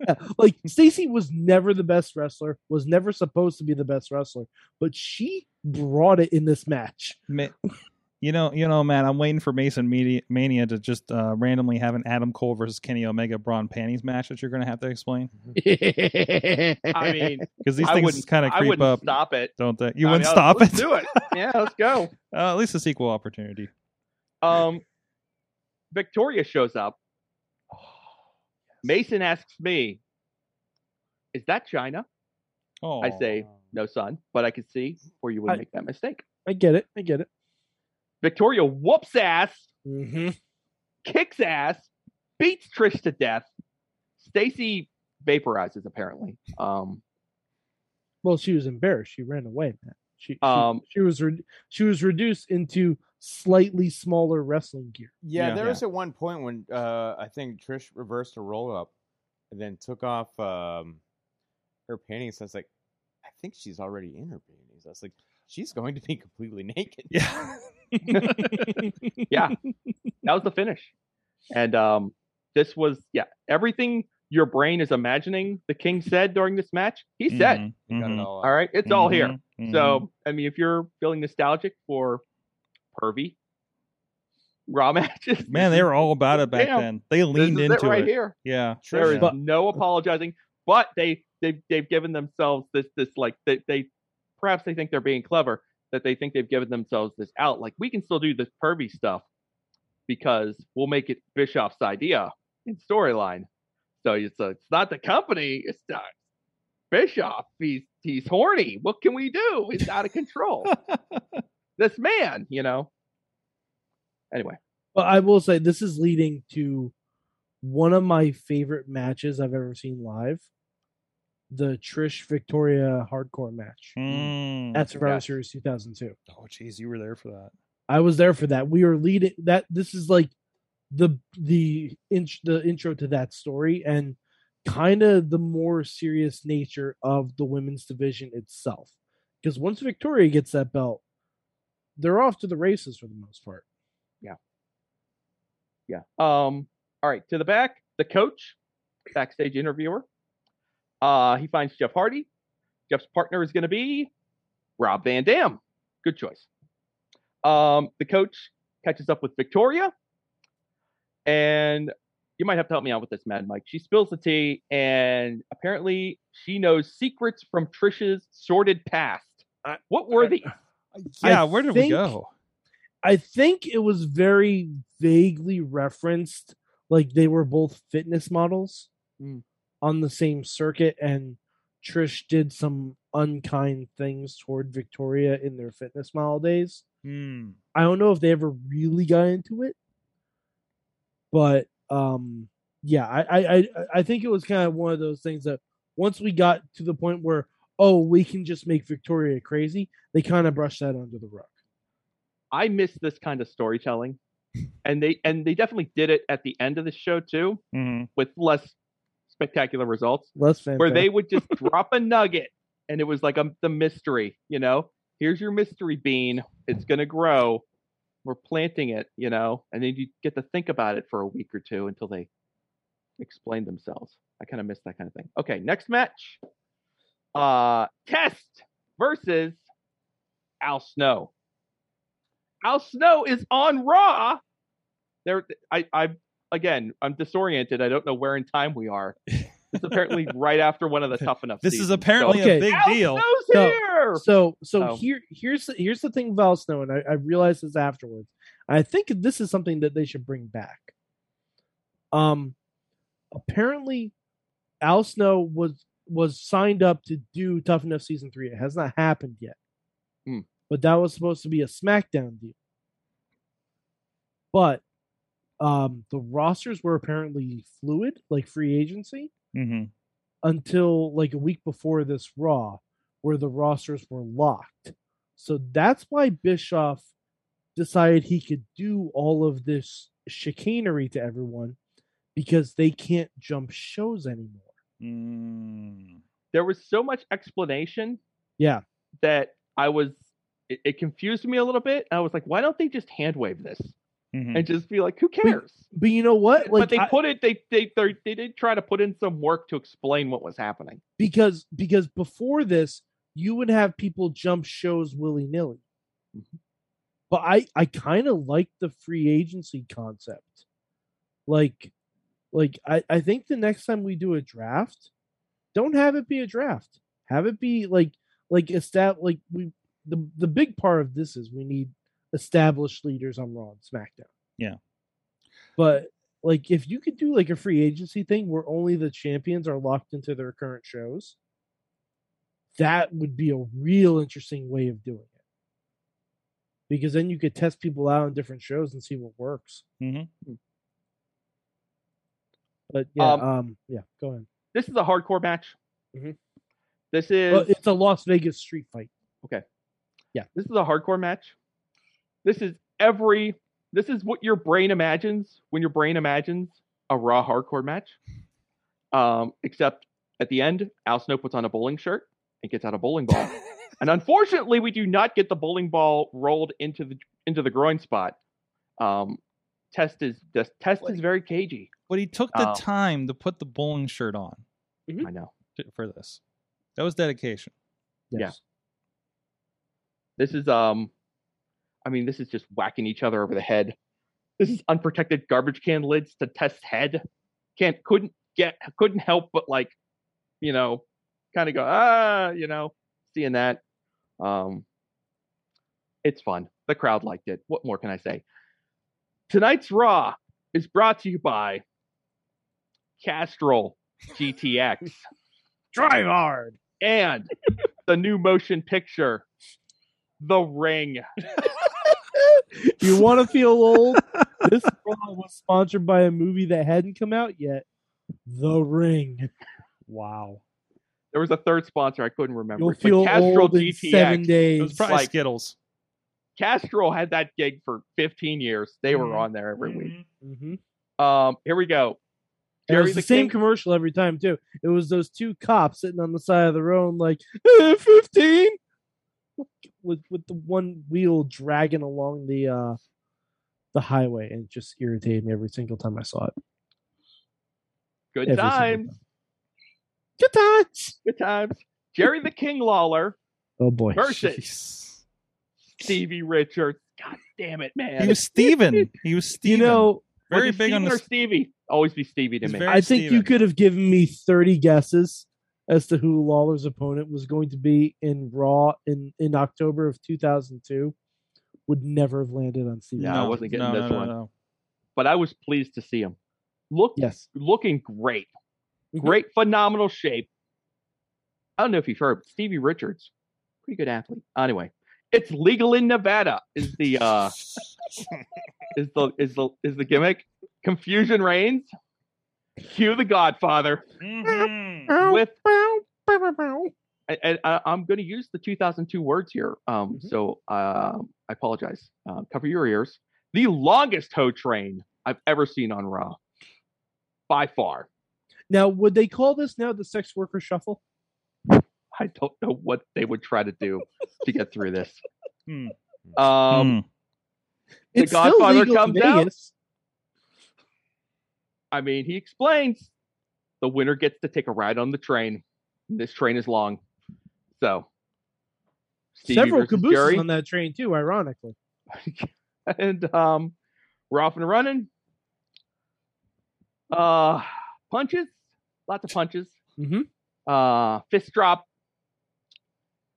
Speaker 3: Yeah, like Stacy was never the best wrestler, was never supposed to be the best wrestler, but she brought it in this match.
Speaker 2: Ma- you know, you know, man, I'm waiting for Mason Media- Mania to just uh, randomly have an Adam Cole versus Kenny Omega Braun panties match that you're going to have to explain
Speaker 4: I mean,
Speaker 2: because these
Speaker 4: I
Speaker 2: things
Speaker 4: wouldn't-
Speaker 2: kind of
Speaker 4: I
Speaker 2: creep
Speaker 4: wouldn't
Speaker 2: up,
Speaker 4: stop it.
Speaker 2: don't they? You
Speaker 4: I
Speaker 2: wouldn't
Speaker 4: mean,
Speaker 2: stop
Speaker 4: let's
Speaker 2: it.
Speaker 4: Do it. Yeah, let's go.
Speaker 2: Uh, <laughs> at least a sequel opportunity.
Speaker 4: Um, Victoria shows up. Mason asks me, "Is that China?"
Speaker 2: Oh,
Speaker 4: I say, "No, son, but I can see where you would
Speaker 3: I-
Speaker 4: make that mistake."
Speaker 3: I get it. I get it.
Speaker 4: Victoria whoops ass,
Speaker 3: Mm-hmm.
Speaker 4: kicks ass, beats Trish to death. Stacy vaporizes apparently. Um,
Speaker 3: Well, she was embarrassed. She ran away, man. She she,
Speaker 4: Um,
Speaker 3: she was re- she was reduced into slightly smaller wrestling gear.
Speaker 6: Yeah,
Speaker 2: Yeah.
Speaker 6: there
Speaker 4: Yeah.
Speaker 6: was at one point when uh, I think Trish reversed a roll up and then took off um, her panties. I was like, I think she's already in her panties. I was like, she's going to be completely <laughs> naked.
Speaker 2: yeah.
Speaker 4: yeah, that was the finish. And um, this was yeah, everything your brain is imagining. The king said during this match, he said.
Speaker 2: Mhm,
Speaker 6: Got it
Speaker 2: mhm,
Speaker 6: all.
Speaker 4: All right, it's all
Speaker 2: mhm,
Speaker 4: here.
Speaker 2: mhm.
Speaker 4: So, I mean, if you're feeling nostalgic for pervy raw <laughs> matches,
Speaker 2: Mm-hmm. man, they were all about it back
Speaker 4: Damn.
Speaker 2: then. They
Speaker 4: this
Speaker 2: leaned
Speaker 4: is
Speaker 2: into
Speaker 4: it right
Speaker 2: it.
Speaker 4: here.
Speaker 2: Yeah,
Speaker 4: There
Speaker 6: Trish,
Speaker 4: is
Speaker 3: But-
Speaker 4: no apologizing, but they they've they've given themselves this this like they they perhaps they think they're being clever that they think they've given themselves this out like we can still do this pervy stuff because we'll make it Bischoff's idea in storyline. So it's uh it's not the company, it's not Bischoff. He's he's horny. What can we do? He's out of control. this man, you know. Anyway,
Speaker 3: But I will say this is leading to one of my favorite matches I've ever seen live, the Trish Victoria Hardcore match
Speaker 2: Mm.
Speaker 3: at Survivor
Speaker 4: Yes.
Speaker 3: Series 2002.
Speaker 2: oh, jeez, you were there for that.
Speaker 3: I was there for that. We were leading that. This is like the the int- the intro to that story and kind of the more serious nature of the women's division itself. Because once Victoria gets that belt, they're off to the races for the most part.
Speaker 4: Yeah. Um. All right. To the back, the coach, backstage interviewer. Uh, he finds Jeff Hardy. Jeff's partner is going to be Rob Van Dam. Good choice. Um, the coach catches up with Victoria, and you might have to help me out with this, Mad Mike. She spills the tea, and apparently she knows secrets from Trish's sordid past.
Speaker 5: I-
Speaker 4: what were
Speaker 5: I-
Speaker 4: the?
Speaker 2: Yeah,
Speaker 3: I
Speaker 2: where did we
Speaker 3: think-
Speaker 2: go?
Speaker 3: I think it was very vaguely referenced, like they were both fitness models
Speaker 4: Mm.
Speaker 3: on the same circuit, and Trish did some unkind things toward Victoria in their fitness model days.
Speaker 2: Mm.
Speaker 3: I don't know if they ever really got into it, but um, yeah, I I I, I think it was kind of one of those things that once we got to the point where oh we can just make Victoria crazy, they kind of brushed that under the rug.
Speaker 4: I miss this kind of storytelling, and they and they definitely did it at the end of the show too.
Speaker 2: Mhm.
Speaker 4: with less spectacular results,
Speaker 3: Less
Speaker 4: where they would just <laughs> drop a nugget and it was like a, the mystery, you know? Here's your mystery bean. It's going to grow. We're planting it, you know? And then you get to think about it for a week or two until they explain themselves. I kind of miss that kind of thing. Okay, next match uh, Test versus Al Snow. Al Snow is on Raw. There, I, I again, I'm disoriented. I don't know where in time
Speaker 2: <laughs>
Speaker 4: we are. It's apparently right after one of the tough enough.
Speaker 2: This is
Speaker 4: seasons,
Speaker 2: apparently
Speaker 3: Okay.
Speaker 2: a big
Speaker 4: Al
Speaker 2: deal.
Speaker 4: Snow's
Speaker 3: No.
Speaker 4: here.
Speaker 3: So so
Speaker 4: Oh.
Speaker 3: here here's the, here's the thing about Snow, and I, I realized this afterwards. I think this is something that they should bring back. Um, apparently, Al Snow was was signed up to do Tough Enough season three. It has not happened yet,
Speaker 4: Hmm.
Speaker 3: but that was supposed to be a SmackDown deal. But um, the rosters were apparently fluid, like free agency,
Speaker 2: Mm-hmm.
Speaker 3: until like a week before this Raw, where the rosters were locked. So that's why Bischoff decided he could do all of this chicanery to everyone because they can't jump shows anymore.
Speaker 2: Mm.
Speaker 4: There was so much explanation
Speaker 3: Yeah.
Speaker 4: that I was it, it confused me a little bit. I was like, why don't they just hand wave this
Speaker 2: Mhm.
Speaker 4: and just be like, who cares?
Speaker 3: But you know what? Like
Speaker 4: <laughs> but they
Speaker 3: I-
Speaker 4: put it they they they they did try to put in some work to explain what was happening.
Speaker 3: because because before this you would have people jump shows willy-nilly but i i kind of like the free agency concept like like I, I think the next time we do a draft don't have it be a draft have it be like like estab like we the the big part of this is we need established leaders on raw and smackdown
Speaker 2: Yeah.
Speaker 3: but like if you could do like a free agency thing where only the champions are locked into their current shows that would be a real interesting way of doing it because then you could test people out on different shows and see what works
Speaker 2: Mhm.
Speaker 3: but yeah
Speaker 4: Um,
Speaker 3: um, yeah go ahead
Speaker 4: This is a hardcore match.
Speaker 3: Mhm.
Speaker 4: This is
Speaker 3: Well, it's a las vegas street fight
Speaker 4: this is a hardcore match. This is every this is what your brain imagines when your brain imagines a raw hardcore match. Um, except at the end, Al Snow puts on a bowling shirt and gets out a
Speaker 3: <laughs>
Speaker 4: bowling ball. and unfortunately, we do not get the bowling ball rolled into the into the groin spot. Um, test is just test is very cagey.
Speaker 2: But he took the
Speaker 4: Oh.
Speaker 2: time to put the bowling shirt on
Speaker 3: Mhm.
Speaker 4: I know.
Speaker 2: to, for this. That was dedication.
Speaker 4: Yeah.
Speaker 3: yes
Speaker 4: This is um I mean, this is just whacking each other over the head. This is unprotected garbage can lids to test head. Can't couldn't get couldn't help but like, you know, kind of go, ah, you know, seeing that. Um it's fun. The crowd liked it. What more can I say? Tonight's Raw is brought to you by Castrol GTX
Speaker 3: drive hard
Speaker 4: and the new motion picture, The Ring.
Speaker 3: you want to feel old this Raw was sponsored by a movie that hadn't come out yet the ring wow
Speaker 4: There was a third sponsor I couldn't remember.
Speaker 3: you'll
Speaker 4: It's like
Speaker 3: feel
Speaker 4: Castrol
Speaker 3: old in
Speaker 4: GTX.
Speaker 3: seven days
Speaker 2: It was probably
Speaker 4: like-
Speaker 2: Skittles.
Speaker 4: Castrol had that gig for 15 years. They were
Speaker 3: Mm-hmm.
Speaker 2: Mhm.
Speaker 4: on there every week.
Speaker 3: Mhm.
Speaker 2: Mm-hmm.
Speaker 4: Um, here we go.
Speaker 3: And it
Speaker 4: Jerry
Speaker 3: was the,
Speaker 4: the
Speaker 3: same
Speaker 4: King-
Speaker 3: commercial every time too. It was those two cops sitting on the side of the road, like "Eh, fifteen, with with the one wheel dragging along the uh the highway, and it just irritated me every single time I saw it.
Speaker 4: Good
Speaker 3: Every single
Speaker 4: times.
Speaker 3: time. Good times.
Speaker 4: Good times. Jerry the King Lawler
Speaker 3: Oh boy,
Speaker 4: versus
Speaker 2: Jeez.
Speaker 4: Stevie Richards. God damn it, man.
Speaker 2: He was
Speaker 4: <laughs>
Speaker 2: Steven. He was
Speaker 3: you
Speaker 2: Steven.
Speaker 3: know,
Speaker 4: Was
Speaker 2: very
Speaker 4: it
Speaker 2: big on
Speaker 4: Steven
Speaker 2: the
Speaker 4: or Stevie. Always be Stevie to
Speaker 2: He's
Speaker 4: me.
Speaker 2: very-
Speaker 3: I think you
Speaker 2: Steven.
Speaker 3: could have given me thirty guesses as to who Lawler's opponent was going to be in Raw in in October of two thousand two. Would never have landed on Steve.
Speaker 4: No, I wasn't getting
Speaker 2: no, no,
Speaker 4: this
Speaker 2: no,
Speaker 4: one.
Speaker 2: no.
Speaker 4: But I was pleased to see him. Look,
Speaker 3: Yes.
Speaker 4: looking great.
Speaker 3: Mhm.
Speaker 4: Great, phenomenal shape. I don't know if you've heard, but Stevie Richards, pretty good athlete. Anyway, it's legal in Nevada is the uh is the is the is the gimmick. Confusion reigns. Cue the Godfather
Speaker 2: Mhm.
Speaker 4: with and, and I, I'm going to use the 2002 words here. Um, So uh, I apologize. Uh, cover your ears. The longest tow train I've ever seen on Raw, by far.
Speaker 3: Now, would they call this now the sex worker shuffle?
Speaker 4: I don't know what they would try to do to get through this.
Speaker 2: Hmm.
Speaker 3: Hmm.
Speaker 2: Mm.
Speaker 4: Um, The Godfather
Speaker 3: legal in
Speaker 4: comes out?
Speaker 3: Vegas.
Speaker 4: I mean, he explains the winner gets to take a ride on the train. This train is long, so Stevie
Speaker 3: Several
Speaker 4: versus
Speaker 3: cabooses
Speaker 4: Jerry.
Speaker 3: on that train too, ironically.
Speaker 4: <laughs> and um, we're off and running. Uh, punches, lots of punches. Mm-hmm.
Speaker 3: Mhm.
Speaker 4: Uh, fist drop.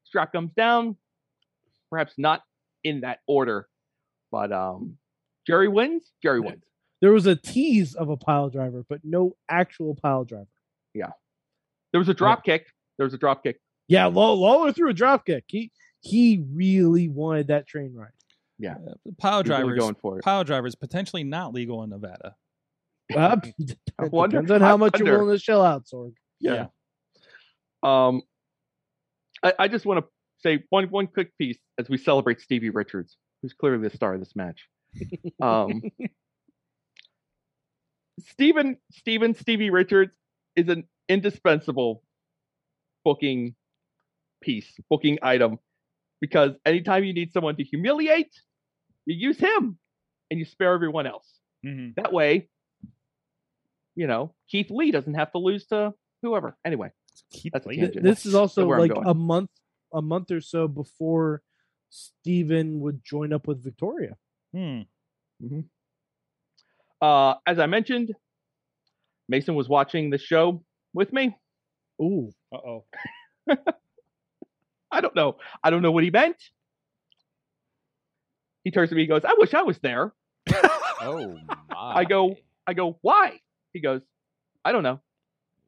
Speaker 4: Strap comes down. Perhaps not in that order, but um, Jerry wins. Jerry wins.
Speaker 3: There was a tease of a pile driver, but no actual pile driver.
Speaker 4: There was a drop kick. There was a drop kick.
Speaker 3: Yeah, Law- Lawler threw a dropkick. He he really wanted that train ride.
Speaker 4: Yeah.
Speaker 2: Uh, pile
Speaker 4: He's really
Speaker 2: drivers.
Speaker 4: going for it.
Speaker 2: Pile drivers potentially not legal in Nevada.
Speaker 3: Uh, <laughs> it
Speaker 4: I wonder-
Speaker 3: depends on how
Speaker 4: I
Speaker 3: much you're
Speaker 4: wonder.
Speaker 3: willing to shell out, Sorg.
Speaker 4: Yeah. Um, I, I just want to say one one quick piece as we celebrate Stevie Richards, who's clearly the star of this match. Um, Steven Steven Stevie Richards is an indispensable booking piece, booking item, because anytime you need someone to humiliate, you use him, and you spare everyone else.
Speaker 2: hmm
Speaker 4: That way, you know Keith Lee doesn't have to lose to whoever. Anyway.
Speaker 2: Keep
Speaker 4: That's a
Speaker 2: leading.
Speaker 3: Th-
Speaker 4: tangent.
Speaker 3: this is also
Speaker 4: So where I'm
Speaker 3: like
Speaker 4: going.
Speaker 3: a month, a month or so before Steven would join up with Victoria.
Speaker 2: Hmm.
Speaker 4: Uh, as I mentioned, Mason was watching the show with me.
Speaker 3: Ooh,
Speaker 2: Uh oh.
Speaker 4: <laughs> I don't know. I don't know what he meant. He turns to me. He goes, "I wish I was
Speaker 3: <laughs>
Speaker 4: there."
Speaker 6: Oh my!
Speaker 4: I go- I go, "Why?" He goes, "I don't know."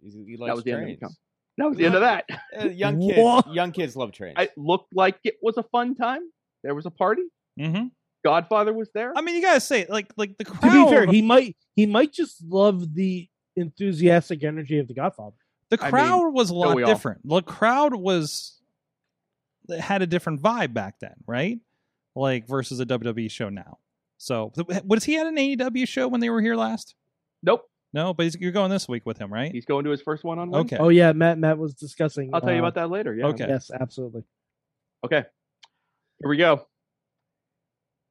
Speaker 6: He, he
Speaker 4: That
Speaker 6: likes
Speaker 4: was the end of the
Speaker 6: trains.
Speaker 4: com- That was the end
Speaker 3: <laughs>
Speaker 4: of that.
Speaker 6: Uh, young kids,
Speaker 3: What?
Speaker 6: young kids love trains.
Speaker 4: It looked like it was a fun time. There was a party.
Speaker 2: hmm
Speaker 4: Godfather was there.
Speaker 2: I mean, you gotta say like like the
Speaker 3: to
Speaker 2: crowd.
Speaker 3: be fair, he might he might just love the enthusiastic energy of the Godfather.
Speaker 2: the
Speaker 4: I mean,
Speaker 2: crowd was a lot
Speaker 4: we all?
Speaker 2: different. The crowd was it had a different vibe back then, right? Like versus a WWE show now. So th- was he at an AEW show when they were here last?
Speaker 4: Nope.
Speaker 2: No, but he's, you're going this week with him, right?
Speaker 4: He's going to his first one on one.
Speaker 2: Eh, okay.
Speaker 3: Oh yeah, Matt Matt was discussing.
Speaker 4: I'll tell you
Speaker 3: uh,
Speaker 4: about that later. Yeah.
Speaker 2: okay.
Speaker 3: Yes, absolutely.
Speaker 4: Okay. Here we go.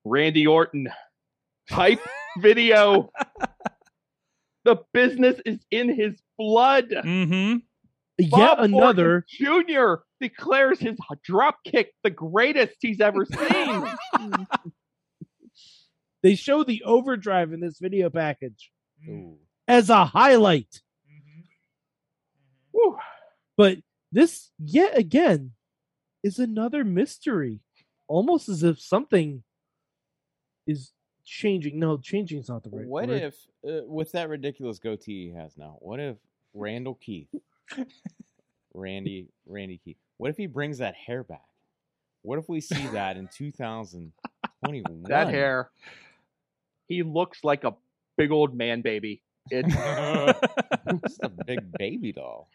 Speaker 4: Randy Orton.
Speaker 2: <laughs>
Speaker 4: Hype video. The business is in his blood. <laughs>
Speaker 2: Mm-hmm. <laughs>
Speaker 3: Yet
Speaker 4: Bob Orton
Speaker 3: another.
Speaker 4: Jr. declares his drop kick the greatest he's
Speaker 2: <laughs>
Speaker 4: ever seen.
Speaker 3: They show the overdrive in this video package
Speaker 6: Ooh.
Speaker 3: as a highlight,
Speaker 4: Whew.
Speaker 3: but this yet again is another mystery, almost as if something is changing. No, changing is not the right
Speaker 6: What
Speaker 3: word.
Speaker 6: if, uh, with that ridiculous goatee he has now, what if Randall
Speaker 4: <laughs>
Speaker 6: Keith, Randy, Randy Keith, what if he brings that hair back? What if we see that in 2021?
Speaker 4: That hair. He looks like a big old man baby.
Speaker 2: <laughs>
Speaker 4: It's,
Speaker 6: This is a big baby doll.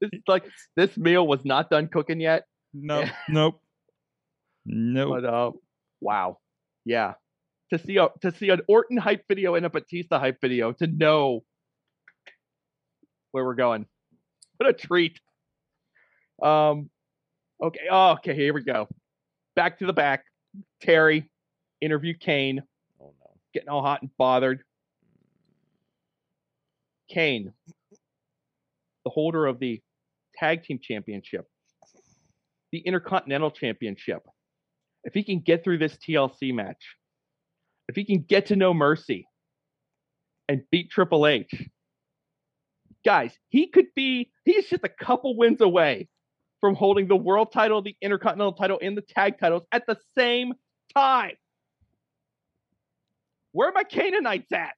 Speaker 4: it's like this meal was not done cooking yet,
Speaker 2: nope. Nope. Nope.
Speaker 4: but uh, wow. Yeah. To see a to see an Orton hype video and a Batista hype video to know where we're going. What a treat. Um okay, oh, okay, here we go. Back to the back. Terry interview Kane.
Speaker 6: Oh no.
Speaker 4: getting all hot and bothered. Kane, the holder of the tag team championship, the intercontinental championship, if he can get through this TLC match, if he can get to No Mercy and beat Triple H, guys, he could be, he's just a couple wins away from holding the world title, the intercontinental title, and the tag titles at the same time. Where are my Canaanites at?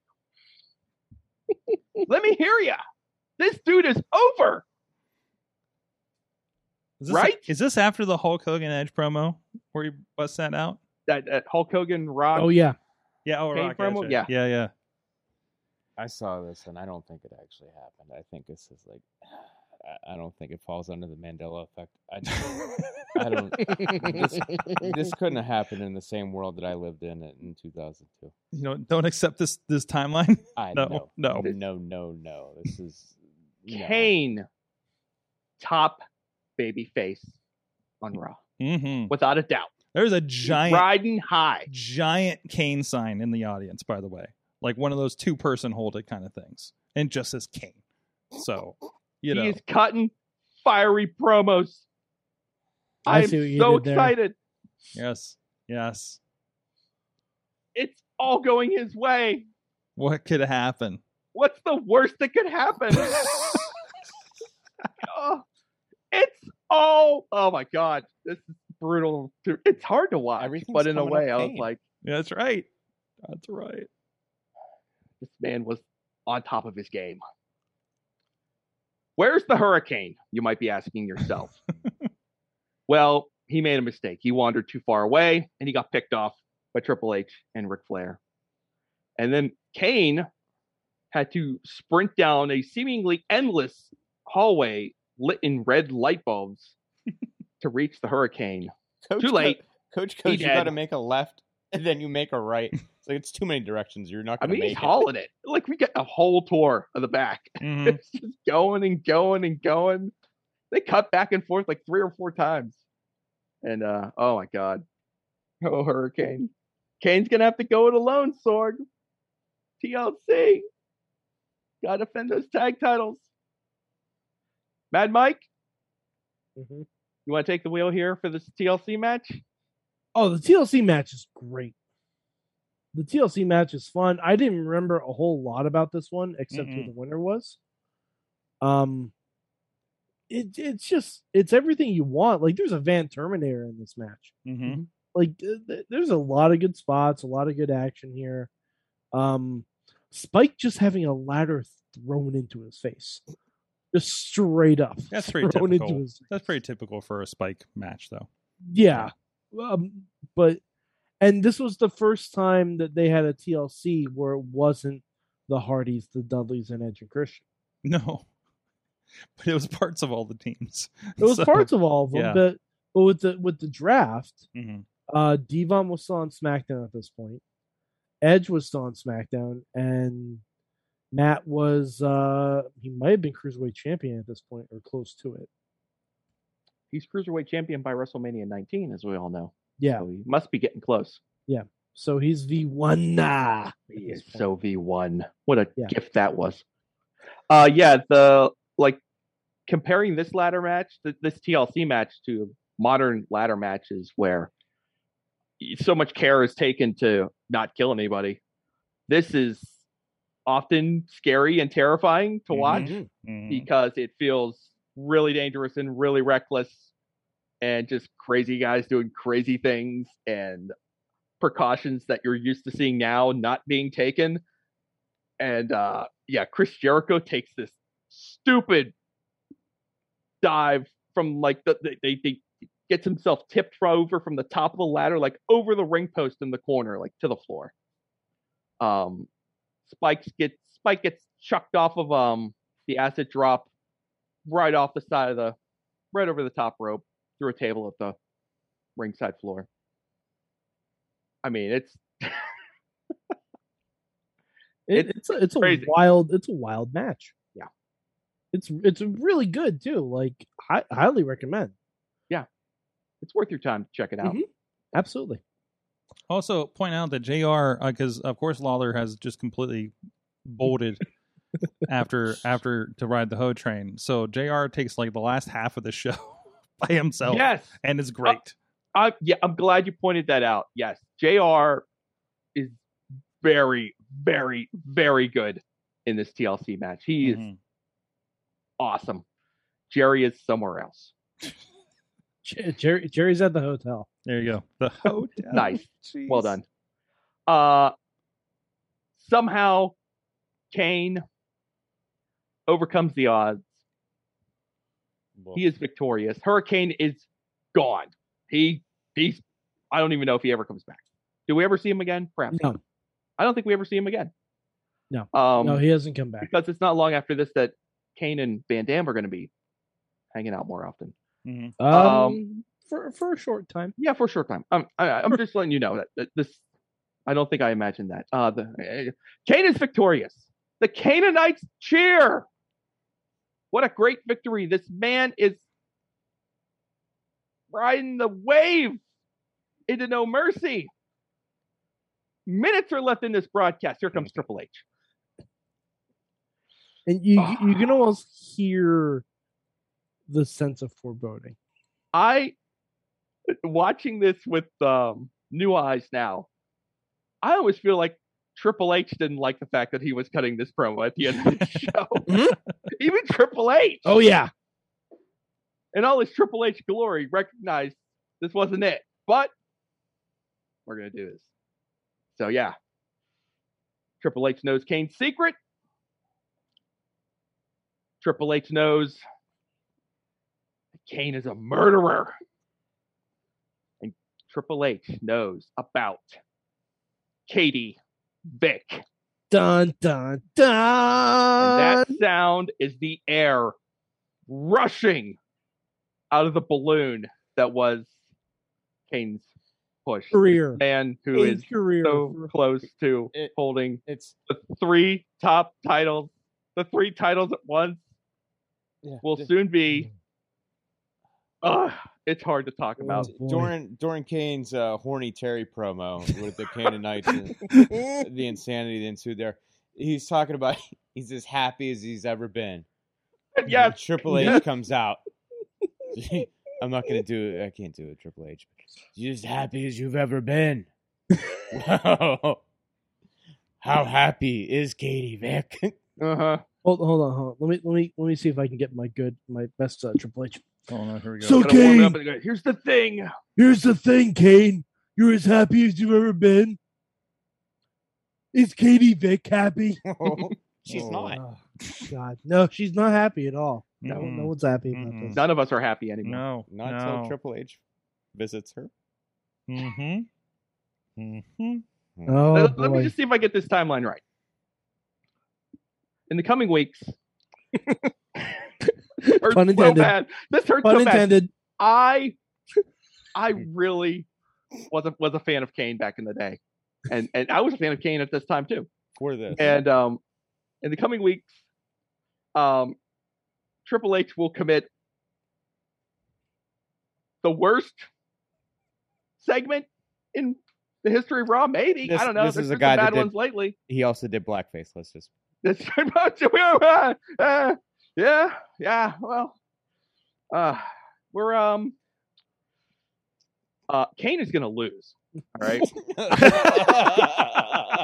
Speaker 4: <laughs> Let me hear ya. This dude is over.
Speaker 2: Is this,
Speaker 4: right?
Speaker 2: Is this after the Hulk Hogan Edge promo where he busts that out?
Speaker 4: That, that Hulk Hogan, Rock.
Speaker 3: Oh
Speaker 4: <laughs>
Speaker 3: yeah,
Speaker 2: Yeah. Oh,
Speaker 4: Kane
Speaker 2: Rock Edge,
Speaker 4: promo?
Speaker 2: right.
Speaker 4: Yeah.
Speaker 2: Yeah. Yeah.
Speaker 6: I saw this and I don't think it actually happened. I think this is like, <sighs> I, I don't think it falls under the Mandela effect. I, just- I don't, this, this couldn't have happened in the same world that I lived in in 2002.
Speaker 2: You know, don't accept this this timeline.
Speaker 6: I
Speaker 2: <laughs> No,
Speaker 6: know.
Speaker 2: no.
Speaker 4: Oh.
Speaker 6: no, no, no.
Speaker 4: <laughs>
Speaker 6: This is no.
Speaker 4: Kane, top baby face on Raw,
Speaker 2: Mm-hmm.
Speaker 4: without a doubt.
Speaker 2: There's a
Speaker 4: He's
Speaker 2: giant
Speaker 4: Riding high.
Speaker 2: giant cane sign in the audience, by the way. Like one of those two person hold it kind of things. And just says cane. So you know
Speaker 4: He is cutting fiery promos.
Speaker 3: I
Speaker 4: am
Speaker 3: see what you
Speaker 4: so
Speaker 3: did there.
Speaker 4: excited.
Speaker 2: Yes. Yes.
Speaker 4: It's all going his way.
Speaker 2: What could
Speaker 3: <laughs>
Speaker 2: happen?
Speaker 4: What's the worst that could happen? oh, it's all. Oh my god, this is brutal. to- It's hard to watch,
Speaker 6: Everything's
Speaker 4: but in a
Speaker 6: coming up
Speaker 4: way, I was
Speaker 6: pain.
Speaker 4: like,
Speaker 2: That's right. That's right.
Speaker 4: this man was on top of his game. Where's the hurricane? You might be asking yourself. well, he made a mistake. He wandered too far away, and he got picked off by Triple H and Ric Flair. And then Kane had to sprint down a seemingly endless hallway lit in red light bulbs to reach the hurricane.
Speaker 6: Coach
Speaker 4: Too late.
Speaker 6: Co- Coach, coach, you
Speaker 4: dead.
Speaker 6: got to make a left <laughs> and then you make a right. It's like it's too many directions. You're not
Speaker 4: I
Speaker 6: going to
Speaker 4: mean, he's
Speaker 6: make it.
Speaker 4: hauling it. Like we get a whole tour of the back. <laughs>
Speaker 6: Mm-hmm.
Speaker 2: Mhm.
Speaker 4: It's just going and going and going. They cut back and forth like three or four times. And uh oh my god. Oh Hurricane. Kane's gonna have to go it alone, Sorg. TLC. Gotta defend those tag titles. Mad Mike,
Speaker 3: Mhm.
Speaker 4: you wanna take the wheel here for this TLC match?
Speaker 3: Oh, the TLC match is great. The TLC match is fun. I didn't remember a whole lot about this one except who
Speaker 2: Mm-mm.
Speaker 3: the winner was. Um it it's just it's everything you want. Like there's a Van Terminator in this match.
Speaker 2: Mhm.
Speaker 3: Like th- th- there's a lot of good spots, a lot of good action here. Um Spike just having a ladder thrown into his face. Just straight up.
Speaker 2: That's pretty
Speaker 3: thrown into
Speaker 2: typical.
Speaker 3: his
Speaker 2: That's
Speaker 3: face
Speaker 2: pretty typical for a Spike match, though.
Speaker 3: yeah um, but and this was the first time that they had a tlc where it wasn't the hardys the dudleys and edge and christian
Speaker 2: No, <laughs> but it was parts of all the teams.
Speaker 3: it
Speaker 2: <laughs>
Speaker 3: was parts of all of them
Speaker 2: yeah.
Speaker 3: but but with the with the draft
Speaker 2: hmm
Speaker 3: uh devon was still on smackdown at this point edge was still on smackdown and matt was uh he might have been cruiserweight champion at this point or close to it
Speaker 4: He's cruiserweight champion by WrestleMania 19, as we all know.
Speaker 3: yeah
Speaker 4: So he must be getting close.
Speaker 3: so he's v1 nah
Speaker 4: He
Speaker 3: this
Speaker 4: is
Speaker 3: point.
Speaker 4: so V1. What a
Speaker 3: Yeah.
Speaker 4: gift that was. Uh yeah, the like comparing this ladder match, th- this TLC match to modern ladder matches where y- so much care is taken to not kill anybody. This is often scary and terrifying to watch
Speaker 2: Mm-hmm.
Speaker 4: because it feels really dangerous and really reckless and just crazy guys doing crazy things and precautions that you're used to seeing now not being taken and uh yeah chris jericho takes this stupid dive from like the they they, they gets himself tipped fro- over from the top of the ladder like over the ring post in the corner like to the floor um spikes gets spike gets chucked off of um the acid drop right off the side of the right over the top rope through a table at the ringside floor. I mean, it's
Speaker 3: It,
Speaker 4: It's
Speaker 3: it's a, it's a
Speaker 4: crazy.
Speaker 3: wild it's a wild match.
Speaker 4: Yeah.
Speaker 3: it's it's really good too. Like I highly recommend.
Speaker 4: it's worth your time to check it out.
Speaker 3: Mhm. Absolutely.
Speaker 2: Also, point out that Jr. because of course Lawler has just completely
Speaker 3: <laughs>
Speaker 2: bolted after after to ride the hoe train. So Jr. takes like the last half of the show <laughs> by himself,
Speaker 4: Yes,
Speaker 2: and it's great.
Speaker 4: Oh, I yeah, I'm glad you pointed that out. Yes, Jr. is very, very, very good in this TLC match. He is
Speaker 2: Mhm.
Speaker 4: awesome. Jerry is somewhere else.
Speaker 3: Jer- Jerry Jerry's at the hotel.
Speaker 2: There you go. The hotel.
Speaker 4: Nice. Well
Speaker 2: Jeez.
Speaker 4: done. Uh somehow Kane overcomes the odds.
Speaker 6: Well,
Speaker 4: He is victorious. Hurricane is gone. He he's I don't even know if he ever comes back. Do we ever see him again? Perhaps.
Speaker 3: No,
Speaker 4: I don't think we ever see him again.
Speaker 3: No.
Speaker 4: Um
Speaker 3: no, he hasn't come back.
Speaker 4: because it's not long after this that Kane and Van Dam are gonna be hanging out more often.
Speaker 2: Mhm.
Speaker 3: Um,
Speaker 4: um,
Speaker 3: for for a short time.
Speaker 4: Yeah, for a short time. Um, I, I'm just letting you know that, that this. I don't think I imagined that. Uh, the, uh, Cain is victorious. The Canaanites cheer. What a great victory! This man is riding the wave into no mercy. Minutes are left in this broadcast. Here comes Triple H.
Speaker 3: And you you can almost hear the sense of foreboding.
Speaker 4: I watching this with um, new eyes now. I always feel like Triple H didn't like the fact that he was cutting this promo at the end of the show. <laughs> Even Triple H,
Speaker 3: Oh yeah.
Speaker 4: in all his Triple H glory, recognized this wasn't it. But we're gonna do this. So yeah, Triple H knows Kane's secret. Triple H knows Kane is a murderer. And Triple H knows about Katie Vick.
Speaker 3: Dun dun
Speaker 4: And
Speaker 3: dun.
Speaker 4: that sound is the air rushing out of the balloon that was Kane's push.
Speaker 3: career.
Speaker 4: Man who
Speaker 3: His
Speaker 4: is
Speaker 3: career.
Speaker 4: so close to
Speaker 6: It-
Speaker 4: holding
Speaker 6: It's
Speaker 4: the three top titles, the three titles at once
Speaker 6: yeah, Mm.
Speaker 4: will
Speaker 6: d-
Speaker 4: soon be. Ugh, it's hard to talk about.
Speaker 3: boy.
Speaker 6: Doran Doran Kane's uh, horny Terry promo with the Canaanites and
Speaker 4: <laughs>
Speaker 6: the insanity that ensued there. He's talking about <laughs> he's as happy as he's ever been.
Speaker 4: And
Speaker 6: Yeah,
Speaker 4: Yes,
Speaker 6: Triple H
Speaker 4: Yes.
Speaker 6: comes out. <laughs> I'm not gonna do it. I can't do it. Triple H. You're as happy as you've ever <laughs> been. Wow. How happy is Katie Vick?
Speaker 4: uh-huh.
Speaker 3: Hold, hold on, hold on. Let me let me let me see if I can get my good my best uh, Triple H.
Speaker 2: Oh no, here we go.
Speaker 3: So-
Speaker 4: Gotta warm it up
Speaker 3: Kane.
Speaker 4: and go, Here's the thing.
Speaker 3: Here's the thing, Kane. You're as happy as you've ever been. Is Katie Vick happy?
Speaker 6: <laughs> She's
Speaker 2: Oh.
Speaker 6: not.
Speaker 3: Oh, God, no, she's not happy at all. No,
Speaker 2: Mm-mm.
Speaker 3: no one's happy
Speaker 2: Mm-mm.
Speaker 3: about
Speaker 6: Mm.
Speaker 3: this.
Speaker 4: None of us are happy anymore.
Speaker 2: no,
Speaker 6: Not
Speaker 2: no.
Speaker 6: till Triple H visits her.
Speaker 2: Mm-hmm. Mm-hmm.
Speaker 3: Oh
Speaker 4: let, let me
Speaker 3: boy.
Speaker 4: just see if I get this timeline right. In the coming
Speaker 3: <laughs>
Speaker 4: weeks, This hurts
Speaker 3: Pun
Speaker 4: so
Speaker 3: intended.
Speaker 4: bad. This hurts
Speaker 3: Pun
Speaker 4: so bad.
Speaker 3: intended.
Speaker 4: I,
Speaker 3: <laughs>
Speaker 4: I really was a, was a fan of Kane back in the day, and and I was a fan of Kane at this time too.
Speaker 6: For this.
Speaker 4: And um, in the coming weeks, um, Triple H will commit the worst segment in the history of Raw. Maybe
Speaker 6: This-
Speaker 4: I don't know.
Speaker 6: this
Speaker 4: There's
Speaker 6: is a
Speaker 4: been some
Speaker 6: guy that
Speaker 4: bad
Speaker 6: did-
Speaker 4: ones lately.
Speaker 6: he also did blackface. Let's <laughs> just
Speaker 4: <laughs> That's uh, yeah, yeah. Well, uh, we're um, uh, Kane is gonna lose. All
Speaker 6: <laughs>
Speaker 4: right.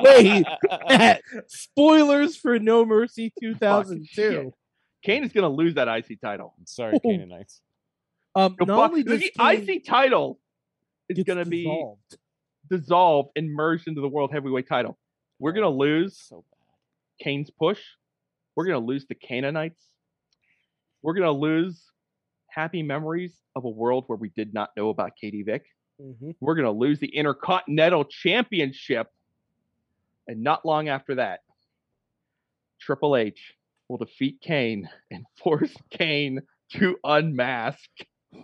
Speaker 6: Wait.
Speaker 4: Uh,
Speaker 3: <laughs> Spoilers for No
Speaker 4: <laughs>
Speaker 3: Mercy 2002.
Speaker 4: Kane is gonna lose that IC title.
Speaker 6: <laughs> Sorry, Canaanites.
Speaker 3: Um,
Speaker 4: The
Speaker 3: not only
Speaker 4: bu-
Speaker 3: does
Speaker 4: the
Speaker 3: Kane
Speaker 4: IC title is
Speaker 3: gets
Speaker 4: gonna be
Speaker 3: dissolved,
Speaker 4: dissolved and merged into the world heavyweight title. We're
Speaker 3: Oh,
Speaker 4: gonna lose
Speaker 6: So
Speaker 4: Kane's push. We're gonna lose the Canaanites. We're gonna lose happy memories of a world where we did not know about Katie Vick.
Speaker 3: Mhm.
Speaker 4: We're gonna lose the Intercontinental Championship. And not long after that, Triple H will defeat Kane and <laughs> force Kane to unmask.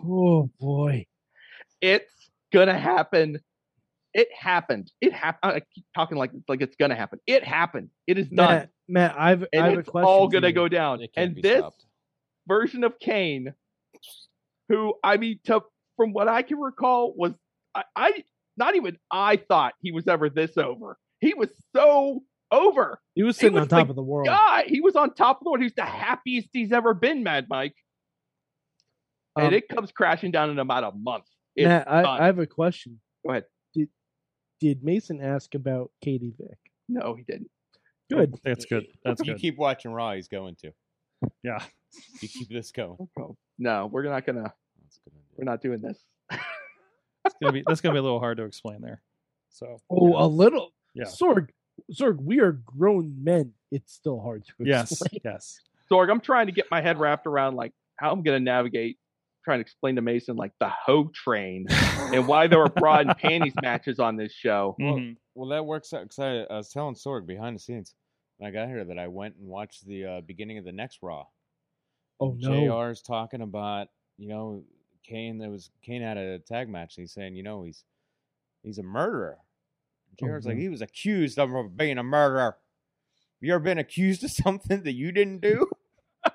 Speaker 3: Oh boy.
Speaker 4: It's gonna happen. It happened. It happened. I keep talking like like it's gonna happen. It happened. It is done.
Speaker 3: Matt, Matt, I've I have
Speaker 4: and
Speaker 3: a
Speaker 4: it's
Speaker 3: question.
Speaker 4: all
Speaker 3: for
Speaker 4: gonna
Speaker 3: you.
Speaker 4: go down.
Speaker 6: It can't
Speaker 4: And
Speaker 6: be
Speaker 4: this
Speaker 6: stopped.
Speaker 4: version of Kane, who I mean, to, from what I can recall, was I, I not even I thought he was ever this over. He was so over.
Speaker 3: He was sitting
Speaker 4: was
Speaker 3: on top
Speaker 4: the
Speaker 3: of the world.
Speaker 4: God, he was on top of the world. He's the happiest he's ever been, Mad Mike.
Speaker 3: Um,
Speaker 4: and it comes crashing down in about a month. It's
Speaker 3: Matt,
Speaker 4: done.
Speaker 3: I, I have a question.
Speaker 4: Go ahead.
Speaker 3: Did Mason ask about Katie Vick?
Speaker 4: No, he didn't.
Speaker 3: Good.
Speaker 2: That's good. That's
Speaker 4: <laughs>
Speaker 6: you
Speaker 2: good.
Speaker 6: keep watching Raw, he's going to.
Speaker 2: Yeah.
Speaker 6: You keep this going.
Speaker 4: No, we're not gonna.
Speaker 6: That's a good idea.
Speaker 4: We're not doing this. <laughs>
Speaker 2: It's gonna be that's gonna be a little hard to explain there. So
Speaker 3: Oh, a little.
Speaker 2: Yeah.
Speaker 3: Sorg, Sorg, we are grown men. It's still hard to
Speaker 2: yes, <laughs>
Speaker 3: explain.
Speaker 2: yes.
Speaker 4: Sorg, I'm trying to get my head wrapped around like how I'm gonna navigate trying to explain to Mason like the hoe train <laughs> and why there were
Speaker 2: <laughs>
Speaker 4: bra and panties matches on this show.
Speaker 2: Mhm.
Speaker 6: Well, that works out because I, I was telling Sorg behind the scenes when I got here that I went and watched the uh, beginning of the next Raw.
Speaker 3: Oh
Speaker 6: And
Speaker 3: no.
Speaker 6: JR's talking about you know Kane. There was Kane had a tag match. And he's saying you know he's he's a murderer. And
Speaker 3: Oh,
Speaker 6: JR's like
Speaker 3: no.
Speaker 6: he was accused of being a murderer. You ever been accused of <laughs> something that you didn't do?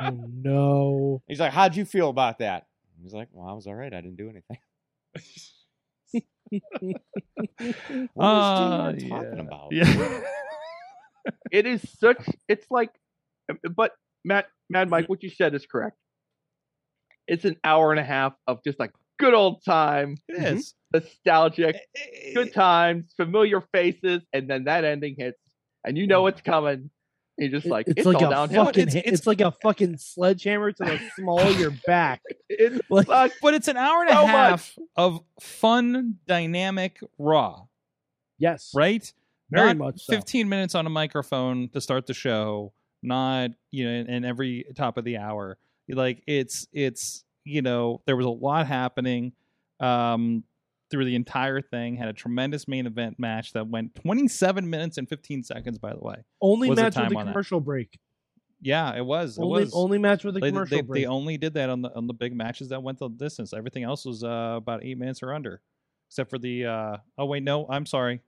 Speaker 3: Oh no.
Speaker 2: <laughs>
Speaker 6: He's like, how'd you feel about that? He's like, well, I was all right. I didn't do anything. What
Speaker 2: Uh,
Speaker 6: is JR talking
Speaker 2: yeah.
Speaker 6: about?
Speaker 2: <laughs> Yeah.
Speaker 4: It is such. It's like, but Matt, Mad Mike, what you said is correct. It's an hour and a half of just like good old time,
Speaker 2: It is.
Speaker 3: Eh,
Speaker 4: nostalgic, good times, familiar faces, and then that ending hits, and you know it's coming. And you're just
Speaker 3: Mm. It-
Speaker 4: like
Speaker 3: it's,
Speaker 4: it's,
Speaker 3: like
Speaker 4: all
Speaker 3: a
Speaker 4: downhill.
Speaker 3: fucking
Speaker 2: It's-
Speaker 3: it's,
Speaker 2: it's-
Speaker 3: it's like a
Speaker 2: <laughs>
Speaker 3: fucking sledgehammer to the small of your back.
Speaker 4: It
Speaker 3: <laughs> Like-
Speaker 4: sucks.
Speaker 2: But it's an hour and a
Speaker 4: So much.
Speaker 2: half of fun, dynamic raw,
Speaker 3: Yes.
Speaker 2: right?
Speaker 3: Very
Speaker 2: Not
Speaker 3: much so.
Speaker 2: 15 minutes on a microphone to start the show, not, you know, in, in every top of the hour. Like it's it's, you know, there was a lot happening. Um through the entire thing. Had a tremendous main event match that went 27 minutes and 15 seconds. By the way,
Speaker 3: Only
Speaker 2: What's the
Speaker 3: match
Speaker 2: time
Speaker 3: with a
Speaker 2: on that?
Speaker 3: commercial break.
Speaker 2: yeah, it was.
Speaker 3: Only,
Speaker 2: it was
Speaker 3: only match with a
Speaker 2: they,
Speaker 3: commercial
Speaker 2: they,
Speaker 3: break.
Speaker 2: they only did that on the on the big matches that went the distance. Everything else was uh, about eight minutes or under, except for the. Uh, oh wait, no, I'm sorry.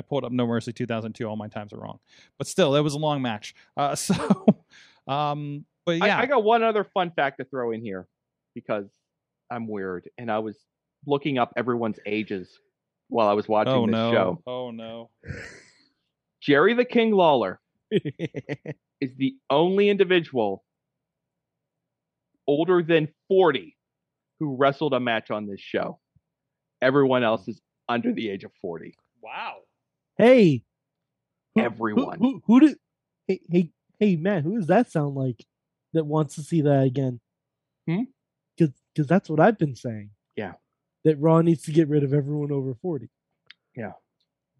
Speaker 2: I pulled up No Mercy 2002. All my times are wrong, but still, that was a long match. Uh, <laughs> so, um, but yeah,
Speaker 4: I, I got one other fun fact to throw in here because I'm weird and I was looking up everyone's ages while I was watching
Speaker 2: oh
Speaker 4: this
Speaker 2: no,
Speaker 4: show.
Speaker 2: oh no,
Speaker 4: Jerry the King Lawler is the only individual older than 40 who wrestled a match on this show. Everyone else is under the age of 40.
Speaker 7: Wow.
Speaker 3: <laughs> hey, who- who-
Speaker 4: Everyone.
Speaker 3: Who, who, did? Hey, hey, hey, Matt. Who does that sound like? That wants to see that again?
Speaker 4: Hmm?
Speaker 3: Because that's what I've been saying.
Speaker 4: Yeah.
Speaker 3: That Raw needs to get rid of everyone over forty.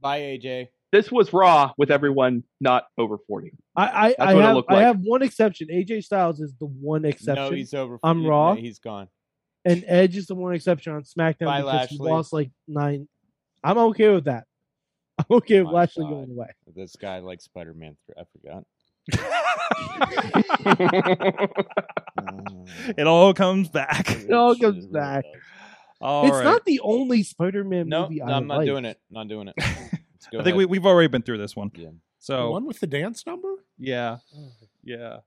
Speaker 6: Bye, AJ.
Speaker 4: This was Raw with everyone not over 40.
Speaker 3: I I, I
Speaker 4: what it
Speaker 3: have
Speaker 4: looked
Speaker 3: I
Speaker 4: like.
Speaker 3: have one exception. AJ Styles is the one exception,
Speaker 6: No, he's over.
Speaker 3: I'm
Speaker 6: yeah,
Speaker 3: Raw.
Speaker 6: He's gone.
Speaker 3: and Edge is the one exception on SmackDown
Speaker 6: Bye,
Speaker 3: because he
Speaker 6: Lashley.
Speaker 3: lost like nine. I'm okay with that. I'm okay with
Speaker 6: My
Speaker 3: Lashley
Speaker 6: God.
Speaker 3: going away.
Speaker 6: This guy likes Spider Man. I
Speaker 3: <laughs>
Speaker 6: forgot. Oh,
Speaker 2: it all comes back.
Speaker 6: It
Speaker 3: all
Speaker 6: really
Speaker 3: comes
Speaker 6: does.
Speaker 3: back.
Speaker 2: All
Speaker 3: it's
Speaker 2: right.
Speaker 3: not the only Spider-Man
Speaker 6: No,
Speaker 3: movie.
Speaker 6: no,
Speaker 3: I
Speaker 6: I'm not
Speaker 3: like.
Speaker 6: doing it. Not
Speaker 3: <laughs>
Speaker 6: doing it. Let's
Speaker 2: <laughs>
Speaker 6: go
Speaker 2: I think we,
Speaker 6: ahead.
Speaker 2: we've already been through this one.
Speaker 6: Yeah.
Speaker 5: The
Speaker 2: So
Speaker 5: one with the dance number?
Speaker 2: yeah, yeah,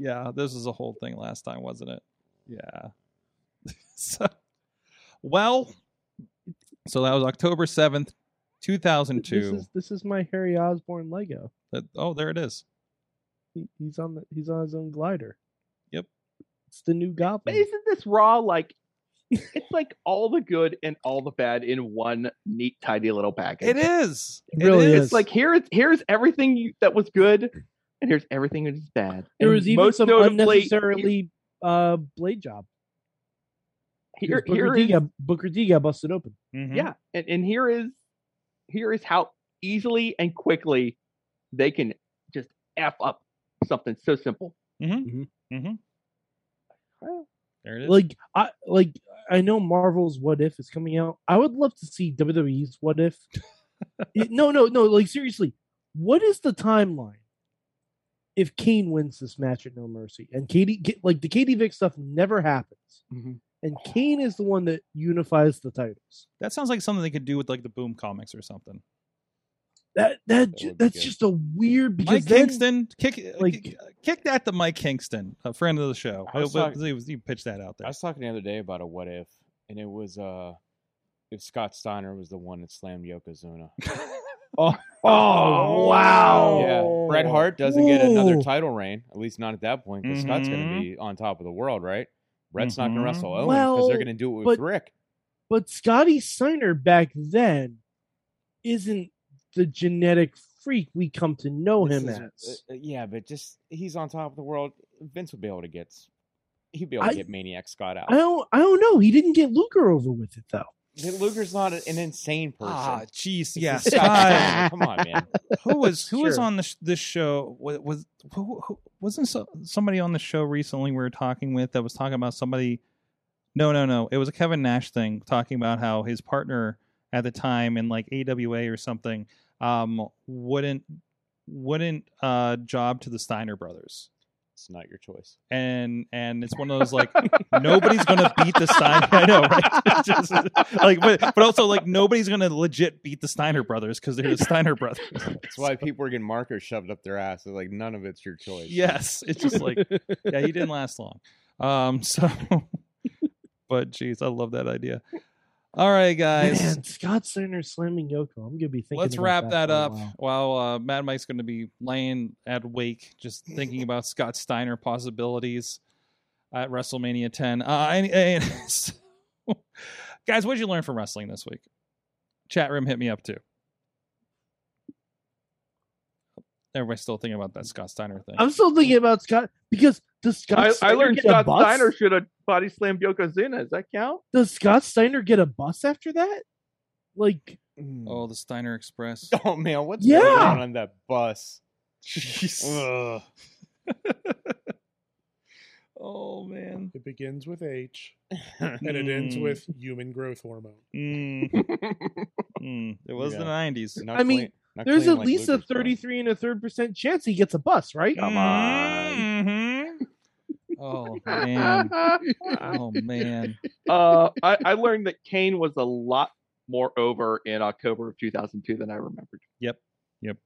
Speaker 2: yeah. This was a whole thing last time, wasn't it? Yeah. <laughs> so, well, so that was October seventh, two thousand
Speaker 3: Th- This
Speaker 2: two.
Speaker 3: is this is my Harry Osborn Lego.
Speaker 2: Oh, there it is.
Speaker 3: He, he's on the he's on his own glider.
Speaker 2: Yep.
Speaker 3: It's the new
Speaker 4: But
Speaker 3: Goblin.
Speaker 4: isn't this Raw like it's like all the good and all the bad in one neat, tidy little package?
Speaker 2: It is.
Speaker 3: It really
Speaker 2: is.
Speaker 3: is.
Speaker 4: It's like here's here's everything you, that was good, and here's everything that is bad.
Speaker 3: There
Speaker 4: And
Speaker 3: was even
Speaker 4: most
Speaker 3: some
Speaker 4: notably,
Speaker 3: unnecessarily uh, blade job.
Speaker 4: Here,
Speaker 3: Because
Speaker 4: here
Speaker 3: Booker, D
Speaker 4: is,
Speaker 3: got, Booker D got busted open.
Speaker 2: Mhm.
Speaker 4: yeah, and, and here is here is how easily and quickly they can just f up something so simple.
Speaker 2: There it is.
Speaker 3: Like I like I know Marvel's What If is coming out. I would love to see WWE's What If. It- no, no, no. Like seriously, what is the timeline? If Kane wins this match at No Mercy and Katie, Ka- like the Katie Vick stuff, never happens,
Speaker 4: Mhm.
Speaker 3: and Kane is the one that unifies the titles.
Speaker 2: that sounds like something they could do with like the Boom comics or something.
Speaker 3: That that,
Speaker 6: That
Speaker 3: ju-
Speaker 6: would be
Speaker 3: that's
Speaker 6: good.
Speaker 3: just a weird because
Speaker 2: Mike
Speaker 3: then
Speaker 2: Kingston, kick uh,
Speaker 3: like-
Speaker 2: kick- kick that to Mike Kingston, a friend of the show.
Speaker 6: I was
Speaker 2: He'll-
Speaker 6: talking-
Speaker 2: he was- he pitched that out
Speaker 6: I
Speaker 2: there.
Speaker 6: was talking the other day about a what if, and it was uh, if Scott Steiner was the one that slammed Yokozuna.
Speaker 3: oh wow,
Speaker 6: Yeah, Bret Hart doesn't get another
Speaker 3: Whoa.
Speaker 6: title reign, at least not at that point, because Scott's going to
Speaker 2: Mhm.
Speaker 6: be on top of the world, right? Bret's not
Speaker 2: Mhm.
Speaker 6: going to wrestle Owen because
Speaker 3: Well,
Speaker 6: they're going to do it with
Speaker 3: but-
Speaker 6: Rick.
Speaker 3: But Scotty Steiner back then isn't the genetic freak we come to know
Speaker 6: This
Speaker 3: him
Speaker 6: is-
Speaker 3: as.
Speaker 6: uh, uh, yeah, but just he's on top of the world. Vince would be able to get. s- He'd be able
Speaker 3: I-
Speaker 6: to get Maniac Scott out.
Speaker 3: I don't I don't know. He didn't get Luger over with it though.
Speaker 6: Luger's not an insane person.
Speaker 2: Ah, jeez,
Speaker 6: This
Speaker 2: yeah.
Speaker 6: is Scott
Speaker 2: Scott,
Speaker 6: Steiner. Come on, man. <laughs>
Speaker 2: who was who was
Speaker 3: Sure.
Speaker 2: on this this show? Was, was who, who wasn't so, somebody on the show recently we were talking with that was talking about somebody? No, no, no. It was a Kevin Nash thing talking about how his partner at the time in like AWA or something um, wouldn't wouldn't uh, job to the Steiner brothers.
Speaker 6: It's not
Speaker 2: <laughs>
Speaker 6: your choice.
Speaker 2: and and it's one of those like
Speaker 6: <laughs>
Speaker 2: nobody's gonna beat the Steiner. <laughs> I know, right? Just, like, but but also like nobody's gonna legit beat the Steiner brothers because they're the Steiner brothers. <laughs>
Speaker 6: That's why people are getting markers shoved up their ass. They're like, none of it's your choice.
Speaker 2: Yes, <laughs> it's just
Speaker 6: <laughs>
Speaker 2: like yeah, he didn't last long. Um, <laughs> so, but geez, I love that idea. All right, guys.
Speaker 3: Man, Scott Steiner slamming Yoko. I'm gonna be thinking.
Speaker 2: Let's
Speaker 3: about
Speaker 2: wrap that,
Speaker 3: that,
Speaker 2: up
Speaker 3: for a while.
Speaker 2: while uh, Mad Mike's going to be laying at wake, just thinking about Scott Steiner possibilities at WrestleMania 10. Uh, and, and- so- <laughs> guys, what did you learn from wrestling this week? Chat room, hit me up too. Everybody's still thinking about that Scott Steiner thing.
Speaker 3: I'm still thinking about Scott because does Scott
Speaker 4: I, I
Speaker 3: Steiner
Speaker 4: learned
Speaker 3: get a
Speaker 4: Scott
Speaker 3: bus?
Speaker 4: Steiner should have body slammed Yokozuna. Does that
Speaker 6: <laughs>
Speaker 4: count?
Speaker 3: Does Scott Steiner get a bus after that? Like
Speaker 6: Mm.
Speaker 2: oh, the Steiner <laughs> Express.
Speaker 6: Oh man, what's
Speaker 3: Yeah.
Speaker 6: going on on <laughs>
Speaker 2: <laughs>
Speaker 6: that bus?
Speaker 2: Jeez.
Speaker 6: Ugh. Oh <laughs> man.
Speaker 5: It begins with H and it ends
Speaker 2: Mm.
Speaker 5: with human growth hormone.
Speaker 2: Mm, mm. It was the
Speaker 6: Yeah.
Speaker 2: 90s.
Speaker 6: Not
Speaker 3: I mean,
Speaker 6: clean- not
Speaker 3: There's
Speaker 6: clean
Speaker 3: at
Speaker 6: like
Speaker 3: least a
Speaker 6: Luger's phone.
Speaker 3: 33 and a third
Speaker 4: <laughs>
Speaker 3: percent chance he gets a bus, right?
Speaker 4: Come on.
Speaker 2: Mhm. Oh man. Oh man.
Speaker 4: uh, I, I learned that Kane was a lot more over in October of 2002 than I
Speaker 6: <laughs>
Speaker 4: remembered. <laughs>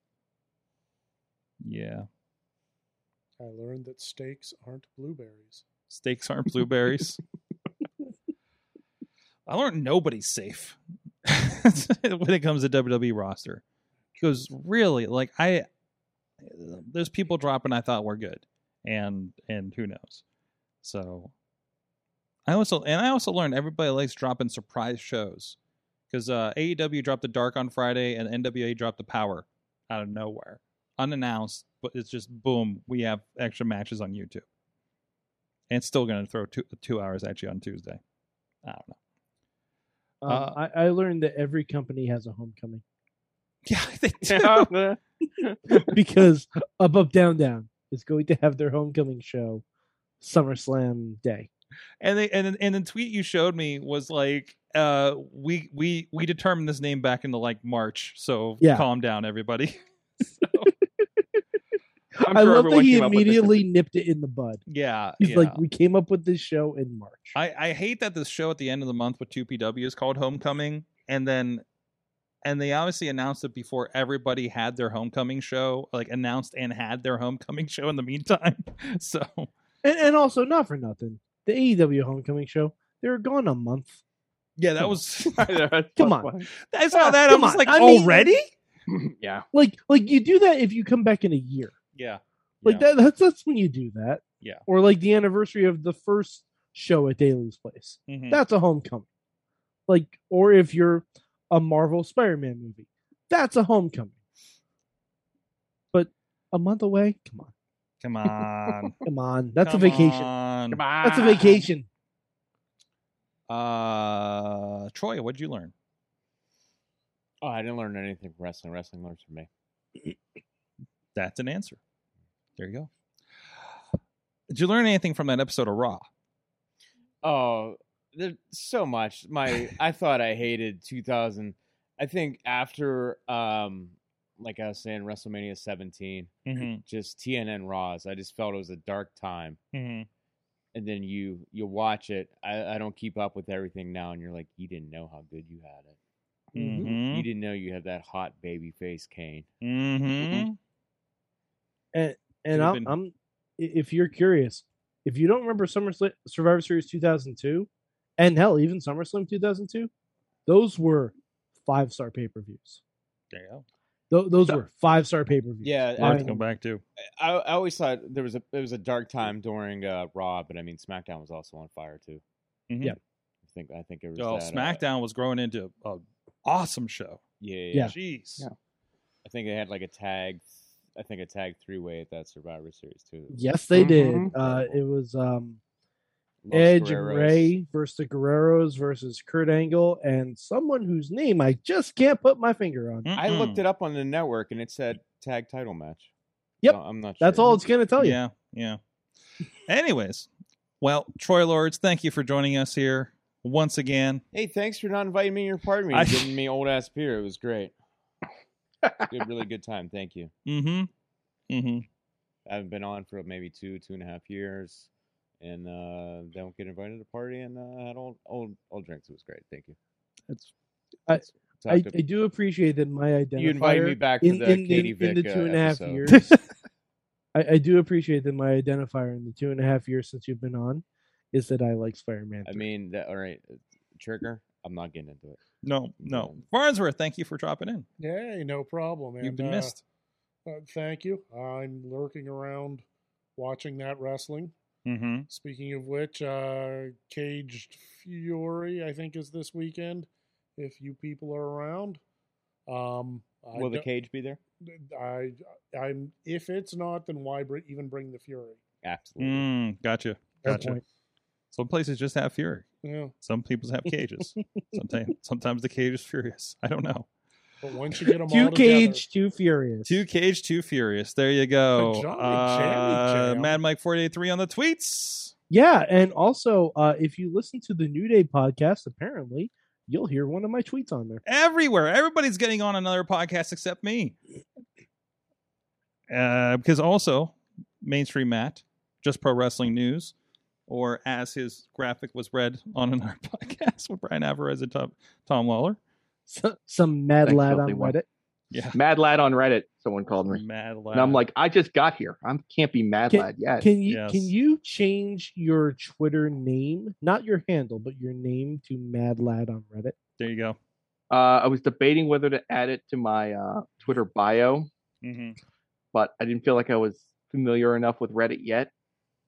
Speaker 2: Yeah.
Speaker 5: I learned that steaks aren't blueberries.
Speaker 2: Steaks aren't blueberries. I learned nobody's safe <laughs> when it comes to WWE roster. Because really, like I, there's people dropping I thought were good, and and who knows. So, I also and I also learned everybody likes dropping surprise shows, because uh, AEW dropped the Dark on Friday and NWA dropped the Power out of nowhere, unannounced, but it's just boom, we have extra matches on YouTube and it's still going to throw two two hours at you on Tuesday. I don't
Speaker 3: <laughs>
Speaker 2: know.
Speaker 3: Um,
Speaker 2: Uh,
Speaker 3: I, I learned that every company has a homecoming <laughs>
Speaker 2: Yeah, <laughs> they do.
Speaker 4: Yeah.
Speaker 3: because Up Up Down Down is going to have their homecoming show SummerSlam Day.
Speaker 2: And they and and the tweet you showed me was like, uh, we we we determined this name back into like March, so
Speaker 3: Yeah.
Speaker 2: calm down, everybody. <laughs>
Speaker 4: I'm
Speaker 3: I
Speaker 4: sure
Speaker 3: love that
Speaker 4: everyone
Speaker 3: he
Speaker 4: came up with this.
Speaker 3: immediately nipped it in the bud.
Speaker 2: yeah,
Speaker 3: He's
Speaker 2: yeah.
Speaker 3: like, we came up with this show in March.
Speaker 2: I I hate that this show at the end of the month with two PW is called Homecoming, and then. And they obviously announced it before everybody had their homecoming show, like announced and had their homecoming <laughs> show in the meantime. So
Speaker 3: and, and also, not for nothing, the AEW homecoming show, they were gone a month.
Speaker 2: yeah, that was
Speaker 4: <laughs>
Speaker 2: <laughs>
Speaker 4: I know, that's
Speaker 3: Come
Speaker 4: so
Speaker 3: on.
Speaker 2: I saw
Speaker 3: Ah,
Speaker 2: that. I'm
Speaker 3: come
Speaker 2: just
Speaker 3: on.
Speaker 2: like, oh,
Speaker 3: I mean-
Speaker 2: already?
Speaker 4: funny. <laughs> yeah.
Speaker 3: Like, like you do that if you come back in a year.
Speaker 2: yeah.
Speaker 3: Like that, that's that's when you do that.
Speaker 2: Yeah.
Speaker 3: Or like the anniversary of the first show at Daly's place.
Speaker 2: Mhm.
Speaker 3: That's a homecoming. Like, or if you're a Marvel Spider-Man movie, that's a homecoming. But a month away, come on,
Speaker 2: Come on.
Speaker 3: come on, that's
Speaker 2: Come
Speaker 3: a vacation.
Speaker 2: on.
Speaker 4: Come on.
Speaker 3: That's a vacation.
Speaker 2: Uh, Troy, what'd you learn?
Speaker 6: Oh, I didn't learn anything from wrestling. Wrestling learns from me.
Speaker 2: That's an answer. There you go. Did you learn anything from that episode of Raw?
Speaker 6: Oh, there's so much. My I thought I hated 2000. I think after um like I was saying WrestleMania 17,
Speaker 2: Mm-hmm.
Speaker 6: just TNN Raws. I just felt it was a dark time.
Speaker 2: Mm-hmm.
Speaker 6: And then you you watch it. I, I don't keep up with everything now, and you're like, you didn't know how good you had it. You
Speaker 2: Mm-hmm.
Speaker 6: didn't know you had that hot baby face Kane.
Speaker 2: Mm-hmm.
Speaker 3: And
Speaker 2: Could've
Speaker 3: I'm,
Speaker 2: been-
Speaker 3: I'm, i- if you're curious, if you don't remember Summer Sli- Survivor Series 2002, and hell, even SummerSlam 2002, those were five star pay per views.
Speaker 2: There you go.
Speaker 3: Th- those were five star pay per views.
Speaker 6: Yeah,
Speaker 2: We'll have
Speaker 6: I-
Speaker 2: to come back to.
Speaker 6: I, I always thought there was a it was a dark time during uh, Raw, but I mean SmackDown was also on fire too.
Speaker 2: Mhm.
Speaker 3: Yeah.
Speaker 6: I think I think it was.
Speaker 2: Oh,
Speaker 6: that, uh,
Speaker 2: SmackDown was growing into an awesome show.
Speaker 6: yeah, yeah,
Speaker 3: Yeah.
Speaker 2: Jeez.
Speaker 4: Yeah.
Speaker 6: I think they had like a tag. I think a tag three way at that Survivor Series too. It was
Speaker 3: Yes, they
Speaker 4: Mhm.
Speaker 3: did.
Speaker 2: Mm-hmm.
Speaker 3: Uh, it was um,
Speaker 6: Los
Speaker 3: Edge and
Speaker 6: Guerreros.
Speaker 3: Ray versus the Guerreros versus Kurt Angle and someone whose name I just can't put my finger on.
Speaker 6: I
Speaker 2: Mm-hmm.
Speaker 6: looked it up on the network and it said tag title match.
Speaker 3: Yep.
Speaker 6: So I'm not.
Speaker 3: That's
Speaker 6: sure.
Speaker 3: all it's going to tell you.
Speaker 2: Yeah, yeah. Anyways, well, Troy Lords, thank you for joining us here once again.
Speaker 6: Hey, thanks for not inviting me to your party
Speaker 2: I-
Speaker 6: and giving me old ass beer. It was great. good, really good time. Thank you.
Speaker 2: Mm-hmm. Mm-hmm.
Speaker 6: I've been on for maybe two, two and a half years, and uh, don't get invited to party and uh, had old, old, old drinks. It was great. Thank you.
Speaker 2: It's-
Speaker 3: I-
Speaker 6: It's- it's
Speaker 3: I,
Speaker 6: up to-
Speaker 3: I do appreciate that my identifier.
Speaker 6: you invited me back for
Speaker 3: in,
Speaker 6: the
Speaker 3: in, in-
Speaker 6: Katie
Speaker 3: in the
Speaker 6: Vick, uh,
Speaker 3: two and a half
Speaker 6: episode. <laughs>
Speaker 3: years. I, I do appreciate that my identifier in the two and a half years since you've been on is that I like Spider-Man.
Speaker 6: I
Speaker 3: 3.
Speaker 6: mean, that, all right, uh, trigger. I'm not getting into it.
Speaker 2: No, no. Farnsworth, thank you for dropping in.
Speaker 5: Yay, no problem.
Speaker 2: You've
Speaker 5: and,
Speaker 2: been
Speaker 5: uh,
Speaker 2: missed.
Speaker 5: Uh, thank you. I'm lurking around watching that wrestling.
Speaker 2: Mm-hmm.
Speaker 5: Speaking of which, uh, Caged Fury, I think, is this weekend. If you people are around, um, I
Speaker 6: Will the
Speaker 5: don't-
Speaker 6: cage be there?
Speaker 5: I, I'm. If it's not, then why br- even bring the Fury?
Speaker 6: Absolutely.
Speaker 2: Mm, gotcha.
Speaker 3: Fair
Speaker 2: Gotcha.
Speaker 3: point.
Speaker 2: Some places just have fury.
Speaker 5: Yeah,
Speaker 2: Some people have
Speaker 5: <laughs>
Speaker 2: cages. sometimes, sometimes the cage is furious. I don't know.
Speaker 5: but once you get them
Speaker 3: Too
Speaker 5: all together,
Speaker 3: caged, too furious.
Speaker 2: Two cage, two furious. There you go.
Speaker 5: Good job,
Speaker 2: Uh,
Speaker 5: Jammy Jam.
Speaker 2: Mad Mike forty eight three on the tweets.
Speaker 3: Yeah, and also uh, if you listen to the New Day podcast, apparently you'll hear one of my tweets on there. <laughs>
Speaker 2: everywhere. Everybody's getting on another podcast except me. Uh, because also, mainstream Matt, just pro wrestling news, or as his graphic was read on another <laughs> podcast with Brian Alvarez and Tom, Tom Lawler.
Speaker 3: So, some mad
Speaker 4: Thanks,
Speaker 3: lad on
Speaker 4: lovely one.
Speaker 3: Reddit.
Speaker 2: Yeah.
Speaker 4: Mad Lad on Reddit. Someone called me,
Speaker 2: Mad lad.
Speaker 4: and I'm like, I just got here. I can't be Mad
Speaker 3: Can-
Speaker 4: Lad yet.
Speaker 3: Can you
Speaker 2: Yes.
Speaker 3: can you change your Twitter name, not your handle, but your name to Mad Lad on Reddit?
Speaker 2: there you go.
Speaker 4: uh, I was debating whether to add it to my uh, Twitter bio,
Speaker 2: hmm
Speaker 4: but I didn't feel like I was familiar enough with Reddit yet.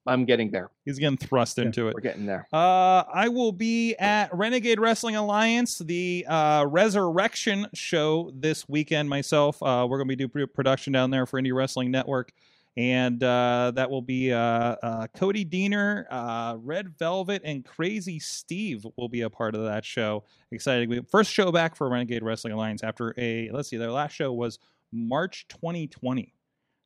Speaker 4: I'm getting there.
Speaker 2: He's getting thrust into it.
Speaker 4: We're getting there.
Speaker 2: Uh, I will be at Renegade Wrestling Alliance, the uh, Resurrection show this weekend myself. Uh, we're going to be doing produ- production down there for Indie Wrestling Network. And uh, that will be uh, uh, Cody Diener, uh, Red Velvet, and Crazy Steve will be a part of that show. Excited. We- First show back for Renegade Wrestling Alliance after a, let's see, their last show was March 2020.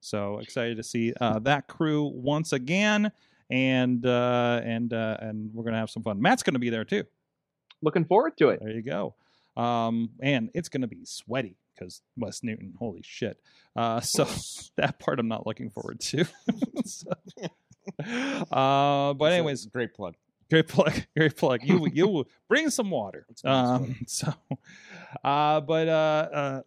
Speaker 2: So excited to see uh, that crew once again and uh, and uh, and we're gonna have some fun. Matt's gonna be there too.
Speaker 4: Looking forward to it.
Speaker 2: There you go. Um, and it's gonna be sweaty because Wes Newton. Holy shit! Uh, so that part I'm not looking forward to. <laughs> So, uh, but
Speaker 6: So,
Speaker 2: anyways,
Speaker 6: great plug.
Speaker 2: great plug, <laughs> great plug. You
Speaker 6: <laughs>
Speaker 2: will- you will bring some water.
Speaker 6: It's nice
Speaker 2: Um, <laughs> so, uh, but uh, uh,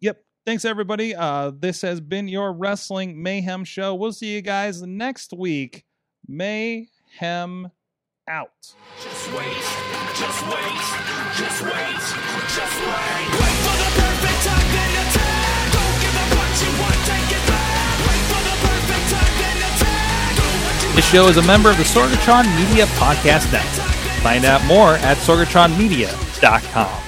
Speaker 2: yep. Thanks everybody. Uh, this has been your wrestling mayhem show. We'll see you guys next week. Mayhem out.
Speaker 1: Just wait, just wait, just wait, just wait. Wait for the perfect time, then attack. Don't give up what you want, take it back. Wait for the perfect time, then attack. Do what you
Speaker 2: This show is a member of the Sorgatron Media Podcast Network. Find out more at sorgatronmedia.com.